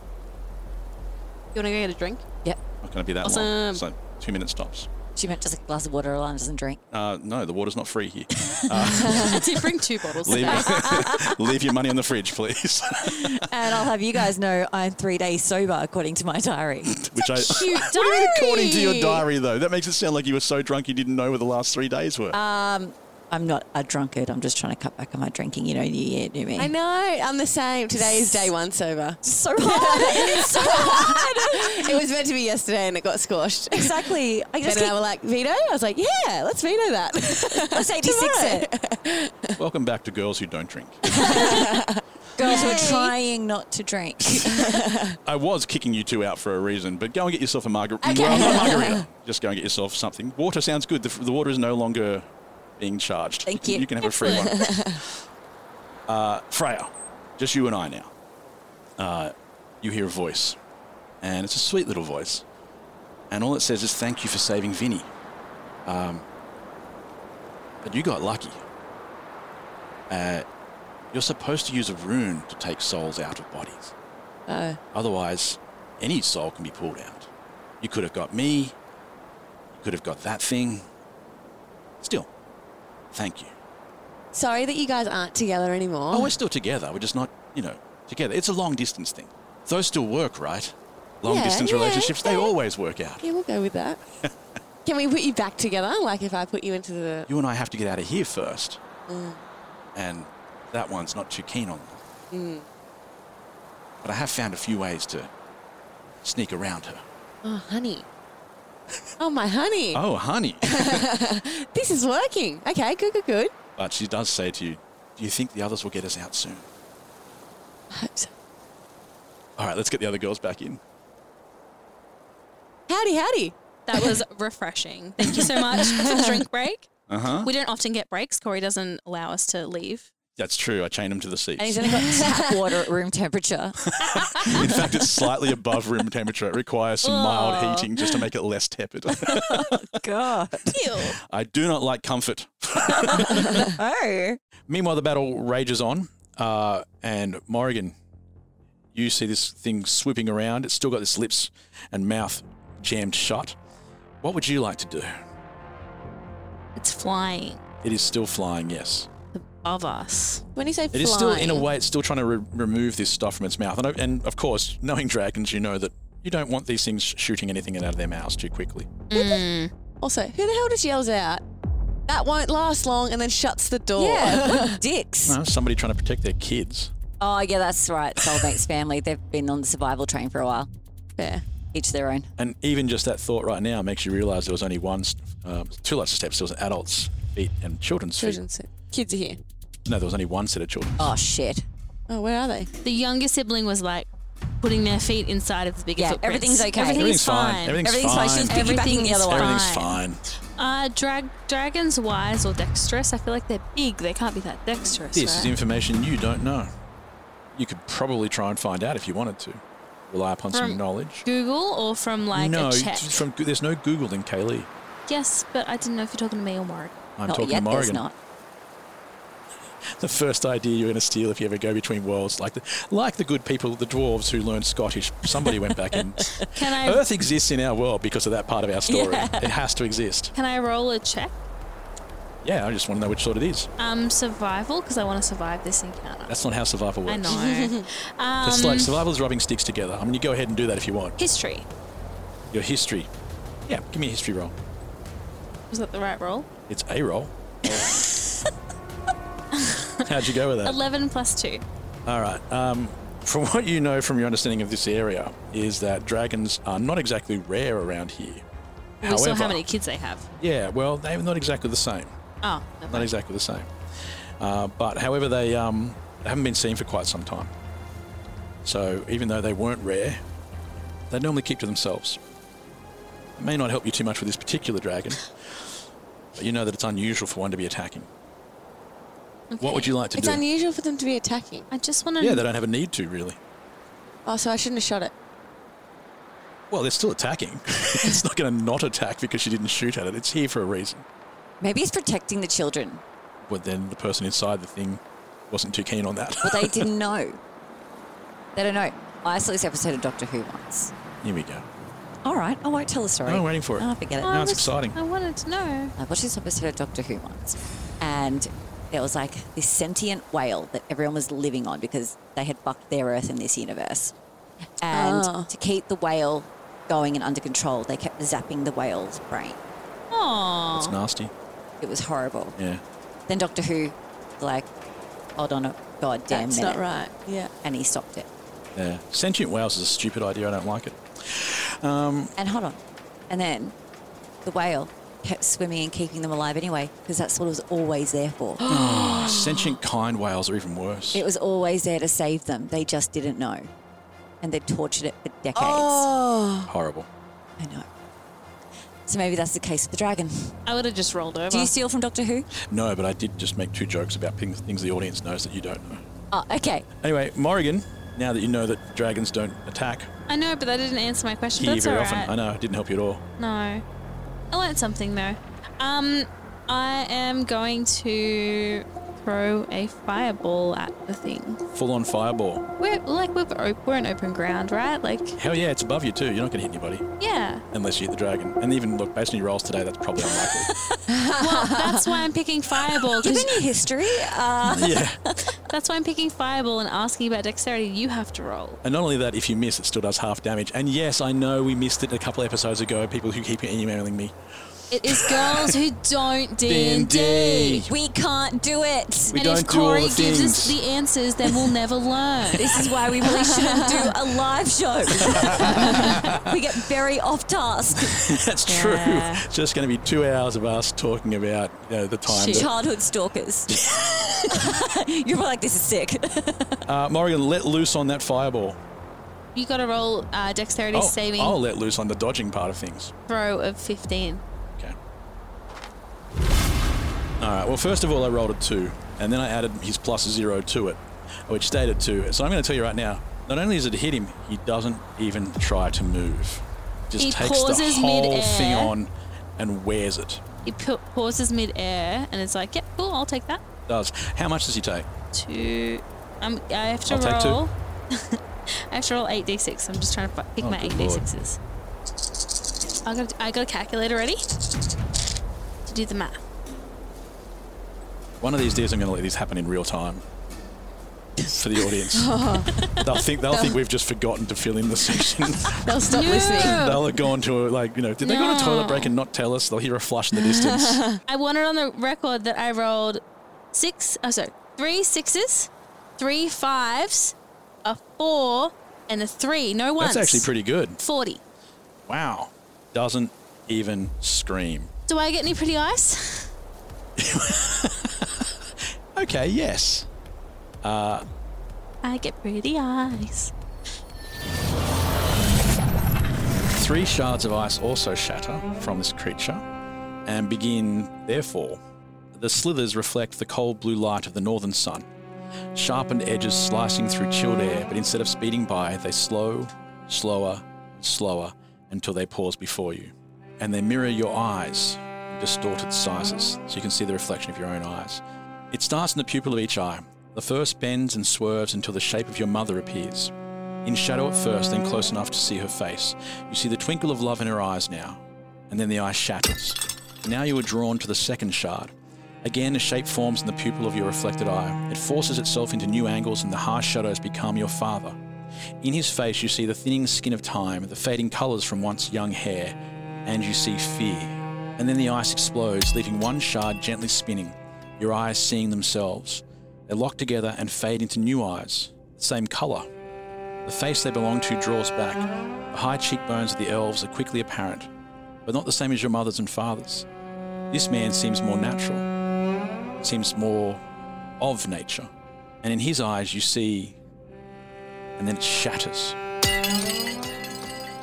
[SPEAKER 2] You want to go get a drink?
[SPEAKER 3] Yep.
[SPEAKER 1] Not going to be that long.
[SPEAKER 2] Awesome.
[SPEAKER 1] So, two minute stops.
[SPEAKER 3] She meant just a glass of water. Alana doesn't drink.
[SPEAKER 1] Uh, no, the water's not free here.
[SPEAKER 2] I did bring two bottles.
[SPEAKER 1] Leave,
[SPEAKER 2] today.
[SPEAKER 1] leave your money on the fridge, please.
[SPEAKER 3] And I'll have you guys know I'm three days sober, according to my diary.
[SPEAKER 1] Which I.
[SPEAKER 2] Cute
[SPEAKER 1] What do you mean according to your
[SPEAKER 2] diary.
[SPEAKER 1] diary, though? That makes it sound like you were so drunk you didn't know where the last three days were.
[SPEAKER 3] I'm not a drunkard. I'm just trying to cut back on my drinking. You know, New Year, New Me.
[SPEAKER 4] I know. I'm the same. Today is day one sober.
[SPEAKER 3] so hard.
[SPEAKER 4] it was meant to be yesterday, and it got squashed.
[SPEAKER 3] exactly. I
[SPEAKER 4] Ben
[SPEAKER 3] just
[SPEAKER 4] and
[SPEAKER 3] keep,
[SPEAKER 4] I were like, veto? I was like, yeah, let's veto that.
[SPEAKER 3] let's 86 it.
[SPEAKER 1] Welcome back to Girls Who Don't Drink.
[SPEAKER 3] Girls who are trying not to drink.
[SPEAKER 1] I was kicking you two out for a reason, but go and get yourself a margarita. Well, not a margarita. Just go and get yourself something. Water sounds good. The, f- the water is no longer being charged.
[SPEAKER 3] Thank you.
[SPEAKER 1] You can have a free one. uh, Freya, just you and I now. Uh, you hear a voice, and it's a sweet little voice, and all it says is "Thank you for saving Vinny." Um, but you got lucky. Uh, you're supposed to use a rune to take souls out of bodies. Otherwise, any soul can be pulled out. You could have got me. You could have got that thing. Still, thank you.
[SPEAKER 4] Sorry that you guys aren't together anymore.
[SPEAKER 1] Oh, we're still together. We're just not, you know, together. It's a long distance thing. Those still work, right? Long
[SPEAKER 4] Yeah,
[SPEAKER 1] distance
[SPEAKER 4] yeah,
[SPEAKER 1] relationships, they
[SPEAKER 4] yeah.
[SPEAKER 1] always work out.
[SPEAKER 4] yeah, we'll go with that. Can we put you back together? Like if I put you into the.
[SPEAKER 1] You and I have to get out of here first. And that one's not too keen on that.
[SPEAKER 4] Mm.
[SPEAKER 1] But I have found a few ways to sneak around her.
[SPEAKER 4] Oh, honey. Oh, my honey.
[SPEAKER 1] Oh, honey.
[SPEAKER 4] This is working. Okay, good, good, good.
[SPEAKER 1] but she does say to you, Do you think the others will get us out soon?
[SPEAKER 4] I hope so.
[SPEAKER 1] All right, let's get the other girls back in.
[SPEAKER 4] Howdy, howdy.
[SPEAKER 2] That was refreshing. Thank you so much for the drink break.
[SPEAKER 1] Uh huh.
[SPEAKER 2] We don't often get breaks. Corey doesn't allow us to leave.
[SPEAKER 1] That's true. I chained him to the seat.
[SPEAKER 3] And he's only got tap water at room temperature.
[SPEAKER 1] In fact, it's slightly above room temperature. It requires some mild
[SPEAKER 2] Aw.
[SPEAKER 1] heating just to make it less tepid.
[SPEAKER 3] God.
[SPEAKER 2] Ew.
[SPEAKER 1] I do not like comfort.
[SPEAKER 3] Oh.
[SPEAKER 1] Meanwhile, the battle rages on, uh, and Morrigan, you see this thing swooping around. It's still got its lips and mouth jammed shut. What would you like to do?
[SPEAKER 2] It's flying
[SPEAKER 1] It is still flying, yes.
[SPEAKER 2] above us.
[SPEAKER 4] When you say
[SPEAKER 1] It
[SPEAKER 4] flying,
[SPEAKER 1] is still, in a way, it's still trying to re- remove this stuff from its mouth. And, I- and of course, knowing dragons, you know that you don't want these things sh- shooting anything out of their mouths too quickly.
[SPEAKER 4] Also, who the hell just yells out? That won't last long, and then shuts the door.
[SPEAKER 3] Yeah. what dicks.
[SPEAKER 1] No, somebody trying to protect their kids.
[SPEAKER 3] Oh, yeah, that's right. Soulmates family. They've been on the survival train for a while.
[SPEAKER 4] Fair.
[SPEAKER 3] Each their own.
[SPEAKER 1] And even just that thought right now makes you realize there was only one, st- um, two lots of steps. There was adults' feet and children's feet.
[SPEAKER 4] Children's kids are here.
[SPEAKER 1] No, there was only one set of children.
[SPEAKER 3] Oh, shit.
[SPEAKER 4] Oh, where are they?
[SPEAKER 2] The younger sibling was like putting their feet inside of the bigger
[SPEAKER 3] Yeah,
[SPEAKER 2] footprints.
[SPEAKER 3] everything's okay.
[SPEAKER 2] Everything's,
[SPEAKER 1] Everything's fine.
[SPEAKER 2] fine.
[SPEAKER 1] Everything's
[SPEAKER 3] Everything's fine. She's
[SPEAKER 1] fine.
[SPEAKER 3] piggybacking
[SPEAKER 2] Everything
[SPEAKER 3] the other
[SPEAKER 2] is
[SPEAKER 3] one.
[SPEAKER 1] Everything's fine.
[SPEAKER 2] Uh, drag dragons wise or dexterous? I feel like they're big. They can't be that dexterous.
[SPEAKER 1] This is
[SPEAKER 2] right?
[SPEAKER 1] information you don't know. You could probably try and find out if you wanted to. Rely upon some
[SPEAKER 2] From
[SPEAKER 1] knowledge.
[SPEAKER 2] Google or from like
[SPEAKER 1] no,
[SPEAKER 2] a
[SPEAKER 1] it's
[SPEAKER 2] check.
[SPEAKER 1] from Go- there's no Google in Kaylee.
[SPEAKER 2] yes, but I didn't know if you're talking to me or Morgan.
[SPEAKER 1] I'm
[SPEAKER 3] Not
[SPEAKER 1] talking
[SPEAKER 3] yet,
[SPEAKER 1] to
[SPEAKER 3] there's
[SPEAKER 1] Morgan.
[SPEAKER 3] not.
[SPEAKER 1] The first idea you're going to steal if you ever go between worlds, like the, like the good people, the dwarves who learned Scottish. Somebody went back and
[SPEAKER 2] Can I
[SPEAKER 1] Earth exists in our world because of that part of our story. It has to exist.
[SPEAKER 2] can I roll a check?
[SPEAKER 1] Yeah, I just want to know which sort it is.
[SPEAKER 2] Um, survival because I want to survive this encounter.
[SPEAKER 1] That's not how survival works.
[SPEAKER 2] I know. Um,
[SPEAKER 1] It's like survival is rubbing sticks together. I mean, you go ahead and do that if you want.
[SPEAKER 2] History.
[SPEAKER 1] Your history. Yeah, give me a history roll.
[SPEAKER 2] Was that the right roll?
[SPEAKER 1] It's a roll. How'd you go with that?
[SPEAKER 2] Eleven plus two.
[SPEAKER 1] All right. Um, from what you know from your understanding of this area, is that dragons are not exactly rare around here.
[SPEAKER 2] We saw how many kids they have.
[SPEAKER 1] Yeah, well, they're not exactly the same.
[SPEAKER 2] Oh, never
[SPEAKER 1] Not
[SPEAKER 2] mind.
[SPEAKER 1] exactly the same. Uh, but however, they um, haven't been seen for quite some time. So even though they weren't rare, they normally keep to themselves. It may not help you too much with this particular dragon, but you know that it's unusual for one to be attacking. What would you like to
[SPEAKER 4] It's
[SPEAKER 1] do?
[SPEAKER 4] unusual for them to be attacking.
[SPEAKER 2] I just want to.
[SPEAKER 1] yeah, they don't have a need to really.
[SPEAKER 4] Oh, so I shouldn't have shot it.
[SPEAKER 1] Well, they're still attacking. it's not going to not attack because you didn't shoot at it. It's here for a reason.
[SPEAKER 3] Maybe it's protecting the children.
[SPEAKER 1] But then the person inside the thing wasn't too keen on that.
[SPEAKER 3] Well, they didn't know. They don't know. I saw this episode of Doctor Who once.
[SPEAKER 1] here we go.
[SPEAKER 3] All right, I won't tell the story.
[SPEAKER 1] No, I'm waiting for it.
[SPEAKER 3] Oh, forget it.
[SPEAKER 2] Oh, I
[SPEAKER 1] No, it's
[SPEAKER 2] was-
[SPEAKER 1] exciting.
[SPEAKER 2] I wanted to know.
[SPEAKER 3] I watched this episode of Doctor Who once, and there was like this sentient whale that everyone was living on because they had fucked their Earth in this universe. And
[SPEAKER 4] Oh.
[SPEAKER 3] to keep the whale going and under control, they kept zapping the whale's brain.
[SPEAKER 1] It's
[SPEAKER 2] Oh,
[SPEAKER 1] nasty.
[SPEAKER 3] It was horrible.
[SPEAKER 1] Yeah.
[SPEAKER 3] Then Doctor Who, like, hold on a goddamn
[SPEAKER 4] That's
[SPEAKER 3] minute,
[SPEAKER 4] not right. Yeah.
[SPEAKER 3] and he stopped it.
[SPEAKER 1] Yeah. Sentient whales is a stupid idea. I don't like it.
[SPEAKER 3] And hold on, and then the whale kept swimming and keeping them alive anyway because that's what it was always there for.
[SPEAKER 1] Sentient kind whales are even worse.
[SPEAKER 3] It was always there to save them. They just didn't know. And they tortured it for decades.
[SPEAKER 4] Oh.
[SPEAKER 1] Horrible.
[SPEAKER 3] I know. So maybe that's the case with the dragon.
[SPEAKER 2] I would have just rolled over.
[SPEAKER 3] Do you steal from Doctor Who?
[SPEAKER 1] No, but I did just make two jokes about things, things the audience knows that you don't know.
[SPEAKER 3] Oh, okay.
[SPEAKER 1] Anyway, Morrigan, now that you know that dragons don't attack
[SPEAKER 2] I know, but that didn't answer my question.
[SPEAKER 1] here
[SPEAKER 2] That's
[SPEAKER 1] very
[SPEAKER 2] all
[SPEAKER 1] often,
[SPEAKER 2] right.
[SPEAKER 1] I know, it didn't help you at all.
[SPEAKER 2] No. I learned something though. Um, I am going to throw a fireball at the thing.
[SPEAKER 1] Full on fireball.
[SPEAKER 2] We're like we're op- we're in open ground, right? Like
[SPEAKER 1] Hell yeah, it's above you too. You're not going to hit anybody
[SPEAKER 2] yeah.
[SPEAKER 1] unless you hit the dragon. And even, look, based on your rolls today, that's probably unlikely.
[SPEAKER 2] Well, that's why I'm picking fireball. 'cause-
[SPEAKER 3] Given your history, uh,
[SPEAKER 1] yeah.
[SPEAKER 2] that's why I'm picking fireball and asking about dexterity. You have to roll.
[SPEAKER 1] And not only that, if you miss, it still does half damage. And yes, I know we missed it a couple episodes ago, people who keep emailing me.
[SPEAKER 2] It is girls who don't D and
[SPEAKER 1] D&D.
[SPEAKER 2] D.
[SPEAKER 3] we can't do it.
[SPEAKER 1] We
[SPEAKER 2] And if
[SPEAKER 1] don't do all
[SPEAKER 2] Corey
[SPEAKER 1] the
[SPEAKER 2] gives us
[SPEAKER 1] things.
[SPEAKER 2] the answers, then we'll never learn.
[SPEAKER 3] This is why we really shouldn't do a live show. we get very off task.
[SPEAKER 1] That's
[SPEAKER 3] Yeah.
[SPEAKER 1] true. It's just going to be two hours of us talking about you know, the time. that-
[SPEAKER 3] Childhood stalkers. You're like, this is sick.
[SPEAKER 1] uh, Morgan, let loose on that fireball.
[SPEAKER 2] you got to roll uh, dexterity
[SPEAKER 1] Oh,
[SPEAKER 2] saving
[SPEAKER 1] I'll let loose on the dodging part of things.
[SPEAKER 2] throw of 15.
[SPEAKER 1] Okay. All right. Well, first of all, I rolled a two, and then I added his plus zero to it, which stayed at two. So I'm going to tell you right now. Not only does it hit him, he doesn't even try to move. Just
[SPEAKER 2] He
[SPEAKER 1] takes
[SPEAKER 2] pauses
[SPEAKER 1] the whole
[SPEAKER 2] mid-air.
[SPEAKER 1] thing on and wears it.
[SPEAKER 2] He p- pauses mid air and is like, yep, cool, I'll take that.
[SPEAKER 1] Does how much does he take?
[SPEAKER 2] Two. Um, I have to
[SPEAKER 1] I'll take two.
[SPEAKER 2] roll. I have to roll 8d6. I'm just trying to fi- pick
[SPEAKER 1] Oh,
[SPEAKER 2] my
[SPEAKER 1] good lord.
[SPEAKER 2] 8d6s. I got, I got a calculator ready to do the math.
[SPEAKER 1] One of these days, I'm going to let these happen in real time for the audience. they'll think they'll think we've just forgotten to fill in the section.
[SPEAKER 4] They'll stop
[SPEAKER 2] No.
[SPEAKER 4] listening.
[SPEAKER 1] they'll have gone to a, like you know, did they go to a toilet break and not tell us? They'll hear a flush in the distance.
[SPEAKER 2] I want it on the record that I rolled six, oh, sorry, three sixes, three fives, a four, and a three. No ones.
[SPEAKER 1] That's actually pretty good.
[SPEAKER 2] 40.
[SPEAKER 1] Wow. Doesn't even scream.
[SPEAKER 2] Do I get any pretty eyes?
[SPEAKER 1] Okay, yes.
[SPEAKER 2] I get pretty eyes.
[SPEAKER 1] Three shards of ice also shatter from this creature and begin, therefore. The slithers reflect the cold blue light of the northern sun, sharpened edges slicing through chilled air, but instead of speeding by, they slow, slower, slower until they pause before you. And they mirror your eyes in distorted sizes, so you can see the reflection of your own eyes. It starts in the pupil of each eye. The first bends and swerves until the shape of your mother appears. In shadow at first, then close enough to see her face. You see the twinkle of love in her eyes now, and then the eye shatters. Now you are drawn to the second shard. Again, a shape forms in the pupil of your reflected eye. It forces itself into new angles, and the harsh shadows become your father. In his face, you see the thinning skin of time, the fading colours from once young hair, and you see fear. And then the ice explodes, leaving one shard gently spinning, your eyes seeing themselves. They lock together and fade into new eyes, the same colour, the face they belong to draws back. The high cheekbones of the elves are quickly apparent, but not the same as your mother's and father's. This man seems more natural, seems more of nature. And in his eyes, you see, and then it shatters.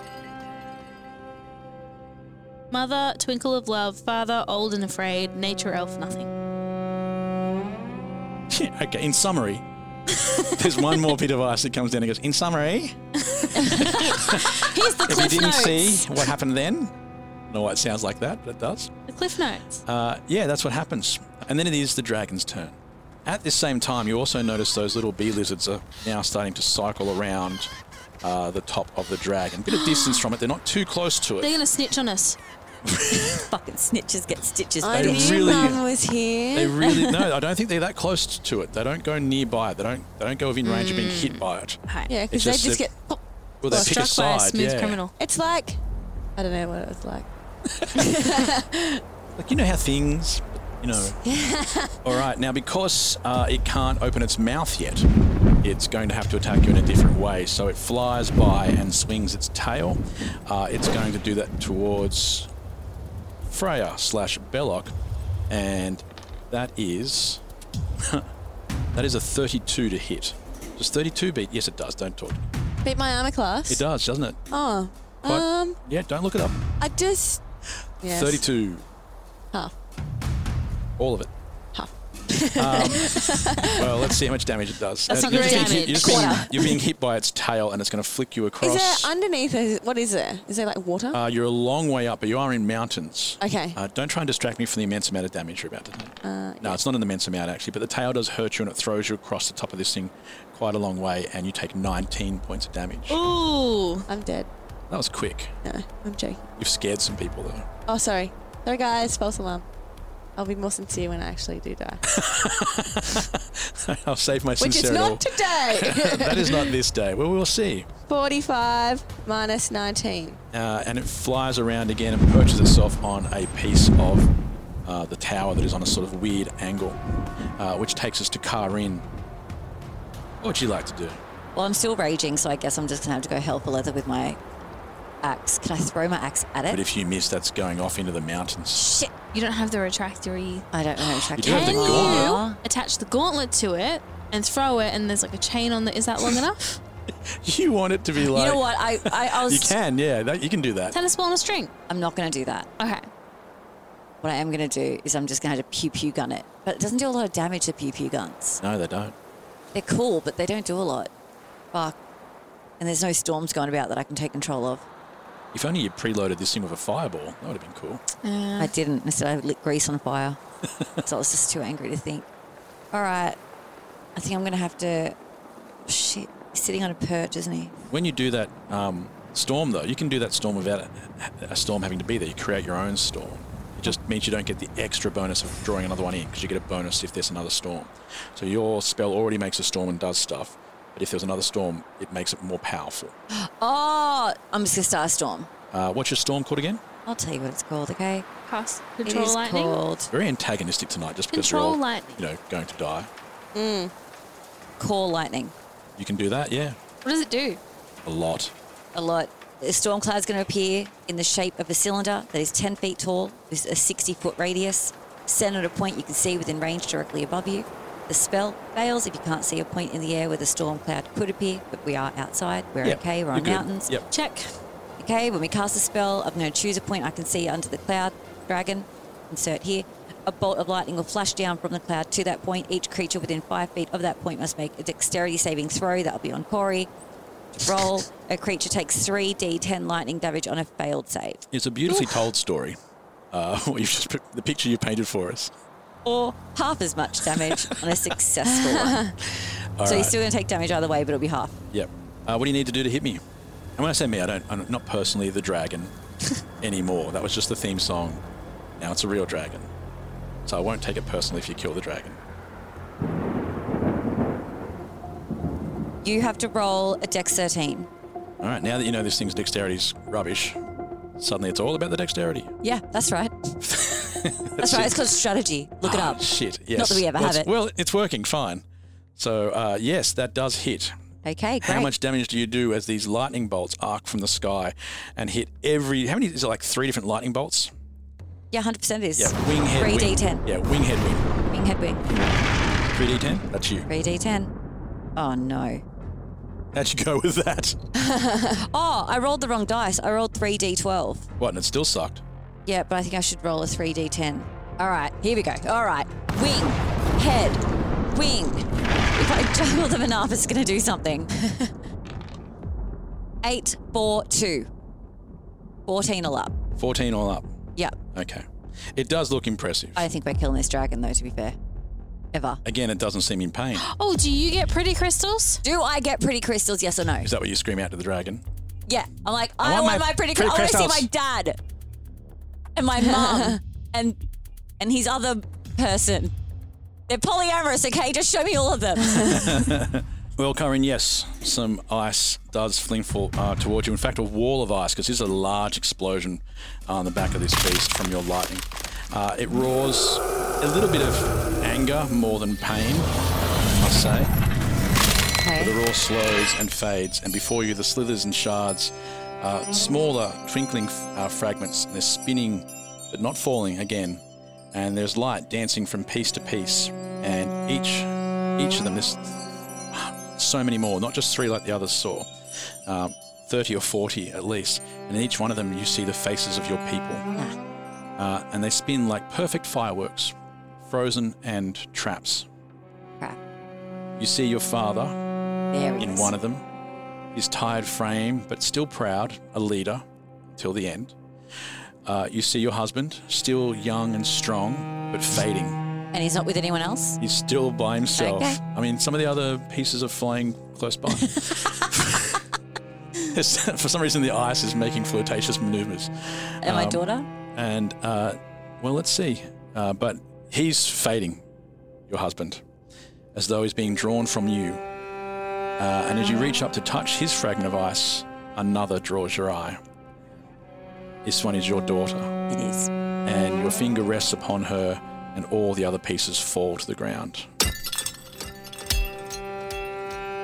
[SPEAKER 2] Mother, twinkle of love, father, old and afraid, nature elf, nothing.
[SPEAKER 1] okay, in summary, there's one more bit of ice that comes down and goes, In summary,
[SPEAKER 2] Here's the
[SPEAKER 1] if you
[SPEAKER 2] cliff
[SPEAKER 1] didn't
[SPEAKER 2] notes.
[SPEAKER 1] see what happened then, I don't know why it sounds like that, but it does.
[SPEAKER 2] The cliff notes.
[SPEAKER 1] Uh, yeah, that's what happens. And then it is the dragon's turn. At this same time, you also notice those little bee lizards are now starting to cycle around uh, the top of the dragon. Bit of distance from it, they're not too close to
[SPEAKER 2] They're
[SPEAKER 1] it.
[SPEAKER 2] going to snitch on us.
[SPEAKER 3] Fucking snitches get stitches.
[SPEAKER 4] I
[SPEAKER 1] They
[SPEAKER 3] baby.
[SPEAKER 4] knew
[SPEAKER 1] really-
[SPEAKER 4] Mum was here.
[SPEAKER 1] They really no, I don't think they're that close to it. They don't go nearby. it. They don't. They don't go within range of being hit by it.
[SPEAKER 4] yeah,
[SPEAKER 1] It's
[SPEAKER 4] because they
[SPEAKER 1] just
[SPEAKER 4] just
[SPEAKER 1] that-
[SPEAKER 4] get. pop.
[SPEAKER 1] Well, they
[SPEAKER 2] Hmm. Well,
[SPEAKER 1] pick a
[SPEAKER 2] struck by
[SPEAKER 1] side.
[SPEAKER 2] a smooth
[SPEAKER 1] yeah.
[SPEAKER 2] criminal.
[SPEAKER 4] It's like I don't know what it was like.
[SPEAKER 1] Like you know how things, you know. All right, now because uh, it can't open its mouth yet, it's going to have to attack you in a different way. So it flies by and swings its tail. Uh, it's going to do that towards Freya slash Belloc, and that is that is a 32 to hit. Does 32 beat? Yes, it does. Don't talk.
[SPEAKER 4] Beat my armor class.
[SPEAKER 1] It does, doesn't it?
[SPEAKER 4] Oh,
[SPEAKER 1] Quite-
[SPEAKER 4] um,
[SPEAKER 1] yeah, don't look it up.
[SPEAKER 4] I just. Yes.
[SPEAKER 1] 32,
[SPEAKER 4] Half.
[SPEAKER 1] all of it. Um,
[SPEAKER 4] Half.
[SPEAKER 1] Well, let's see how much damage it does.
[SPEAKER 2] That's
[SPEAKER 1] Uh,
[SPEAKER 2] not
[SPEAKER 1] you're
[SPEAKER 2] great
[SPEAKER 1] just being hit-
[SPEAKER 2] damage.
[SPEAKER 1] You're, just being, you're being hit by its tail, and it's going to flick you across.
[SPEAKER 4] Is there underneath? it- What is there? Is there like water?
[SPEAKER 1] uh, you're a long way up, but you are in mountains.
[SPEAKER 4] Okay.
[SPEAKER 1] Uh, don't try and distract me from the immense amount of damage you're about to do.
[SPEAKER 4] Uh,
[SPEAKER 1] no, it's not an immense amount actually, but the tail does hurt you, and it throws you across the top of this thing quite a long way, and you take 19 points of damage.
[SPEAKER 2] Ooh.
[SPEAKER 4] I'm dead.
[SPEAKER 1] That was quick.
[SPEAKER 4] No, I'm joking.
[SPEAKER 1] You've scared some people though.
[SPEAKER 4] Oh, sorry. Sorry, guys. False alarm. I'll be more sincere when I actually do die.
[SPEAKER 1] I'll save my
[SPEAKER 4] Which is
[SPEAKER 1] sincerity.
[SPEAKER 4] not today.
[SPEAKER 1] that is not this day. Well, we'll see.
[SPEAKER 4] 45 minus 19.
[SPEAKER 1] uh, and it flies around again and perches itself on a piece of uh, the tower that is on a sort of weird angle, uh, which takes us to Karin. What would you like to do?
[SPEAKER 3] Well, I'm still raging, so I guess I'm just gonna have to go help a leather with my axe. Can I throw my axe at
[SPEAKER 1] But
[SPEAKER 3] it?
[SPEAKER 1] if you miss, that's going off into the mountains.
[SPEAKER 3] Shit!
[SPEAKER 2] You don't have the retractory.
[SPEAKER 3] I don't know. Track
[SPEAKER 1] do have the
[SPEAKER 2] Can
[SPEAKER 1] gauntlet.
[SPEAKER 2] you attach the gauntlet to it and throw it? And there's like a chain on the. Is that long enough?
[SPEAKER 7] you want it to be
[SPEAKER 3] You
[SPEAKER 7] like
[SPEAKER 3] know what? I, I, I was.
[SPEAKER 7] you can, yeah, that, you can do that.
[SPEAKER 2] Tennis ball on a string.
[SPEAKER 3] I'm not going to do that.
[SPEAKER 2] Okay.
[SPEAKER 3] What I am going to do is I'm just going to pew pew gun it. But it doesn't do a lot of damage to pew pew guns.
[SPEAKER 1] No, they don't.
[SPEAKER 3] They're cool, but they don't do a lot. Fuck. And there's no storms going about that I can take control of.
[SPEAKER 1] If only you preloaded this thing with a fireball, that would have been cool.
[SPEAKER 2] Uh,
[SPEAKER 3] I didn't. Instead, I lit grease on fire. so I was just too angry to think. All right. I think I'm going to have to. Shit. He's sitting on a perch, isn't he?
[SPEAKER 1] When you do that um, storm, though, you can do that storm without a, a storm having to be there. You create your own storm. It just means you don't get the extra bonus of drawing another one in because you get a bonus if there's another storm. So your spell already makes a storm and does stuff, but if there's another storm, it makes it more powerful.
[SPEAKER 3] Oh, I'm just going to start a storm.
[SPEAKER 1] Uh, what's your storm called again?
[SPEAKER 3] I'll tell you what it's called, okay?
[SPEAKER 2] Pass.
[SPEAKER 3] It
[SPEAKER 2] Control
[SPEAKER 3] is
[SPEAKER 2] lightning.
[SPEAKER 3] called
[SPEAKER 1] Very antagonistic tonight, just because
[SPEAKER 2] Control
[SPEAKER 1] we're all,
[SPEAKER 2] lightning.
[SPEAKER 1] you know, going to die.
[SPEAKER 3] Core Lightning.
[SPEAKER 1] You can do that, yeah,
[SPEAKER 2] What does it do?
[SPEAKER 1] a lot.
[SPEAKER 3] a lot. A storm cloud's going to appear in the shape of a cylinder that is 10 feet tall, with a 60 foot radius, centered at a point you can see within range directly above you. The spell fails if you can't see a point in the air where the storm cloud could appear, but we are outside. We're
[SPEAKER 1] Yep,
[SPEAKER 3] okay. We're
[SPEAKER 1] you're
[SPEAKER 3] on
[SPEAKER 1] good.
[SPEAKER 3] mountains.
[SPEAKER 1] Yep.
[SPEAKER 2] Check.
[SPEAKER 3] Okay, when we cast a spell, I'm going to choose a point I can see under the cloud. Dragon, insert here. A bolt of lightning will flash down from the cloud to that point. Each creature within five feet of that point must make a dexterity saving throw. That'll be on Corey. To roll, a creature takes 3d10 lightning damage on a failed save.
[SPEAKER 1] It's a beautifully told story. Uh, what you've just the picture you painted for us.
[SPEAKER 3] Or half as much damage on a successful one. so you're
[SPEAKER 1] right.
[SPEAKER 3] still going to take damage either way, but it'll be half.
[SPEAKER 1] Yep. Uh, what do you need to do to hit me? And when I say me, I don't, I'm not personally the dragon anymore. That was just the theme song. Now it's a real dragon. So I won't take it personally if you kill the dragon.
[SPEAKER 3] You have to roll a dex 13.
[SPEAKER 1] All right, now that you know this thing's dexterity's rubbish, suddenly it's all about the dexterity.
[SPEAKER 3] Yeah, that's right. That's right. It's called strategy. Look it
[SPEAKER 1] Ah,
[SPEAKER 3] up.
[SPEAKER 1] Shit, yes.
[SPEAKER 3] that we ever
[SPEAKER 1] well,
[SPEAKER 3] have
[SPEAKER 1] it's-
[SPEAKER 3] it.
[SPEAKER 1] Well, it's working fine. So, uh, yes, that does hit.
[SPEAKER 3] Okay, great.
[SPEAKER 1] How much damage do you do as these lightning bolts arc from the sky and hit every. How many? Is it like three different lightning bolts?
[SPEAKER 3] Yeah, 100% it is.
[SPEAKER 1] Yeah, wing head.
[SPEAKER 3] Three
[SPEAKER 1] wing.
[SPEAKER 3] D10.
[SPEAKER 1] Yeah, wing head wing.
[SPEAKER 3] Wing head wing.
[SPEAKER 1] 3d10? That's you.
[SPEAKER 3] 3d10. Oh no.
[SPEAKER 1] How'd you go with that?
[SPEAKER 3] Oh, I rolled the wrong dice. I rolled 3d12.
[SPEAKER 1] What, and it still sucked?
[SPEAKER 3] Yeah, but I think I should roll a 3d10. All right, here we go. All right. Wing, head, wing. If I juggle them enough, it's going to do something. Eight, four, two. 14 all up.
[SPEAKER 1] 14 all up.
[SPEAKER 3] Yep.
[SPEAKER 1] Okay. It does look impressive.
[SPEAKER 3] I don't think we're killing this dragon, though, to be fair. Ever.
[SPEAKER 1] Again, it doesn't seem in pain.
[SPEAKER 2] Oh, do you get pretty crystals?
[SPEAKER 3] Do I get pretty crystals, yes or no?
[SPEAKER 1] Is that what you scream out to the dragon?
[SPEAKER 3] Yeah. I'm like, I, want, my, pretty, cri- I want to see my dad and my mum and and his other person. They're polyamorous, okay? Just show me all of them.
[SPEAKER 1] Well, Corinne, yes, some ice does fling for, uh, towards you. In fact, a wall of ice, because this is a large explosion uh, on the back of this beast from your lightning. Uh, it roars a little bit of anger more than pain, I must say. The roar slows and fades, and before you, the slithers and shards, uh, smaller twinkling uh, fragments. They're spinning, but not falling again. And there's light dancing from piece to piece, and each each of them, there's so many more, not just three like the others saw, um, 30 or 40 at least. And in each one of them, you see the faces of your people. Uh, and they spin like perfect fireworks, frozen and traps.
[SPEAKER 3] Crap.
[SPEAKER 1] You see your father,
[SPEAKER 3] There he
[SPEAKER 1] in
[SPEAKER 3] is.
[SPEAKER 1] one of them. His tired frame, but still proud, a leader till the end. Uh, you see your husband, still young and strong, but fading.
[SPEAKER 3] and he's not with anyone else?
[SPEAKER 1] He's still by himself.
[SPEAKER 3] Okay.
[SPEAKER 1] I mean, some of the other pieces are flying close by. For some reason, the ice is making flirtatious maneuvers.
[SPEAKER 3] And my
[SPEAKER 1] Um,
[SPEAKER 3] daughter?
[SPEAKER 1] And, uh, well, let's see. Uh, but he's fading, your husband, as though he's being drawn from you. Uh, and as you reach up to touch his fragment of ice, another draws your eye. This one is your daughter,
[SPEAKER 3] It is.
[SPEAKER 1] and your finger rests upon her, and all the other pieces fall to the ground.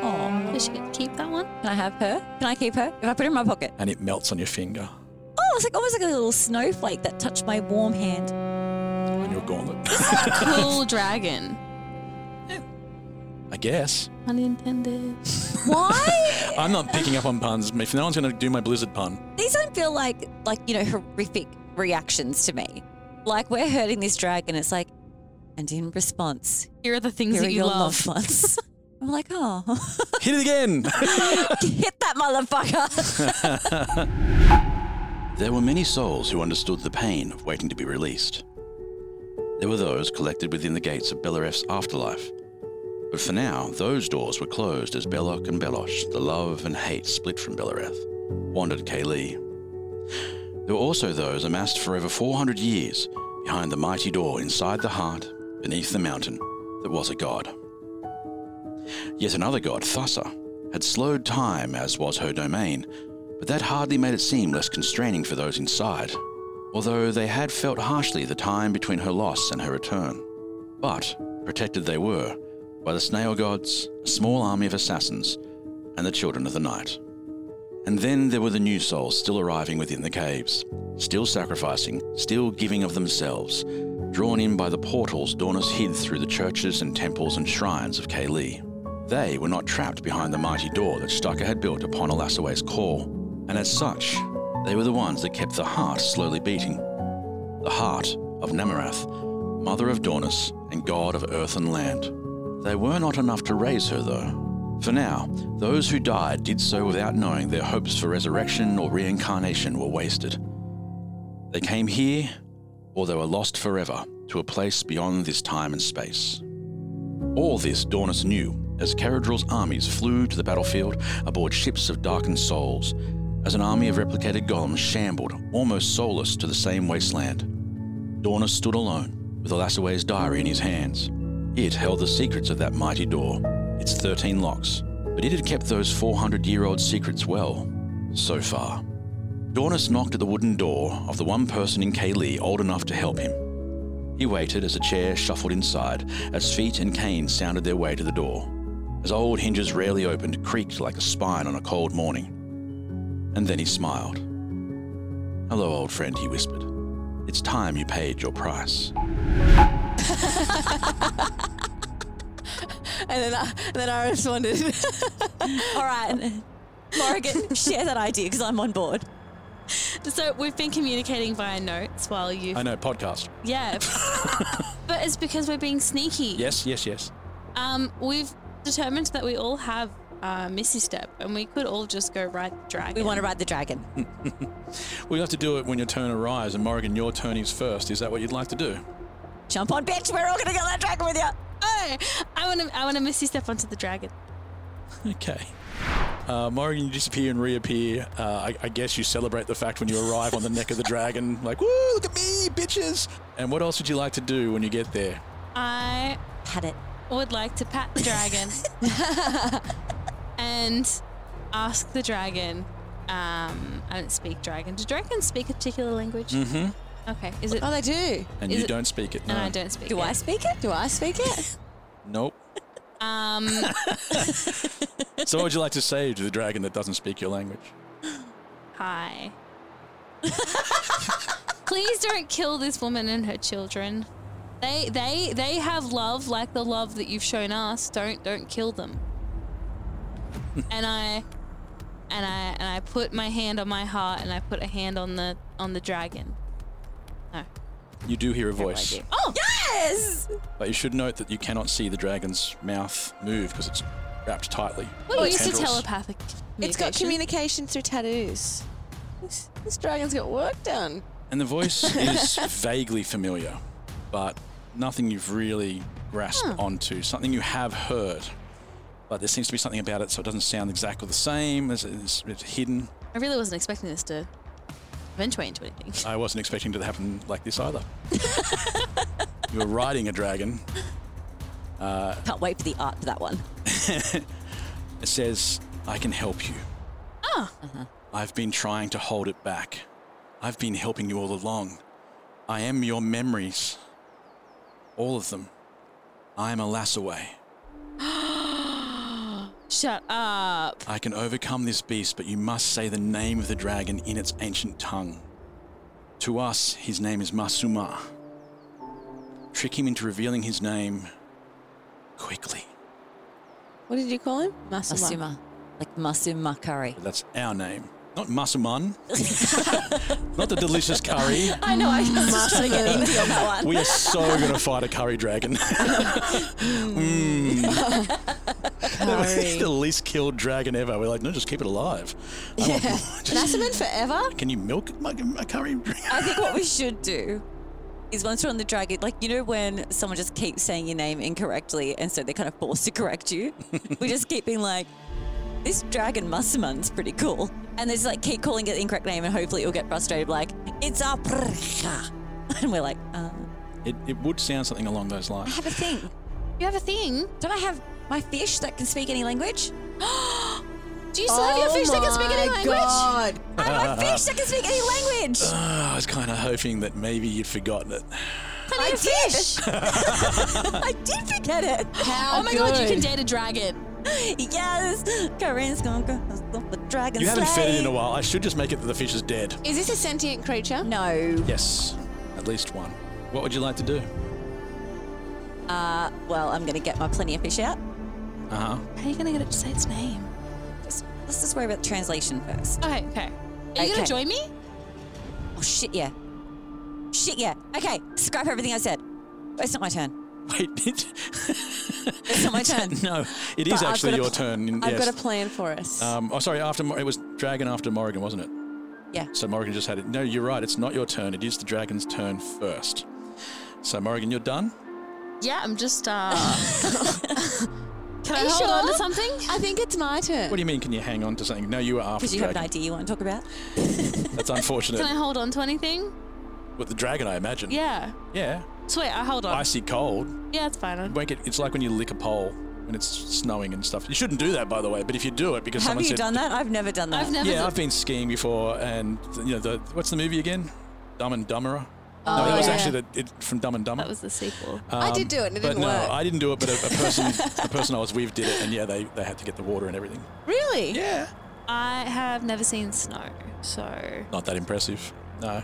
[SPEAKER 3] Oh.
[SPEAKER 2] Does she get to keep that one?
[SPEAKER 3] Can I have her? Can I keep her? If I put her in my pocket.
[SPEAKER 1] And it melts on your finger,
[SPEAKER 3] Oh, it's like almost like a little snowflake that touched my warm hand.
[SPEAKER 1] on your gauntlet.
[SPEAKER 2] Cool dragon.
[SPEAKER 8] I guess.
[SPEAKER 2] Unintended.
[SPEAKER 3] Why?
[SPEAKER 8] I'm not picking up on puns. If no one's going to do my blizzard pun,
[SPEAKER 3] These don't feel like like you know horrific reactions to me. Like we're hurting this dragon. It's like, and in response,
[SPEAKER 2] Here are the things
[SPEAKER 3] here are
[SPEAKER 2] that you
[SPEAKER 3] your
[SPEAKER 2] love.
[SPEAKER 3] loved ones. I'm like, oh,
[SPEAKER 8] hit it again.
[SPEAKER 3] hit that motherfucker.
[SPEAKER 1] There were many souls who understood the pain of waiting to be released. There were those collected within the gates of Belaref's afterlife. But for now, those doors were closed as Belloc and Belosh, the love and hate split from Belareth, wandered Kaylee. There were also those amassed for over 400 years behind the mighty door inside the heart, beneath the mountain, that was a god. Yet another god, Thassa, had slowed time, as was her domain, but that hardly made it seem less constraining for those inside, although they had felt harshly the time between her loss and her return. But protected they were by the snail gods, a small army of assassins, and the children of the night. And then there were the new souls still arriving within the caves, still sacrificing, still giving of themselves, drawn in by the portals Daunus hid through the churches and temples and shrines of Kaylee. They were not trapped behind the mighty door that Stucker had built upon Alasaway's call, and as such, they were the ones that kept the heart slowly beating. The heart of Namarath, mother of Daunus and god of earth and land. They were not enough to raise her, though. For now, those who died did so without knowing their hopes for resurrection or reincarnation were wasted. They came here, or they were lost forever to a place beyond this time and space. All this Daunus knew as Caradril's armies flew to the battlefield aboard ships of darkened souls, as an army of replicated golems shambled, almost soulless, to the same wasteland. Daunus stood alone, with Alassaway's diary in his hands. It held the secrets of that mighty door, its 13 locks, but it had kept those 400 year old secrets well, so far. Daunus knocked at the wooden door of the one person in Kaylee old enough to help him. He waited as a chair shuffled inside, as feet and canes sounded their way to the door, as old hinges rarely opened creaked like a spine on a cold morning. And then he smiled. Hello, old friend, he whispered. It's time you paid your price.
[SPEAKER 4] And then I, and then I responded.
[SPEAKER 3] All right, Morrigan, share that idea because I'm on board.
[SPEAKER 2] So we've been communicating via notes while you.
[SPEAKER 8] I know, podcast.
[SPEAKER 2] Yeah. but it's because we're being sneaky.
[SPEAKER 8] Yes, yes, yes.
[SPEAKER 2] Um, we've determined that we all have uh, Missy Step and we could all just go ride the dragon.
[SPEAKER 3] We want to ride the dragon.
[SPEAKER 8] We'll have to do it when your turn arrives, and Morrigan, your turn is first. Is that what you'd like to do?
[SPEAKER 3] Jump on, bitch. We're all gonna get on that dragon with you.
[SPEAKER 2] Oh, I want to. I want to Missy Step onto the dragon.
[SPEAKER 8] Okay. Uh, Morrigan, you disappear and reappear. Uh, I, I guess you celebrate the fact when you arrive on the neck of the dragon, like, woo, look at me, bitches. And what else would you like to do when you get there?
[SPEAKER 2] I
[SPEAKER 3] Had it.
[SPEAKER 2] would like to pat the dragon and ask the dragon. Um, I don't speak dragon. Do dragons speak a particular language? Mm-hmm. Okay. Is it?
[SPEAKER 4] oh, they do.
[SPEAKER 8] And
[SPEAKER 2] Is
[SPEAKER 8] you
[SPEAKER 2] it-
[SPEAKER 8] don't speak it. No.
[SPEAKER 2] And I don't speak.
[SPEAKER 3] Uh, Do
[SPEAKER 2] it.
[SPEAKER 3] I speak it?
[SPEAKER 4] Do I speak it?
[SPEAKER 8] Nope.
[SPEAKER 2] Um,
[SPEAKER 8] So, what would you like to say to the dragon that doesn't speak your language?
[SPEAKER 2] hi. Please don't kill this woman and her children. They they they have love like the love that you've shown us. Don't don't kill them. and I and I and I put my hand on my heart and I put a hand on the on the dragon.
[SPEAKER 8] You do hear a voice,
[SPEAKER 2] Oh,
[SPEAKER 3] Yes.
[SPEAKER 8] but you should note that you cannot see the dragon's mouth move because it's wrapped tightly.
[SPEAKER 2] what are
[SPEAKER 8] by
[SPEAKER 2] you used to
[SPEAKER 8] tendrils.
[SPEAKER 2] telepathic?
[SPEAKER 4] it's got communication through tattoos. This, this dragon's got work done.
[SPEAKER 8] And the voice is vaguely familiar, but nothing you've really grasped onto, something you have heard. But there seems to be something about it, so it doesn't sound exactly the same. It's, it's, it's hidden.
[SPEAKER 2] I really wasn't expecting this to eventuate into anything.
[SPEAKER 8] I wasn't expecting it to happen like this either. you were riding a dragon.
[SPEAKER 3] Can't wait for the art for that one.
[SPEAKER 8] It says, I can help you. Uh-huh.
[SPEAKER 2] Oh.
[SPEAKER 8] I've been trying to hold it back. I've been helping you all along. I am your memories. All of them. I am a Lassaway.
[SPEAKER 2] Shut up.
[SPEAKER 8] I can overcome this beast, but you must say the name of the dragon in its ancient tongue. To us, his name is Masuma. Trick him into revealing his name quickly.
[SPEAKER 4] What did you call him? Masuma.
[SPEAKER 3] Masuma. Like Masuma curry.
[SPEAKER 1] That's our name. Not Masuman. Not the delicious curry.
[SPEAKER 3] I know, I was just trying to get into on that one.
[SPEAKER 1] We are so going to fight a curry dragon. It's the least killed dragon ever. We're like, no, just keep it alive. I want- just-
[SPEAKER 4] Masaman forever?
[SPEAKER 1] can you milk my, my curry dragon?
[SPEAKER 3] I think what we should do is once we're on the dragon, like, you know, when someone just keeps saying your name incorrectly and so they're kind of forced to correct you, we just keep being like, this dragon Musaman's pretty cool. And they just like keep calling it the incorrect name and hopefully it'll get frustrated, like, it's a prcha. And we're like, uh,
[SPEAKER 1] It, it would sound something along those
[SPEAKER 3] I
[SPEAKER 1] lines.
[SPEAKER 3] have a thing.
[SPEAKER 2] You have a thing?
[SPEAKER 3] Don't I have my fish that can speak any language?
[SPEAKER 2] Do you still have your fish that can speak any language?
[SPEAKER 4] God.
[SPEAKER 3] I have my fish that can speak any language!
[SPEAKER 1] Oh, I was kind of hoping that maybe you'd forgotten it.
[SPEAKER 3] I did! I did forget it!
[SPEAKER 2] oh my god, you can date a dragon.
[SPEAKER 3] Yes, Corinne's gonna go stop the dragon.
[SPEAKER 1] You haven't fed it in a
[SPEAKER 3] slave.
[SPEAKER 1] while. I should just make it that the fish is dead.
[SPEAKER 4] Is this a sentient creature?
[SPEAKER 3] No.
[SPEAKER 1] Yes, at least one. What would you like to do?
[SPEAKER 3] Uh, well, I'm gonna get my plenty of fish out.
[SPEAKER 1] Uh huh.
[SPEAKER 2] How are you gonna get it to say its name?
[SPEAKER 3] Let's, let's just worry about the translation first.
[SPEAKER 2] Okay, okay. Are you
[SPEAKER 3] Okay.
[SPEAKER 2] gonna join me?
[SPEAKER 3] Oh shit, yeah. Shit, yeah. Okay, scrap everything I said. It's not my turn.
[SPEAKER 1] Wait, it,
[SPEAKER 3] It's not my turn.
[SPEAKER 1] no, it
[SPEAKER 3] But
[SPEAKER 1] is
[SPEAKER 3] I've
[SPEAKER 1] actually
[SPEAKER 3] got a
[SPEAKER 1] your
[SPEAKER 3] pl-
[SPEAKER 1] turn.
[SPEAKER 4] I've
[SPEAKER 1] yes.
[SPEAKER 4] got a plan for us.
[SPEAKER 1] Um, oh, sorry. After Mor- it was dragon after Morrigan, wasn't it?
[SPEAKER 3] Yeah.
[SPEAKER 1] So Morrigan just had it. No, you're right. It's not your turn. It is the dragon's turn first. So Morrigan, you're done.
[SPEAKER 2] Yeah, I'm just uh Can I
[SPEAKER 4] you
[SPEAKER 2] hold on to
[SPEAKER 4] sure?
[SPEAKER 2] something?
[SPEAKER 4] I think it's my turn.
[SPEAKER 1] What do you mean? Can you hang on to something? No, you were after
[SPEAKER 3] Because
[SPEAKER 1] the
[SPEAKER 3] you have an
[SPEAKER 1] dragon.
[SPEAKER 3] idea you want to talk about?
[SPEAKER 1] That's
[SPEAKER 2] Can I
[SPEAKER 1] unfortunate.
[SPEAKER 2] hold on to anything?
[SPEAKER 1] With the dragon, I imagine.
[SPEAKER 2] Yeah.
[SPEAKER 1] Yeah.
[SPEAKER 2] Sweet, I hold on.
[SPEAKER 1] Icy cold.
[SPEAKER 2] Yeah, it's fine.
[SPEAKER 1] Won't get- It's like when you lick a pole when it's snowing and stuff. You shouldn't do that, by the way. But if you do it, because
[SPEAKER 3] have
[SPEAKER 1] someone
[SPEAKER 3] you
[SPEAKER 1] said,
[SPEAKER 3] done that? I've never done that.
[SPEAKER 2] I've never.
[SPEAKER 1] Yeah,
[SPEAKER 2] done-
[SPEAKER 1] I've been skiing before, and you know the what's the movie again? Dumb and Dumberer.
[SPEAKER 3] Oh,
[SPEAKER 1] no, that was
[SPEAKER 3] yeah.
[SPEAKER 1] actually the, it, from Dumb and Dumber.
[SPEAKER 2] that was the sequel.
[SPEAKER 4] I did do it and it
[SPEAKER 1] Um, but
[SPEAKER 4] didn't
[SPEAKER 1] no,
[SPEAKER 4] work.
[SPEAKER 1] I didn't do it. But a, a person, a person I was with, did it, and yeah, they, they had to get the water and everything.
[SPEAKER 4] really?
[SPEAKER 1] Yeah,
[SPEAKER 2] I have never seen snow, so
[SPEAKER 1] not that impressive. No,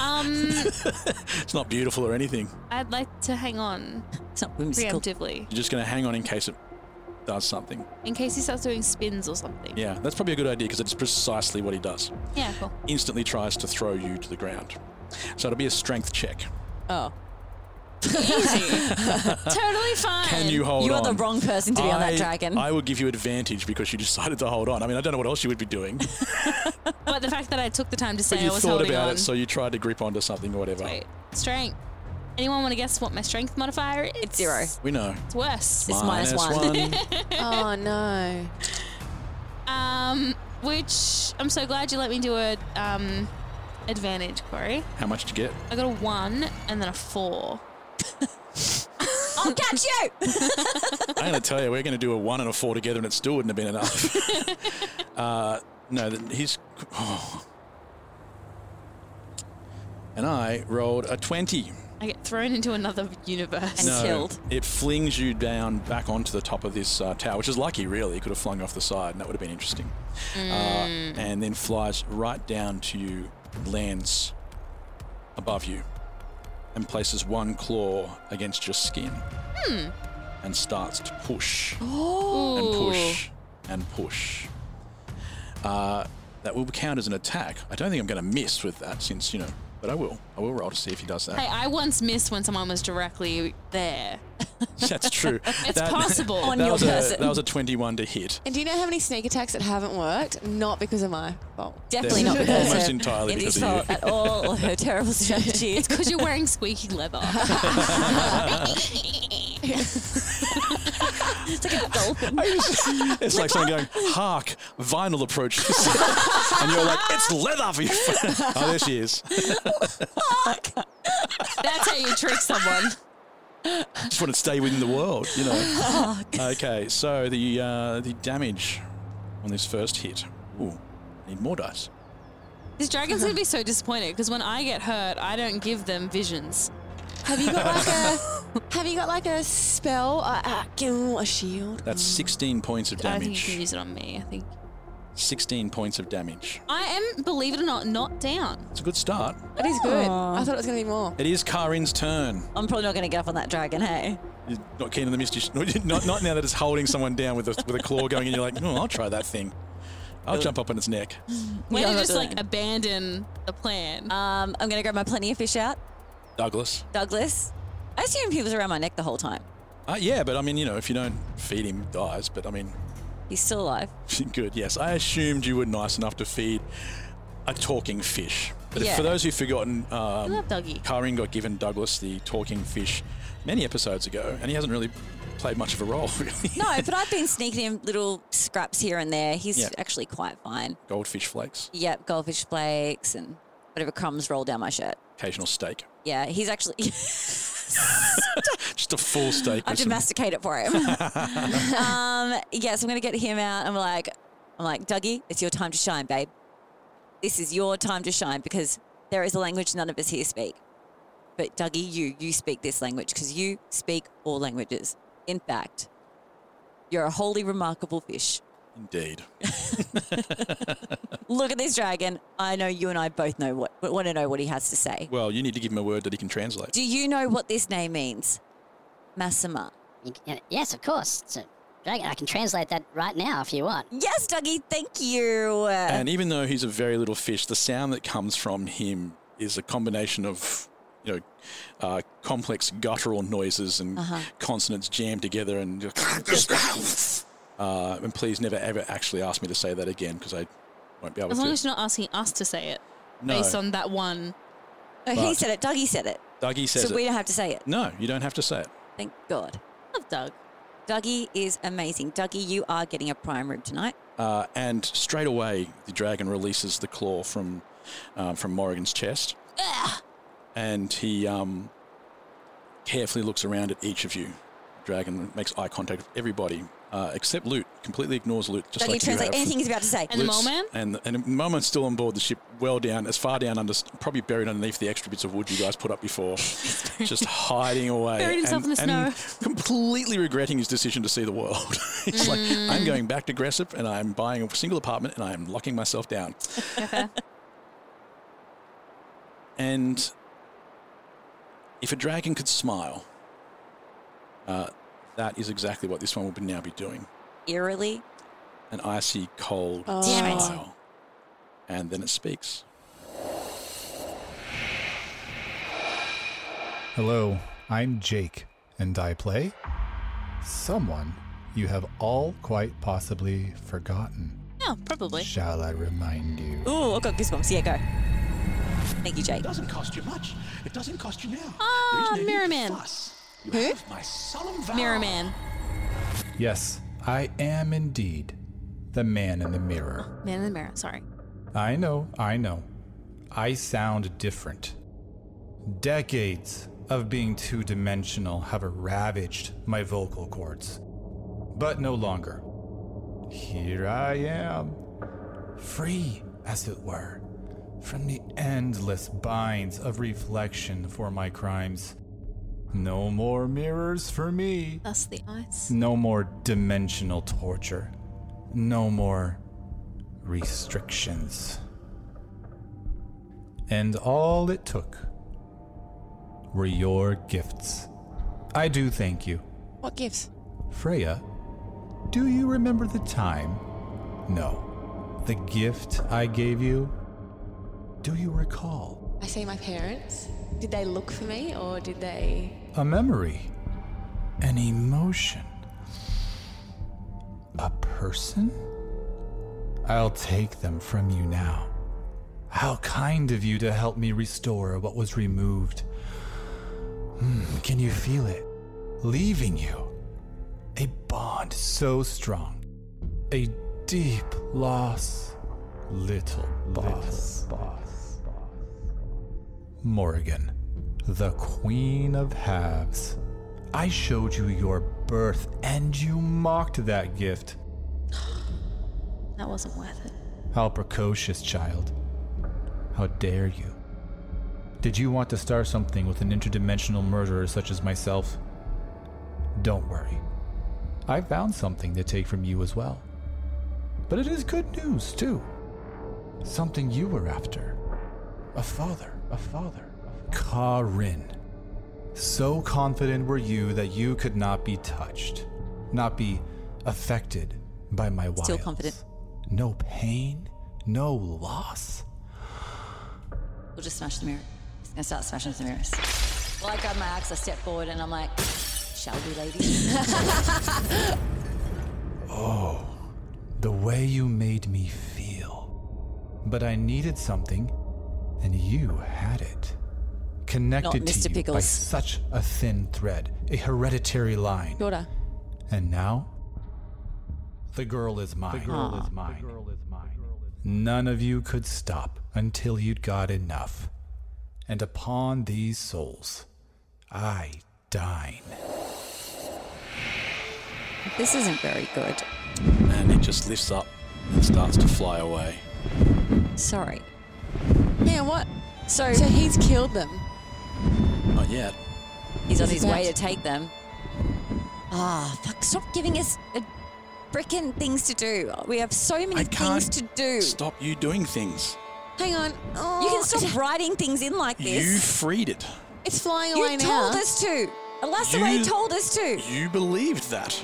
[SPEAKER 2] um,
[SPEAKER 1] it's not beautiful or anything.
[SPEAKER 2] I'd like to hang on
[SPEAKER 3] It's not whimsical.
[SPEAKER 2] preemptively
[SPEAKER 1] You're just going to hang on in case it does something.
[SPEAKER 2] in case he starts doing spins or something.
[SPEAKER 1] Yeah, that's probably a good idea because it's precisely what he does.
[SPEAKER 2] Yeah, cool.
[SPEAKER 1] Instantly tries to throw you to the ground. So it'll be a strength check.
[SPEAKER 3] Oh.
[SPEAKER 2] totally fine.
[SPEAKER 1] Can you hold
[SPEAKER 3] you
[SPEAKER 1] on?
[SPEAKER 3] are the wrong person to be on
[SPEAKER 1] I-
[SPEAKER 3] that dragon.
[SPEAKER 1] I would give you advantage because you decided to hold on. I mean, I don't know what else you would be doing.
[SPEAKER 2] But the fact that I took the time to say
[SPEAKER 1] But you
[SPEAKER 2] I was
[SPEAKER 1] thought
[SPEAKER 2] holding
[SPEAKER 1] about
[SPEAKER 2] on.
[SPEAKER 1] it, so you tried to grip onto something or whatever.
[SPEAKER 2] Wait, strength. Anyone want to guess what my strength modifier is?
[SPEAKER 3] It's zero.
[SPEAKER 1] We know.
[SPEAKER 2] It's worse.
[SPEAKER 3] It's minus one.
[SPEAKER 4] oh no.
[SPEAKER 2] Um, which I'm so glad you let me do a um advantage, Corey.
[SPEAKER 1] How much did you get?
[SPEAKER 2] I got a one and then a four.
[SPEAKER 3] I'll catch you!
[SPEAKER 1] I'm going to tell you, we're going to do a one and a four together, and it still wouldn't have been enough. uh, no, th- he's. Oh. And I rolled a 20.
[SPEAKER 2] I get thrown into another universe.
[SPEAKER 3] No. Killed.
[SPEAKER 1] It flings you down back onto the top of this uh, tower, which is lucky, really. It could have flung off the side, and that would have been interesting. Uh, and then flies right down to you, lands above you, and places one claw against your skin and starts to push and push and push. Uh, that will count as an attack. I don't think I'm going to miss with that since, you know, but I will. I will roll to see if he does that.
[SPEAKER 2] Hey, I once missed when someone was directly there.
[SPEAKER 1] That's true.
[SPEAKER 2] It's possible.
[SPEAKER 3] On
[SPEAKER 1] that
[SPEAKER 3] your
[SPEAKER 1] was
[SPEAKER 3] person.
[SPEAKER 1] A, that was a 21 to hit.
[SPEAKER 4] And do you know how many sneak attacks that haven't worked? Not because of my fault.
[SPEAKER 3] Definitely not
[SPEAKER 1] Almost
[SPEAKER 3] because of
[SPEAKER 1] entirely
[SPEAKER 3] Indy's
[SPEAKER 1] because of you.
[SPEAKER 3] fault at all or her terrible strategy. It's
[SPEAKER 2] Because you're wearing squeaky leather.
[SPEAKER 3] like a dolphin.
[SPEAKER 1] It's like someone going, hark, vinyl approaches. and you're like, it's leather for you. oh, there she is.
[SPEAKER 2] That's how you trick someone.
[SPEAKER 1] Just want to stay within the world, you know. okay, so the uh, the damage on this first hit. Ooh, need more dice.
[SPEAKER 2] This dragon's gonna be so disappointed because when I get hurt, I don't give them visions.
[SPEAKER 4] Have you got like a Have you got like a spell? A, a, a shield?
[SPEAKER 1] That's 16 points of
[SPEAKER 2] Mm. I don't think you can
[SPEAKER 1] damage.
[SPEAKER 2] use it on me. I think
[SPEAKER 1] 16 points of damage.
[SPEAKER 2] I am, believe it or not, not down.
[SPEAKER 1] It's a good start.
[SPEAKER 4] That is good. I thought it was going to be more.
[SPEAKER 1] It is Karin's turn.
[SPEAKER 3] I'm probably not going to get up on that dragon, hey?
[SPEAKER 1] You're not keen on the misty. Sh- not, not now that it's holding someone down with a, with a claw going, and you're like, no, I'll try that thing. I'll jump up on its neck.
[SPEAKER 2] Way
[SPEAKER 3] Yeah,
[SPEAKER 2] to
[SPEAKER 3] I'm not
[SPEAKER 2] just
[SPEAKER 3] doing
[SPEAKER 2] like
[SPEAKER 3] it.
[SPEAKER 2] abandon the plan. Uh,
[SPEAKER 3] Um, I'm going to grab my plenty of fish out.
[SPEAKER 1] Douglas.
[SPEAKER 3] Douglas. I assumed he was around my neck the whole time.
[SPEAKER 1] Uh, yeah, but I mean, you know, if you don't feed him, he dies. But I mean,
[SPEAKER 3] He's still alive.
[SPEAKER 1] good. Yes, I assumed you were nice enough to feed a talking fish. But
[SPEAKER 3] Yeah.
[SPEAKER 1] for those who've forgotten, um,
[SPEAKER 2] love Dougie.
[SPEAKER 1] Karin got given Douglas the talking fish many episodes ago, and he hasn't really played much of a role, really.
[SPEAKER 3] No, but I've been sneaking him little scraps here and there. He's
[SPEAKER 1] Yeah.
[SPEAKER 3] actually quite fine.
[SPEAKER 1] Goldfish flakes,
[SPEAKER 3] Yep, goldfish flakes and whatever crumbs roll down my shirt.
[SPEAKER 1] occasional steak.
[SPEAKER 3] Yeah, he's actually.
[SPEAKER 1] Just a full steak.
[SPEAKER 3] I
[SPEAKER 1] with some-
[SPEAKER 3] domesticate it for him. um, yes, I'm going to get him out. I'm like, I'm like, Dougie, it's your time to shine, babe. This is your time to shine because there is a language none of us here speak. But Dougie, you you speak this language because you speak all languages. In fact, you're a wholly remarkable fish.
[SPEAKER 1] Indeed.
[SPEAKER 3] Look at this dragon. I know you and I both know what want to know what he has to say.
[SPEAKER 1] Well, you need to give him a word that he can translate.
[SPEAKER 3] Do you know what this name means? Massima.
[SPEAKER 9] Y- y- Yes, of course. It's a dragon. I can translate that right now if you want.
[SPEAKER 3] Yes, Dougie. Thank you.
[SPEAKER 1] And even though he's a very little fish, the sound that comes from him is a combination of, you know, uh, complex guttural noises and
[SPEAKER 2] Uh-huh.
[SPEAKER 1] consonants jammed together. And uh, and please never ever actually ask me to say that again because I won't be able
[SPEAKER 2] as
[SPEAKER 1] to.
[SPEAKER 2] long as you're not asking us to say it
[SPEAKER 1] no,
[SPEAKER 2] based on that one.
[SPEAKER 3] Oh, he said it. Dougie said it.
[SPEAKER 1] Dougie says
[SPEAKER 3] so we
[SPEAKER 1] it.
[SPEAKER 3] don't have to say it.
[SPEAKER 1] No, you don't have to say it.
[SPEAKER 3] Thank God.
[SPEAKER 2] Love Doug.
[SPEAKER 3] Dougie is amazing. Dougie, you are getting a prime rib tonight.
[SPEAKER 1] Uh, and straight away, the dragon releases the claw from um, from Morrigan's chest, and he um, carefully looks around at each of you. Dragon makes eye contact with everybody uh, except Loot. Completely ignores Loot, just
[SPEAKER 3] Dougie,
[SPEAKER 1] like you
[SPEAKER 3] translate
[SPEAKER 1] have.
[SPEAKER 3] anything he's about to say.
[SPEAKER 2] And the
[SPEAKER 1] Luke's-
[SPEAKER 2] Moleman?
[SPEAKER 1] and and the Moleman's still on board the ship, well down, as far down under, probably buried underneath the extra bits of wood you guys put up before, just hiding away,
[SPEAKER 2] Buried himself in the
[SPEAKER 1] and completely regretting his decision to see the world. He's like,
[SPEAKER 2] Mm.
[SPEAKER 1] I'm going back to Gressip, and I'm buying a single apartment, and I'm locking myself down. and if a dragon could smile, uh, that is exactly what this one will be now be doing
[SPEAKER 3] Eerily.
[SPEAKER 1] an icy cold
[SPEAKER 4] Damn
[SPEAKER 3] Oh. it.
[SPEAKER 1] smile. And then it speaks.
[SPEAKER 10] Hello, I'm Jake, and I play someone you have all quite possibly forgotten.
[SPEAKER 2] Yeah, probably.
[SPEAKER 10] Shall I remind you?
[SPEAKER 3] Ooh, I've got goosebumps. Yeah, go. Thank you, Jake.
[SPEAKER 11] doesn't cost you much. It doesn't cost you now.
[SPEAKER 2] Ah,
[SPEAKER 11] There is no need
[SPEAKER 2] Mirror
[SPEAKER 11] to
[SPEAKER 2] Man.
[SPEAKER 11] fuss. You have my solemn vow.
[SPEAKER 2] Mirror Man.
[SPEAKER 10] Yes, I am indeed the man in the mirror.
[SPEAKER 2] Man in the mirror. Sorry.
[SPEAKER 10] I know, I know. I sound different. Decades of being two dimensional have ravaged my vocal cords, but no longer. Here I am, free, as it were, from the endless binds of reflection for my crimes. No more mirrors for me.
[SPEAKER 2] Thus the ice.
[SPEAKER 10] No more dimensional torture. No more restrictions. And all it took were your gifts. I do thank you.
[SPEAKER 4] What gives?
[SPEAKER 10] Freya, do you remember the time? No. The gift I gave you? Do you recall?
[SPEAKER 4] I see my parents. Did they look for me or did they?
[SPEAKER 10] A memory? An emotion? A person? I'll take them from you now. How kind of you to help me restore what was removed. Hmm, can you feel it? Leaving you. A bond so strong. A deep loss. Little boss. Morrigan, the Queen of Halves. I showed you your birth and you mocked that gift.
[SPEAKER 2] That wasn't worth it.
[SPEAKER 10] How precocious, child. How dare you? Did you want to start something with an interdimensional murderer such as myself? Don't worry. I found something to take from you as well. But it is good news, too. Something you were after. A father, a father. Karin. So confident were you that you could not be touched, not be affected by my wiles.
[SPEAKER 3] Still confident.
[SPEAKER 10] No pain, no loss.
[SPEAKER 12] We'll just smash the mirror. He's gonna start smashing the mirrors. Well, I
[SPEAKER 3] uh,
[SPEAKER 12] grab my axe, I step forward, and I'm like, "Shall we, ladies?"
[SPEAKER 10] Oh, the way you made me feel. But I needed something, and you had it. Connected
[SPEAKER 3] Not Mr.
[SPEAKER 10] to you by
[SPEAKER 3] Pickles.
[SPEAKER 10] such a thin thread, a hereditary line.
[SPEAKER 3] Daughter.
[SPEAKER 10] And now, the girl is mine.
[SPEAKER 3] girl is
[SPEAKER 10] mine. None of you could stop until you'd got enough. And upon these souls, I dine.
[SPEAKER 3] This isn't very good.
[SPEAKER 1] And it just lifts up and starts to fly away.
[SPEAKER 3] Sorry.
[SPEAKER 4] Yeah, what?
[SPEAKER 3] So,
[SPEAKER 4] so he's killed them.
[SPEAKER 1] Not yet.
[SPEAKER 3] He's on
[SPEAKER 4] This
[SPEAKER 3] his
[SPEAKER 4] is
[SPEAKER 3] way to
[SPEAKER 4] bad.
[SPEAKER 3] take them. Ah, fuck. Stop giving us uh, frickin' things to do. We have so many
[SPEAKER 1] I can't
[SPEAKER 3] things to do.
[SPEAKER 1] Stop you doing things.
[SPEAKER 4] Hang on. Oh,
[SPEAKER 3] You can stop writing things in like
[SPEAKER 1] You
[SPEAKER 3] this.
[SPEAKER 1] freed it.
[SPEAKER 4] It's flying
[SPEAKER 3] You,
[SPEAKER 4] away now.
[SPEAKER 3] told us to.
[SPEAKER 1] You-
[SPEAKER 3] Elasaway told us to.
[SPEAKER 1] You believed that.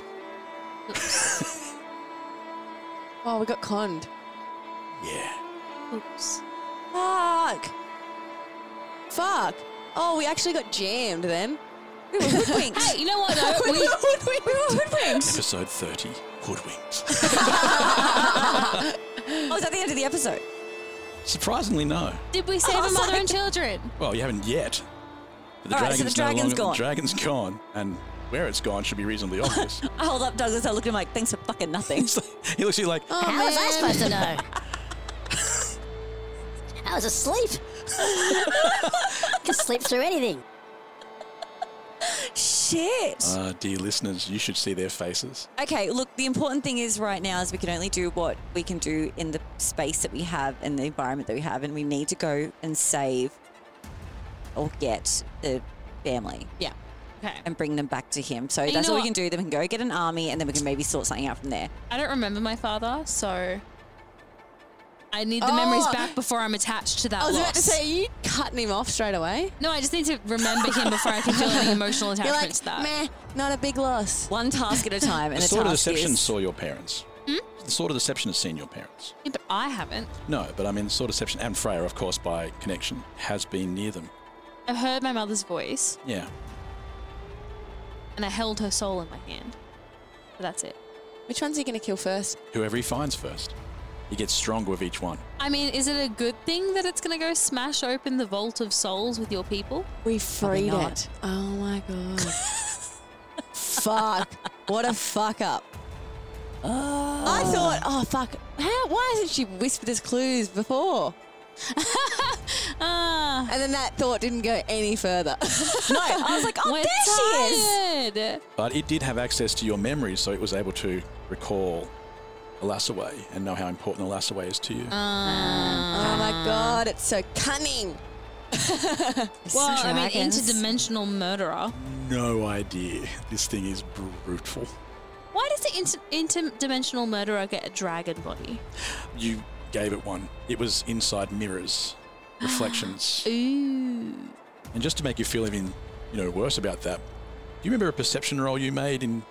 [SPEAKER 4] Oh, we got conned.
[SPEAKER 1] Yeah.
[SPEAKER 2] Oops.
[SPEAKER 4] Fuck. Fuck. Oh, we actually got jammed then.
[SPEAKER 3] We were hoodwinked.
[SPEAKER 2] Hey, you know what? though? we,
[SPEAKER 4] we were hoodwinked.
[SPEAKER 1] Episode 30 Hoodwinked.
[SPEAKER 3] oh, is that the end of the episode?
[SPEAKER 1] Surprisingly, no.
[SPEAKER 2] did we save
[SPEAKER 3] I
[SPEAKER 2] a
[SPEAKER 3] was
[SPEAKER 2] mother
[SPEAKER 3] like-
[SPEAKER 2] and children?
[SPEAKER 1] Well, you haven't yet. But
[SPEAKER 3] All right, so the dragon's
[SPEAKER 1] no longer,
[SPEAKER 3] gone.
[SPEAKER 1] The dragon's gone. And where it's gone should be reasonably obvious.
[SPEAKER 3] I hold up Douglas. I look at him like, thanks for fucking nothing.
[SPEAKER 1] It's like- he looks at you like,
[SPEAKER 4] Oh,
[SPEAKER 9] How was I
[SPEAKER 4] man.
[SPEAKER 9] supposed to know? I was asleep. Can sleep through anything.
[SPEAKER 3] Shit.
[SPEAKER 1] "Ah, dear listeners, you should see their faces.
[SPEAKER 3] Uh, Okay, look, the important thing is right now is we can only do what we can do in the space that we have and the environment that we have, and we need to go and save or get the family
[SPEAKER 2] Yeah. Okay.
[SPEAKER 3] and bring them back to him. So
[SPEAKER 2] And you
[SPEAKER 3] that's
[SPEAKER 2] know
[SPEAKER 3] all
[SPEAKER 2] what?
[SPEAKER 3] we can do. Then we can go get an army, and then we can maybe sort something out from there.
[SPEAKER 2] I don't remember my father, so I need the
[SPEAKER 4] Oh.
[SPEAKER 2] memories back before I'm attached to that
[SPEAKER 4] I was
[SPEAKER 2] loss.
[SPEAKER 4] about to say, are you cutting him off straight away?
[SPEAKER 2] no, I just need to remember him before I can feel any emotional
[SPEAKER 4] You're
[SPEAKER 2] attachment
[SPEAKER 4] like,
[SPEAKER 2] to that.
[SPEAKER 4] meh, not a big loss.
[SPEAKER 3] One task at a time, and
[SPEAKER 1] The
[SPEAKER 3] the
[SPEAKER 1] sword of
[SPEAKER 3] task
[SPEAKER 1] deception
[SPEAKER 3] is
[SPEAKER 1] saw your parents.
[SPEAKER 3] Hmm?
[SPEAKER 1] The sword of deception has seen your parents.
[SPEAKER 2] Yeah, but I haven't.
[SPEAKER 1] No, but I mean, the sword of deception and Freya, of course, by connection, has been near them.
[SPEAKER 2] I heard my mother's voice
[SPEAKER 1] Yeah.
[SPEAKER 2] and I held her soul in my hand. But that's it.
[SPEAKER 4] Which one's he going to kill first?
[SPEAKER 1] Whoever he finds first. He gets stronger with each one.
[SPEAKER 2] I mean, is it a good thing that it's going to go smash open the vault of souls with your people?
[SPEAKER 3] Probably
[SPEAKER 4] We freed
[SPEAKER 3] not.
[SPEAKER 4] it. Oh my god. fuck. What a fuck up. I thought, oh fuck. How, why hasn't she whispered us clues before?
[SPEAKER 2] Ah,
[SPEAKER 4] And then that thought didn't go any further.
[SPEAKER 3] no. I was like, oh,
[SPEAKER 2] we're
[SPEAKER 3] there she is.
[SPEAKER 2] tired.
[SPEAKER 1] But it did have access to your memories, so it was able to recall Elasaway and know how important Elasaway is to
[SPEAKER 3] Uh-huh.
[SPEAKER 1] you.
[SPEAKER 4] oh my god, it's so cunning.
[SPEAKER 2] Well, I mean,
[SPEAKER 3] Dragons.
[SPEAKER 2] interdimensional murderer.
[SPEAKER 1] no idea. This thing is brutal.
[SPEAKER 2] Why does the inter- interdimensional murderer get a dragon body?
[SPEAKER 1] You gave it one. It was inside mirrors, reflections.
[SPEAKER 2] Ooh.
[SPEAKER 1] and just to make you feel even, you know, worse about that, do you remember a perception roll you made in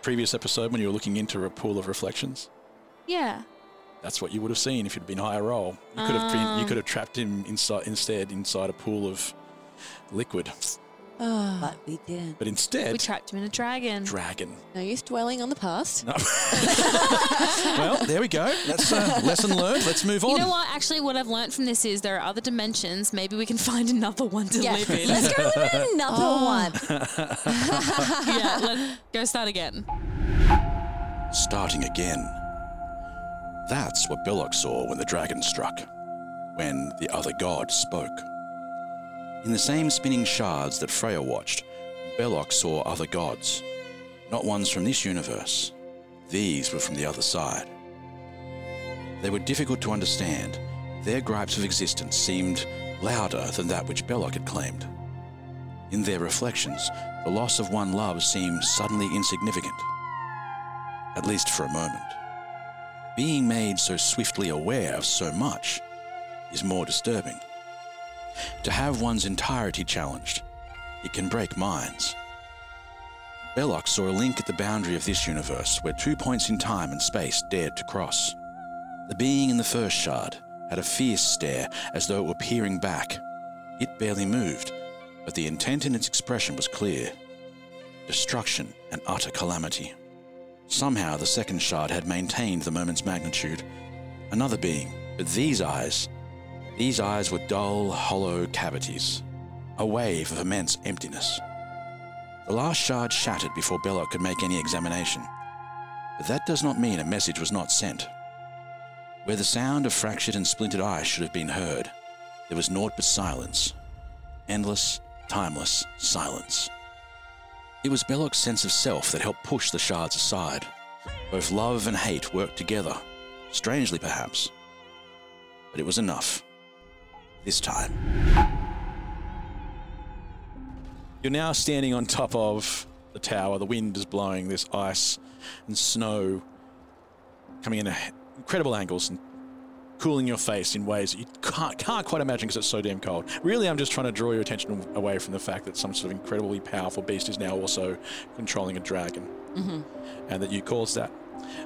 [SPEAKER 1] previous episode when you were looking into a pool of reflections?
[SPEAKER 2] Yeah.
[SPEAKER 1] That's what you would have seen if you'd been higher roll. You could have been, you could
[SPEAKER 2] Um.
[SPEAKER 1] have trapped him inside instead inside a pool of liquid.
[SPEAKER 4] Ah.
[SPEAKER 3] But we didn't.
[SPEAKER 1] But
[SPEAKER 2] We
[SPEAKER 1] instead,
[SPEAKER 2] trapped him in a dragon.
[SPEAKER 1] dragon.
[SPEAKER 4] No use dwelling on the past.
[SPEAKER 1] No. well, there we go. That's uh, lesson learned. Let's move on.
[SPEAKER 2] you know what? Actually, what I've learned from this is there are other dimensions. Maybe we can find another one to live in.
[SPEAKER 3] Let's go live in another one.
[SPEAKER 2] yeah, let's go start again.
[SPEAKER 13] starting again. That's what Belloc saw when the dragon struck, when the other god spoke. In the same spinning shards that Freya watched, Belloc saw other gods, not ones from this universe. These were from the other side. They were difficult to understand. Their gripes of existence seemed louder than that which Belloc had claimed. In their reflections, the loss of one love seemed suddenly insignificant at least for a moment. being made so swiftly aware of so much is more disturbing. To have one's entirety challenged, it can break minds. Belloc saw a link at the boundary of this universe where two points in time and space dared to cross. The being in the first shard had a fierce stare as though it were peering back. It barely moved, but the intent in its expression was clear destruction and utter calamity. Somehow the second shard had maintained the moment's magnitude. Another being, but these eyes, these eyes were dull, hollow cavities, a wave of immense emptiness. The last shard shattered before Belloc could make any examination. But that does not mean a message was not sent. Where the sound of fractured and splintered ice should have been heard, there was naught but silence. Endless, timeless silence. It was Belloc's sense of self that helped push the shards aside. Both love and hate worked together, strangely perhaps. But it was enough. This time.
[SPEAKER 1] You're now standing on top of the tower. The wind is blowing this ice and snow coming in at incredible angles and cooling your face in ways that you can't, can't quite imagine because it's so damn cold. Really, I'm just trying to draw your attention away from the fact that some sort of incredibly powerful beast is now also controlling a dragon
[SPEAKER 14] Mm-hmm.
[SPEAKER 1] and that you caused that.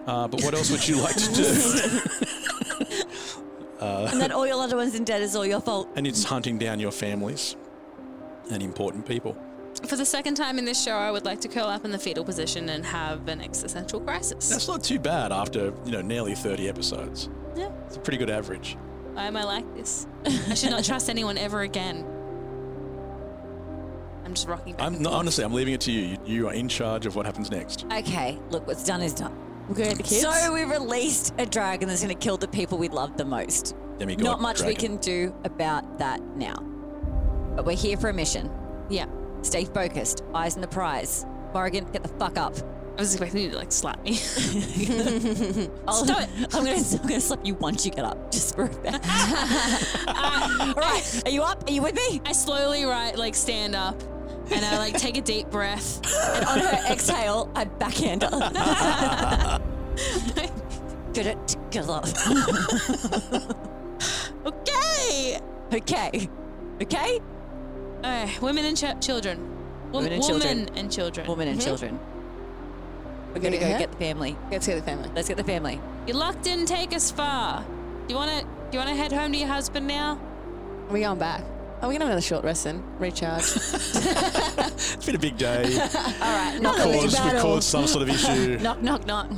[SPEAKER 1] Uh, but what else would you like to do? uh,
[SPEAKER 3] and then all your other ones in debt is all your fault.
[SPEAKER 1] and it's hunting down your families and important people.
[SPEAKER 2] For the second time in this show, I would like to curl up in the fetal position and have an existential crisis.
[SPEAKER 1] That's not too bad after you know nearly 30 episodes.
[SPEAKER 2] Yeah.
[SPEAKER 1] It's a pretty good average.
[SPEAKER 2] Why am I like this? I should not trust anyone ever again. I'm just rocking back.
[SPEAKER 1] I'm no, honestly, I'm leaving it to you. you. You are in charge of what happens next.
[SPEAKER 3] Okay, look, what's done is done.
[SPEAKER 4] We're going to
[SPEAKER 1] kids?
[SPEAKER 3] So we released a dragon that's going to kill the people we love the most.
[SPEAKER 1] Demigod
[SPEAKER 3] Not much we
[SPEAKER 1] dragon.
[SPEAKER 3] can do about that now. But we're here for a mission. Yeah. Stay focused. Eyes on the prize. Morrigan, get the fuck up.
[SPEAKER 2] I was expecting you to like slap me.
[SPEAKER 3] I'll, Stop it. I'm going to I'm gonna slap you once you get up. Just for a bit. All right. Are you up? Are you with me?
[SPEAKER 2] I slowly right like stand up and I like take a deep breath.
[SPEAKER 3] And on her exhale, I backhand her. Get it together.
[SPEAKER 2] okay.
[SPEAKER 3] Okay. Okay.
[SPEAKER 2] Okay. Women and ch- children. Wom-
[SPEAKER 3] Women and children.
[SPEAKER 2] Women and children.
[SPEAKER 3] Women and
[SPEAKER 2] Mhm.
[SPEAKER 3] children. We're going to
[SPEAKER 2] Gonna
[SPEAKER 3] Mm-hmm.
[SPEAKER 2] get
[SPEAKER 3] go get the family. Let's get the family. Let's get the family.
[SPEAKER 2] Your luck didn't take us far. You wanna you wanna head home to your husband now?
[SPEAKER 4] Are we going back? Are we going to have another short rest and recharge?
[SPEAKER 1] It's been a big day.
[SPEAKER 3] right.
[SPEAKER 1] knock on wood. Caused- we caused some sort of issue.
[SPEAKER 3] knock, knock, knock.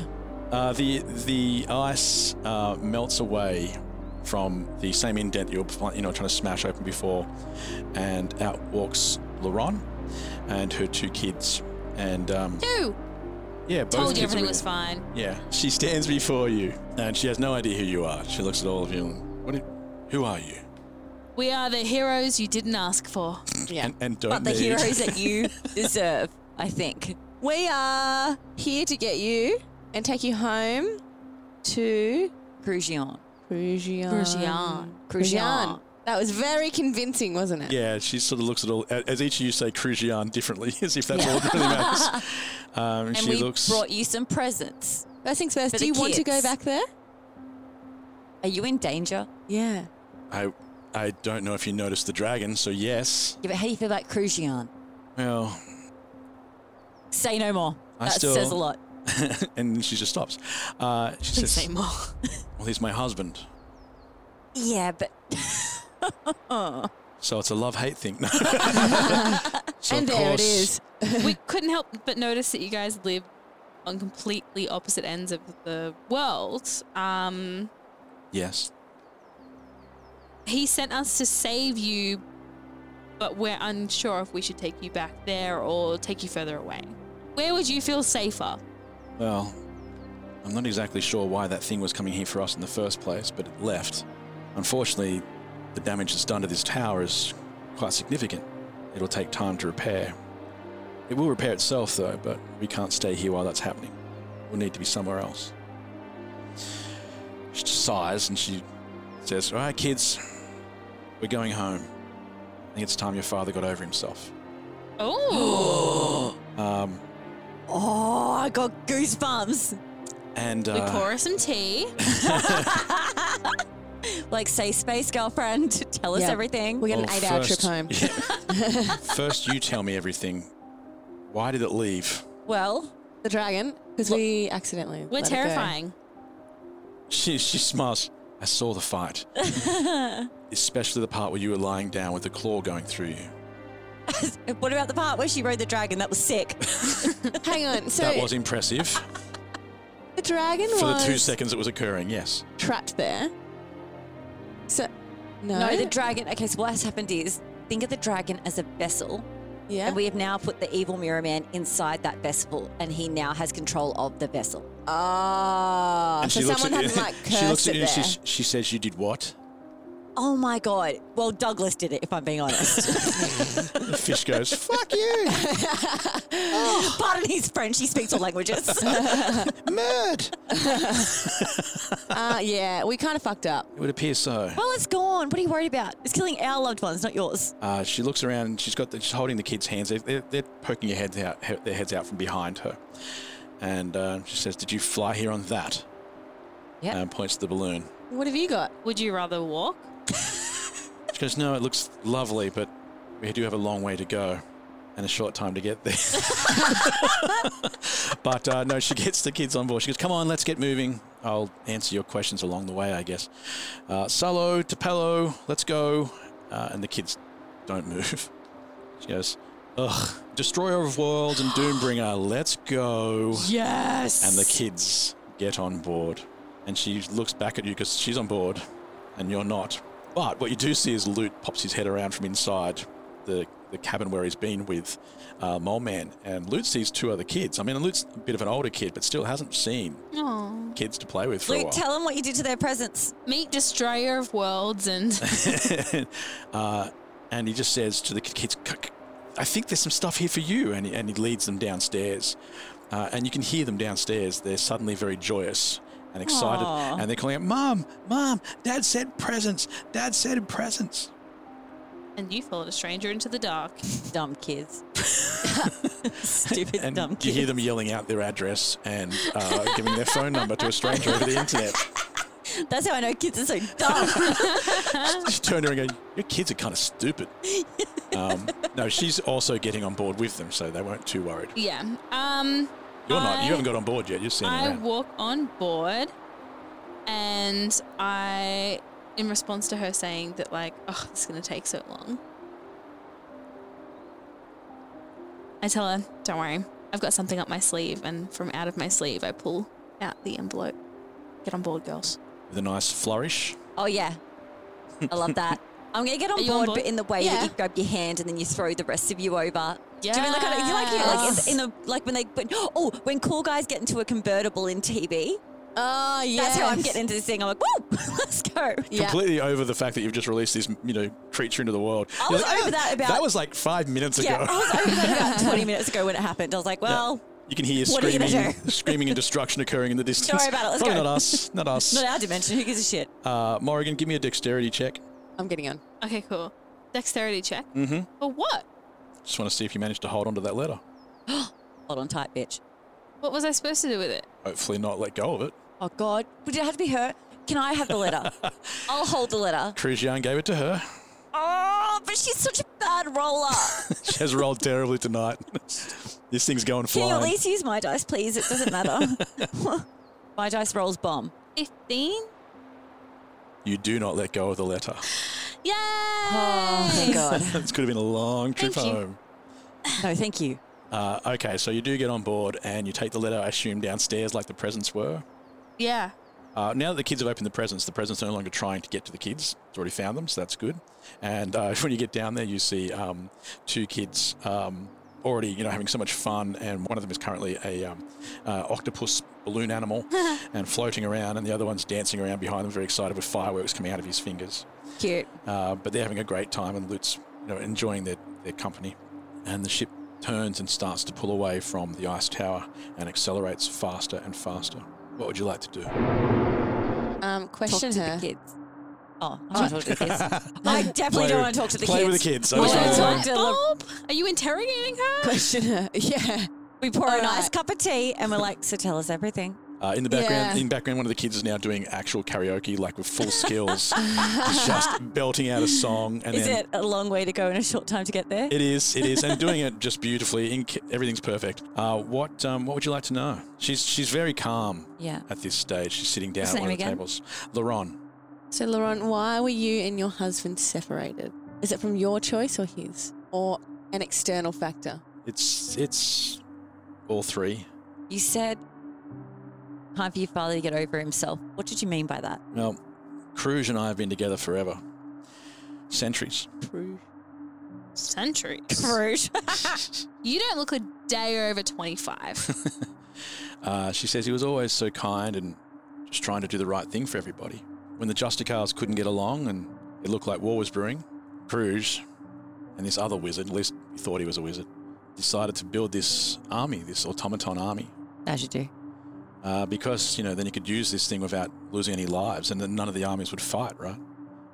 [SPEAKER 1] Uh, the the ice uh, melts away from the same indent that you were pl- you know trying to smash open before, and out walks Lauren and her two kids. And um,
[SPEAKER 2] Two.
[SPEAKER 1] yeah, both
[SPEAKER 2] Told
[SPEAKER 1] kids are
[SPEAKER 2] you everything
[SPEAKER 1] with
[SPEAKER 2] was
[SPEAKER 1] her.
[SPEAKER 2] fine.
[SPEAKER 1] Yeah, she stands before you, and she has no idea who you are. She looks at all of you. And, what? are- who are you?
[SPEAKER 2] We are the heroes you didn't ask for.
[SPEAKER 3] Yeah.
[SPEAKER 1] And, and don't
[SPEAKER 3] But the
[SPEAKER 1] need.
[SPEAKER 3] heroes that you deserve, I think.
[SPEAKER 4] We are Uh, here to get you and take you home to
[SPEAKER 3] Crugion.
[SPEAKER 4] Crugion.
[SPEAKER 3] Crugion.
[SPEAKER 4] Crugion. That was very convincing, wasn't it?
[SPEAKER 1] Yeah, she sort of looks at all a- as each of you say Crujian differently, as if that's all that really matters. Um,
[SPEAKER 3] And
[SPEAKER 1] she
[SPEAKER 3] we
[SPEAKER 1] looks.
[SPEAKER 3] brought you some presents.
[SPEAKER 4] First things first,
[SPEAKER 3] For
[SPEAKER 4] do
[SPEAKER 3] the
[SPEAKER 4] you want to go
[SPEAKER 3] kids.
[SPEAKER 4] back there?
[SPEAKER 3] Are you in danger?
[SPEAKER 4] Yeah.
[SPEAKER 1] I I don't know if you noticed the dragon, so yes.
[SPEAKER 3] Yeah, but how do you feel about Crugion?
[SPEAKER 1] Well,
[SPEAKER 3] Say no more.
[SPEAKER 1] I
[SPEAKER 3] that
[SPEAKER 1] still
[SPEAKER 3] says a lot.
[SPEAKER 1] and she just stops. Uh, she
[SPEAKER 3] Please
[SPEAKER 1] says,
[SPEAKER 3] say more.
[SPEAKER 1] "Well, he's my husband,
[SPEAKER 3] Yeah, but.
[SPEAKER 1] so it's a love-hate thing." So
[SPEAKER 2] and
[SPEAKER 1] of
[SPEAKER 2] there it
[SPEAKER 1] course-
[SPEAKER 2] is. we couldn't help but notice that you guys live on completely opposite ends of the world. Um,
[SPEAKER 1] yes.
[SPEAKER 2] he sent us to save you, but we're unsure if we should take you back there or take you further away. Where would you feel safer?
[SPEAKER 1] Well, I'm not exactly sure why that thing was coming here for us in the first place, but it left. Unfortunately, the damage that's done to this tower is quite significant. It'll take time to repair. It will repair itself, though, but we can't stay here while that's happening. We'll need to be somewhere else. She sighs and she says, All right, kids, we're going home. I think it's time your father got over himself.
[SPEAKER 2] Oh.
[SPEAKER 1] Um,
[SPEAKER 3] oh, I got goosebumps.
[SPEAKER 1] and
[SPEAKER 2] We
[SPEAKER 1] uh,
[SPEAKER 2] pour her some tea.
[SPEAKER 3] like safe space, girlfriend. Tell us
[SPEAKER 4] Yeah.
[SPEAKER 3] everything.
[SPEAKER 4] We get an
[SPEAKER 1] Well,
[SPEAKER 4] eight-hour trip
[SPEAKER 1] Oh, first-
[SPEAKER 4] home.
[SPEAKER 1] first you tell me everything. Why did it leave?
[SPEAKER 3] Well,
[SPEAKER 4] the dragon, because we accidentally.
[SPEAKER 2] We're
[SPEAKER 4] let it go.
[SPEAKER 2] terrifying.
[SPEAKER 1] She she smiles. I saw the fight, especially the part where you were lying down with the claw going through you.
[SPEAKER 3] what about the part where she rode the dragon? That was sick.
[SPEAKER 4] Hang on. So
[SPEAKER 1] that was impressive
[SPEAKER 4] the dragon
[SPEAKER 1] for the
[SPEAKER 4] was
[SPEAKER 1] two seconds it was occurring. Yes.
[SPEAKER 4] trapped there. So no,
[SPEAKER 3] No, the dragon. Okay, so what has happened is think of the dragon as a vessel.
[SPEAKER 4] Yeah.
[SPEAKER 3] And we have now put the evil mirror man inside that vessel, and he now has control of the vessel.
[SPEAKER 4] Ah,
[SPEAKER 1] And
[SPEAKER 4] so
[SPEAKER 1] she looks
[SPEAKER 4] someone
[SPEAKER 1] at you-
[SPEAKER 4] hadn't like
[SPEAKER 1] she looks
[SPEAKER 4] cursed
[SPEAKER 1] at
[SPEAKER 4] it
[SPEAKER 1] you. and
[SPEAKER 4] there.
[SPEAKER 1] She, she says, "You did what?"
[SPEAKER 3] Oh my god. Well, Douglas did it, if I'm being honest.
[SPEAKER 1] The fish goes. Fuck you.
[SPEAKER 3] Pardon his French, he speaks all languages.
[SPEAKER 1] Murd.
[SPEAKER 4] uh, yeah, we kind of fucked up.
[SPEAKER 1] It would appear so.
[SPEAKER 3] well, it's gone. What are you worried about? It's killing our loved ones, not yours.
[SPEAKER 1] Uh, she looks around. And she's got the, she's holding the kids' hands. They're, they're, they're poking your heads out, he- their heads out from behind her, and uh, she says, "Did you fly here on that?"
[SPEAKER 3] Yeah.
[SPEAKER 1] And points to the balloon.
[SPEAKER 4] What have you got?
[SPEAKER 2] Would you rather walk?
[SPEAKER 1] She goes, "No, it looks lovely, but we do have a long way to go, and a short time to get there." but uh, no, she gets the kids on board. She goes, "Come on, let's get moving. I'll answer your questions along the way, I guess." Uh, Salo, Tapello, let's go. Uh, and the kids don't move. She goes, "Ugh, Destroyer of Worlds and Doombringer, let's go."
[SPEAKER 3] Yes.
[SPEAKER 1] And the kids get on board. And she looks back at you because she's on board and you're not. But what you do see is Loot pops his head around from inside the, the cabin where he's been with uh, Mole Man. And Loot sees two other kids. I mean, Loot's a bit of an older kid, but still hasn't seen
[SPEAKER 2] Oh.
[SPEAKER 1] kids to play with for a
[SPEAKER 3] Luke,
[SPEAKER 1] while.
[SPEAKER 3] tell them what you did to their presents.
[SPEAKER 2] Meet Destroyer of Worlds and
[SPEAKER 1] uh, and he just says to the kids, "C- c- I think there's some stuff here for you. And he, and he leads them downstairs. Uh, and you can hear them downstairs. They're suddenly very joyous and excited.
[SPEAKER 3] Aw.
[SPEAKER 1] And they're calling out, Mom, Mom, Dad said presents. Dad said presents.
[SPEAKER 2] and you followed a stranger into the dark.
[SPEAKER 3] Dumb kids. Stupid
[SPEAKER 1] And
[SPEAKER 3] dumb kids.
[SPEAKER 1] you hear them yelling out their address and uh, giving their phone number to a stranger over the internet.
[SPEAKER 3] That's how I know kids are so dumb.
[SPEAKER 1] She turned around and go, Your kids are kind of stupid. Um, no, she's also getting on board with them, so they weren't too worried.
[SPEAKER 2] Yeah. Um
[SPEAKER 1] You're not.
[SPEAKER 2] I-
[SPEAKER 1] You haven't got on board yet. You're seeing
[SPEAKER 2] I
[SPEAKER 1] around.
[SPEAKER 2] walk on board and I in response to her saying that like, oh, this is gonna take so long. I tell her, don't worry, I've got something up my sleeve and from out of my sleeve I pull out the envelope. Get on board, girls.
[SPEAKER 1] with a nice flourish.
[SPEAKER 3] oh, yeah. I love that. I'm going to get on
[SPEAKER 2] Are
[SPEAKER 3] board,
[SPEAKER 2] you on
[SPEAKER 3] but
[SPEAKER 2] board?
[SPEAKER 3] in the way
[SPEAKER 4] Yeah.
[SPEAKER 3] that you grab your hand and then you throw the rest of you over. Do you mean like, I don't- you like, you, like it's in the, like when they, but, oh, when cool guys get into a convertible in TV,
[SPEAKER 4] Oh, yeah.
[SPEAKER 3] that's how I'm getting into this thing. I'm like, woo, let's go.
[SPEAKER 4] Yeah.
[SPEAKER 1] Completely over the fact that you've just released this, you know, creature into the world.
[SPEAKER 3] I
[SPEAKER 1] You're
[SPEAKER 3] was
[SPEAKER 1] like,
[SPEAKER 3] over
[SPEAKER 1] "Ah,
[SPEAKER 3] that about-
[SPEAKER 1] That was like five minutes
[SPEAKER 3] Yeah,
[SPEAKER 1] ago.
[SPEAKER 3] I was over that about 20 minutes ago when it happened. I was like, well,
[SPEAKER 1] you can hear
[SPEAKER 3] what are you gonna
[SPEAKER 1] screaming, screaming and destruction occurring in the distance.
[SPEAKER 3] worry about it, let's
[SPEAKER 1] Probably
[SPEAKER 3] go.
[SPEAKER 1] not us. Not us.
[SPEAKER 3] not our dimension. Who gives a shit?
[SPEAKER 1] uh, Morrigan, give me a dexterity check.
[SPEAKER 4] I'm getting on.
[SPEAKER 2] Okay, cool. Dexterity check.
[SPEAKER 1] Mm-hmm.
[SPEAKER 2] For what?
[SPEAKER 1] Just want to see if you managed to hold onto that letter.
[SPEAKER 3] Hold on tight, bitch.
[SPEAKER 2] What was I supposed to do with it?
[SPEAKER 1] Hopefully, not let go of it.
[SPEAKER 3] Oh, God. Would it have to be her? Can I have the letter? I'll hold the letter.
[SPEAKER 1] Cruzian gave it to her.
[SPEAKER 3] Oh, but she's such a bad roller.
[SPEAKER 1] She has rolled terribly tonight. this thing's going
[SPEAKER 3] Can you at
[SPEAKER 1] flying.
[SPEAKER 3] least use my dice, please? It doesn't matter. my dice rolls bomb.
[SPEAKER 2] 15?
[SPEAKER 1] You do not let go of the letter.
[SPEAKER 2] Yay!
[SPEAKER 3] Oh, thank God.
[SPEAKER 1] this could have been a long trip
[SPEAKER 2] Thank you.
[SPEAKER 1] home.
[SPEAKER 3] No, thank you.
[SPEAKER 1] Uh, okay, so you do get on board and you take the letter, I assume, downstairs like the presents were.
[SPEAKER 2] Yeah.
[SPEAKER 1] Uh, now that the kids have opened the presents, the presents are no longer trying to get to the kids. It's already found them, so that's good. And uh, when you get down there, you see um, two kids um, already, you know, having so much fun. And one of them is currently a um, uh, octopus balloon animal and floating around, and the other one's dancing around behind them, very excited with fireworks coming out of his fingers.
[SPEAKER 3] Cute.
[SPEAKER 1] Uh, but they're having a great time, and Lutz, you know, enjoying their, their company. And the ship turns and starts to pull away from the ice tower and accelerates faster and faster. What would you like to do?
[SPEAKER 4] Um,
[SPEAKER 3] Talk to
[SPEAKER 4] question
[SPEAKER 3] the
[SPEAKER 4] her.
[SPEAKER 3] kids. Oh, I don't want to talk to the kids. I definitely don't
[SPEAKER 1] with-
[SPEAKER 3] want to talk to the
[SPEAKER 1] play
[SPEAKER 3] kids.
[SPEAKER 1] with the kids. I
[SPEAKER 3] We
[SPEAKER 1] was
[SPEAKER 3] don't
[SPEAKER 1] gonna
[SPEAKER 3] talk
[SPEAKER 1] say.
[SPEAKER 3] to the-
[SPEAKER 2] Bob, are you interrogating her?
[SPEAKER 4] Question her. Yeah.
[SPEAKER 3] We pour a
[SPEAKER 4] All
[SPEAKER 3] nice
[SPEAKER 4] right.
[SPEAKER 3] cup of tea and we're like, so tell us everything.
[SPEAKER 1] Uh, in the background,
[SPEAKER 2] Yeah.
[SPEAKER 1] in background, one of the kids is now doing actual karaoke, like with full skills, He's just belting out a song. And
[SPEAKER 3] Is
[SPEAKER 1] then
[SPEAKER 3] it a long way to go in a short time to get there?
[SPEAKER 1] it is, it is, and doing it just beautifully. In, everything's perfect. Uh, what um, what would you like to know? She's she's very calm.
[SPEAKER 3] Yeah.
[SPEAKER 1] At this stage, she's sitting down
[SPEAKER 4] What's
[SPEAKER 1] at
[SPEAKER 4] her
[SPEAKER 1] one of the
[SPEAKER 4] name again?
[SPEAKER 1] tables. Laron.
[SPEAKER 4] So, Laurent, why were you and your husband separated? Is it from your choice or his, or an external factor?
[SPEAKER 1] It's it's all three.
[SPEAKER 3] You said time for your father to get over himself. What did you mean by that?
[SPEAKER 1] Well, Cruz and I have been together forever, centuries.
[SPEAKER 2] Century. you don't look a day over 25.
[SPEAKER 1] Uh, she says he was always so kind and just trying to do the right thing for everybody. When the Justicars couldn't get along and it looked like war was brewing, Cruz and this other wizard, at least he thought he was a wizard, decided to build this army, this automaton army.
[SPEAKER 3] As you do.
[SPEAKER 1] Uh, because, you know, then you could use this thing without losing any lives and then none of the armies would fight, right?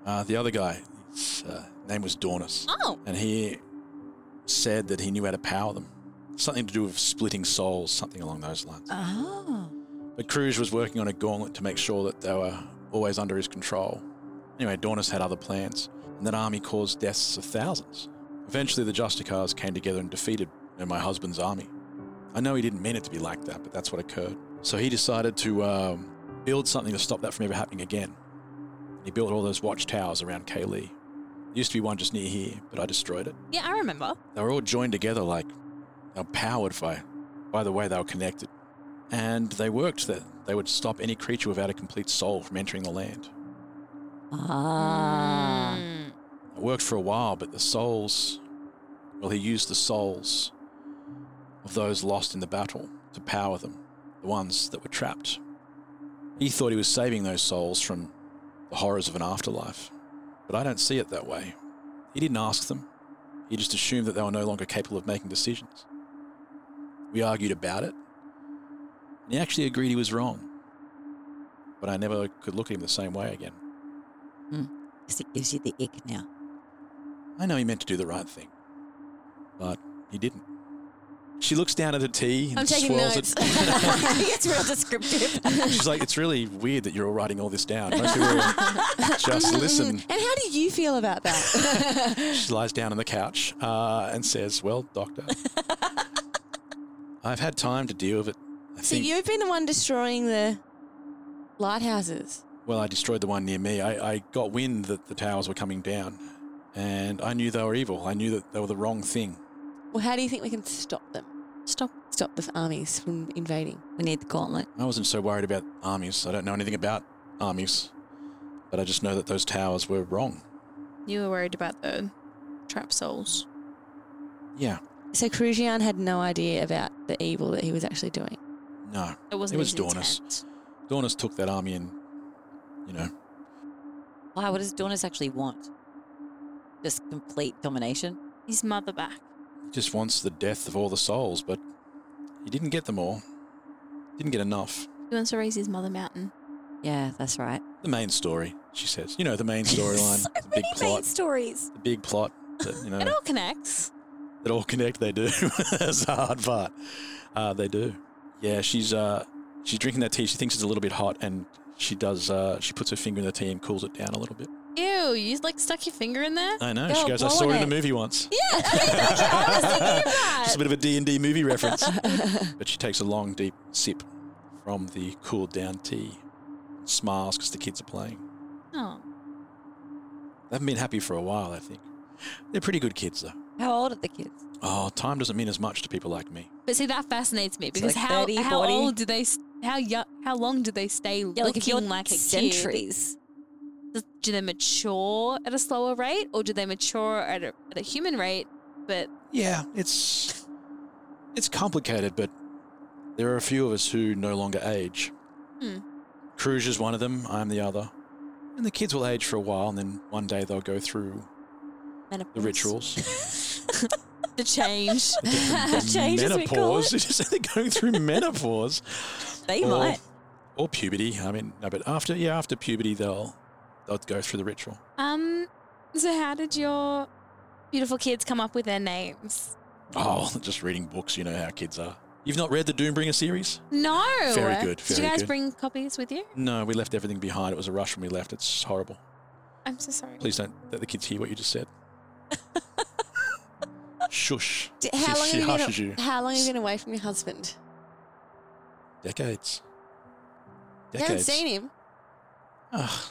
[SPEAKER 1] Uh, the other guy, his uh, name was Dornus.
[SPEAKER 2] Oh.
[SPEAKER 1] And he said that he knew how to power them. Something to do with splitting souls, something along those lines.
[SPEAKER 3] Oh.
[SPEAKER 1] But Cruz was working on a gauntlet to make sure that they were always under his control. Anyway, Dornus had other plans, and that army caused deaths of thousands. Eventually, the Justicars came together and defeated you know, my husband's army. I know he didn't mean it to be like that, but that's what occurred. So he decided to um, build something to stop that from ever happening again. He built all those watchtowers around Kaylee. There used to be one just near here, but I destroyed it.
[SPEAKER 2] yeah, I remember.
[SPEAKER 1] They were all joined together, like they were powered by, by the way they were connected. And they worked that they would stop any creature without a complete soul from entering the land.
[SPEAKER 3] Ah.
[SPEAKER 2] Hmm.
[SPEAKER 1] It worked for a while, but the souls, well, he used the souls of those lost in the battle to power them, the ones that were trapped. He thought he was saving those souls from the horrors of an afterlife, but I don't see it that way. He didn't ask them, he just assumed that they were no longer capable of making decisions. We argued about it, and he actually agreed he was wrong, but I never could look at him the same way again.
[SPEAKER 3] Because Mm. it gives you the ick now.
[SPEAKER 1] I know he meant to do the right thing, but he didn't. She looks down at the tea and
[SPEAKER 3] I'm taking
[SPEAKER 1] swirls it.
[SPEAKER 3] it's real descriptive.
[SPEAKER 1] She's like, it's really weird that you're all writing all this down. Most people are- just listen.
[SPEAKER 4] And how do you feel about that?
[SPEAKER 1] She lies down on the couch uh, and says, well, doctor, I've had time to deal with it. I
[SPEAKER 4] so
[SPEAKER 1] think,
[SPEAKER 4] you've been the one destroying the lighthouses.
[SPEAKER 1] well, I destroyed the one near me. I, I got wind that the towers were coming down and I knew they were evil. I knew that they were the wrong thing.
[SPEAKER 4] Well, how do you think we can stop them? Stop, stop the armies from invading.
[SPEAKER 3] We need the gauntlet.
[SPEAKER 1] I wasn't so worried about armies. I don't know anything about armies, but I just know that those towers were wrong.
[SPEAKER 2] You were worried about the trap souls.
[SPEAKER 1] Yeah,
[SPEAKER 4] So Crujian had no idea about the evil that he was actually doing.
[SPEAKER 1] no.
[SPEAKER 2] It wasn't
[SPEAKER 1] It was
[SPEAKER 2] his
[SPEAKER 1] Dornus. Dornus took that army and, you know,
[SPEAKER 3] Wow, what does Dornus actually want? Just complete domination?
[SPEAKER 2] His mother back.
[SPEAKER 1] he just wants the death of all the souls, but he didn't get them all. Didn't get enough.
[SPEAKER 2] He wants to raise his mother mountain.
[SPEAKER 3] Yeah, that's right.
[SPEAKER 1] The main story, she says. You know, the main storyline,
[SPEAKER 3] So
[SPEAKER 1] the big plot,
[SPEAKER 3] stories.
[SPEAKER 1] the big plot that, you
[SPEAKER 3] Uh.
[SPEAKER 1] know,
[SPEAKER 2] It all connects.
[SPEAKER 1] that all connect. They do. That's the hard part. Uh, they do. Yeah, she's uh, she's drinking that tea. She thinks it's a little bit hot, and she does. Uh, she puts her finger in the tea and cools it down a little bit.
[SPEAKER 2] Ew, you like stuck your finger in there?
[SPEAKER 1] I know.
[SPEAKER 2] Girl,
[SPEAKER 1] she goes, "I
[SPEAKER 2] blow
[SPEAKER 1] saw
[SPEAKER 2] on
[SPEAKER 1] it in a movie once."
[SPEAKER 2] Yeah, I, mean, thank you. I was thinking of that.
[SPEAKER 1] It's a bit of a D and D movie reference. but she takes a long, deep sip from the cooled down tea, smiles because the kids are playing.
[SPEAKER 3] Uh.
[SPEAKER 2] Oh,
[SPEAKER 1] They haven't been happy for a while, I think. They're pretty good kids, though.
[SPEAKER 3] How old are the kids?
[SPEAKER 1] Oh, time doesn't mean as much to people like me.
[SPEAKER 2] but see that fascinates me because
[SPEAKER 3] like
[SPEAKER 2] how
[SPEAKER 3] 30,
[SPEAKER 2] how
[SPEAKER 3] 40?
[SPEAKER 2] old do they s- how young how long do they stay
[SPEAKER 3] Yeah,
[SPEAKER 2] looking
[SPEAKER 3] like if you're
[SPEAKER 2] like a kid?
[SPEAKER 3] centuries.
[SPEAKER 2] Does- Do they mature at a slower rate, or do they mature at a, at a human rate? But
[SPEAKER 1] Yeah, it's it's complicated, but there are a few of us who no longer age.
[SPEAKER 2] Hmm.
[SPEAKER 1] Cruz is one of them. I'm the other. And the kids will age for a while, and then one day they'll go through the rituals.
[SPEAKER 2] the change.
[SPEAKER 3] Change, as we call
[SPEAKER 1] menopause. Just they're going through menopause.
[SPEAKER 3] They
[SPEAKER 1] or,
[SPEAKER 3] might.
[SPEAKER 1] Or puberty. I mean, no, but after yeah, after puberty, they'll they'll go through the ritual.
[SPEAKER 2] Um, so how did your beautiful kids come up with their names?
[SPEAKER 1] Oh, just reading books. You know how kids are. You've not read the Doombringer series?
[SPEAKER 2] No.
[SPEAKER 1] Very good,
[SPEAKER 2] Did you
[SPEAKER 1] very
[SPEAKER 2] guys
[SPEAKER 1] good.
[SPEAKER 2] bring copies with you?
[SPEAKER 1] No, we left everything behind. It was a rush when we left. It's horrible.
[SPEAKER 2] I'm so sorry.
[SPEAKER 1] Please don't let the kids hear what you just said. Shush.
[SPEAKER 4] D-
[SPEAKER 1] she,
[SPEAKER 4] How long,
[SPEAKER 1] she
[SPEAKER 4] have you
[SPEAKER 1] hushes
[SPEAKER 4] been,
[SPEAKER 1] you.
[SPEAKER 4] how long have you been away from your husband?
[SPEAKER 1] Decades.
[SPEAKER 4] You haven't
[SPEAKER 1] Decades.
[SPEAKER 4] seen him.
[SPEAKER 1] Ugh.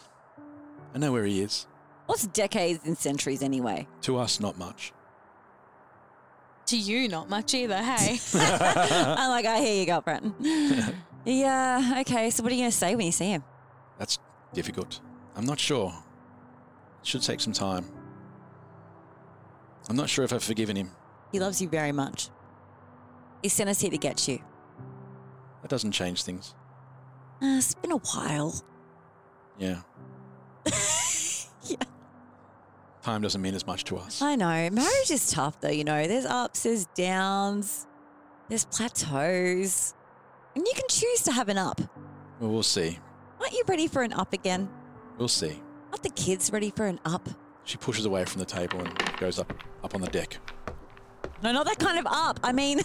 [SPEAKER 1] I know where he is.
[SPEAKER 3] What's decades and centuries anyway?
[SPEAKER 1] To us, not much.
[SPEAKER 2] To you, not much either. Hey.
[SPEAKER 3] I'm like, I hear you, girlfriend. yeah. Okay. So what are you gonna say when you see him?
[SPEAKER 1] That's difficult. I'm not sure. It should take some time. I'm not sure if I've forgiven him.
[SPEAKER 3] He loves you very much. He sent us here to get you.
[SPEAKER 1] That doesn't change things.
[SPEAKER 3] Uh, it's been a while.
[SPEAKER 1] Yeah. Time doesn't mean as much to us.
[SPEAKER 3] I know. Marriage is tough, though. You know, there's ups, there's downs, there's plateaus, and you can choose to have an up.
[SPEAKER 1] Well, we'll see.
[SPEAKER 3] Aren't you ready for an up again?
[SPEAKER 1] We'll see.
[SPEAKER 3] Aren't the kids ready for an up?
[SPEAKER 1] She pushes away from the table and goes up up on the deck.
[SPEAKER 3] No, not that kind of up. I mean,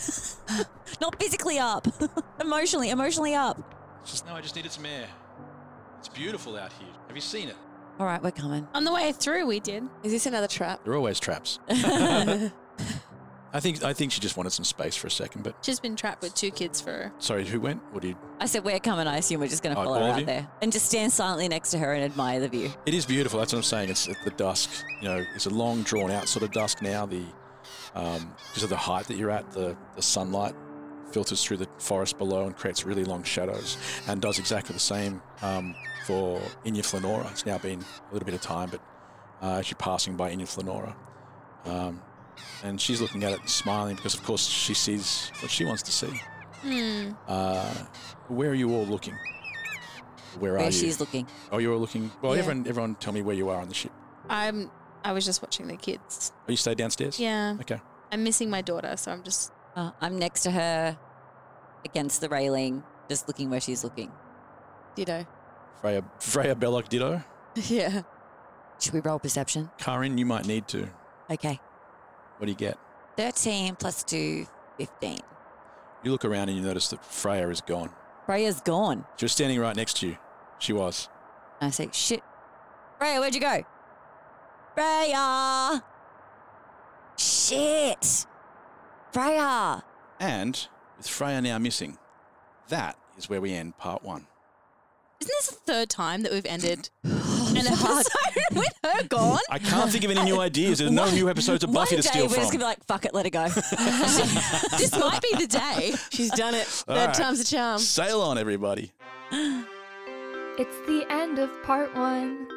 [SPEAKER 3] not physically up, emotionally, emotionally up.
[SPEAKER 1] Just no, I just needed some air. It's beautiful out here. Have you seen it?
[SPEAKER 3] All right, we're coming.
[SPEAKER 2] On the way through, we did.
[SPEAKER 4] Is this another trap?
[SPEAKER 1] They're always traps. I think I think she just wanted some space for a second, but
[SPEAKER 2] She's been trapped with two kids for.
[SPEAKER 1] sorry, who went? What do you?
[SPEAKER 3] I said, we're coming. I assume we're just going to
[SPEAKER 1] Oh,
[SPEAKER 3] follow her
[SPEAKER 1] all of
[SPEAKER 3] out
[SPEAKER 1] you?
[SPEAKER 3] there and just stand silently next to her and admire the view.
[SPEAKER 1] It is beautiful. That's what I'm saying. It's at the dusk. You know, it's a long, drawn out sort of dusk now. The um, because of the height that you're at, the the sunlight filters through the forest below and creates really long shadows, and does exactly the same um, for Inya Flanora. It's now been a little bit of time, but uh, as you're passing by Inya Flanora, um, and she's looking at it and smiling because, of course, she sees what she wants to see.
[SPEAKER 2] Hmm.
[SPEAKER 1] Uh, where are you all looking? Where are
[SPEAKER 3] Where
[SPEAKER 1] you?
[SPEAKER 3] she's looking.
[SPEAKER 1] Oh, you're all looking. Well,
[SPEAKER 2] Yeah.
[SPEAKER 1] everyone, everyone, tell me where you are on the ship.
[SPEAKER 2] I'm. I was just watching the kids.
[SPEAKER 1] Oh, you stay downstairs.
[SPEAKER 2] Yeah.
[SPEAKER 1] Okay.
[SPEAKER 2] I'm missing my daughter, so I'm just.
[SPEAKER 3] Uh, I'm next to her against the railing, just looking where she's looking.
[SPEAKER 4] Ditto.
[SPEAKER 1] Freya, Freya Belloc Ditto.
[SPEAKER 4] yeah.
[SPEAKER 3] Should we roll perception?
[SPEAKER 1] Karin, you might need to.
[SPEAKER 3] Okay.
[SPEAKER 1] What do you get?
[SPEAKER 3] 13 plus 2, 15.
[SPEAKER 1] You look around and you notice that Freya is gone.
[SPEAKER 3] Freya's gone.
[SPEAKER 1] She was standing right next to you. She was.
[SPEAKER 3] And I say, shit. Freya, where'd you go? Freya! Shit! Freya!
[SPEAKER 1] And with Freya now missing, that is where we end part one.
[SPEAKER 2] Isn't this the third time that we've ended an episode with her gone?
[SPEAKER 1] I can't think of any new ideas. There's no new episodes of Buffy
[SPEAKER 3] One
[SPEAKER 1] to
[SPEAKER 3] day
[SPEAKER 1] steal
[SPEAKER 3] we're just
[SPEAKER 1] from.
[SPEAKER 3] gonna be like, fuck it, let it go.
[SPEAKER 2] this might be the day.
[SPEAKER 4] She's done it.
[SPEAKER 1] All
[SPEAKER 4] Third
[SPEAKER 1] right.
[SPEAKER 4] time's a charm.
[SPEAKER 1] Sail on, everybody.
[SPEAKER 5] It's the end of part one.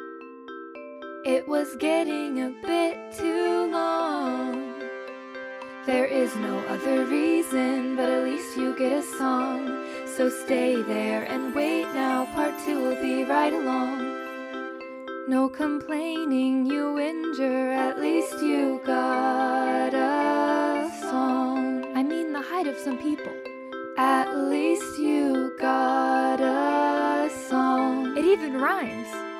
[SPEAKER 5] It was getting a bit too long. There is no other reason, but at least you get a song. So stay there and wait now, part two will be right along. No complaining, you injure, at least you got a song. I mean, the height of some people. At least you got a song. It even rhymes.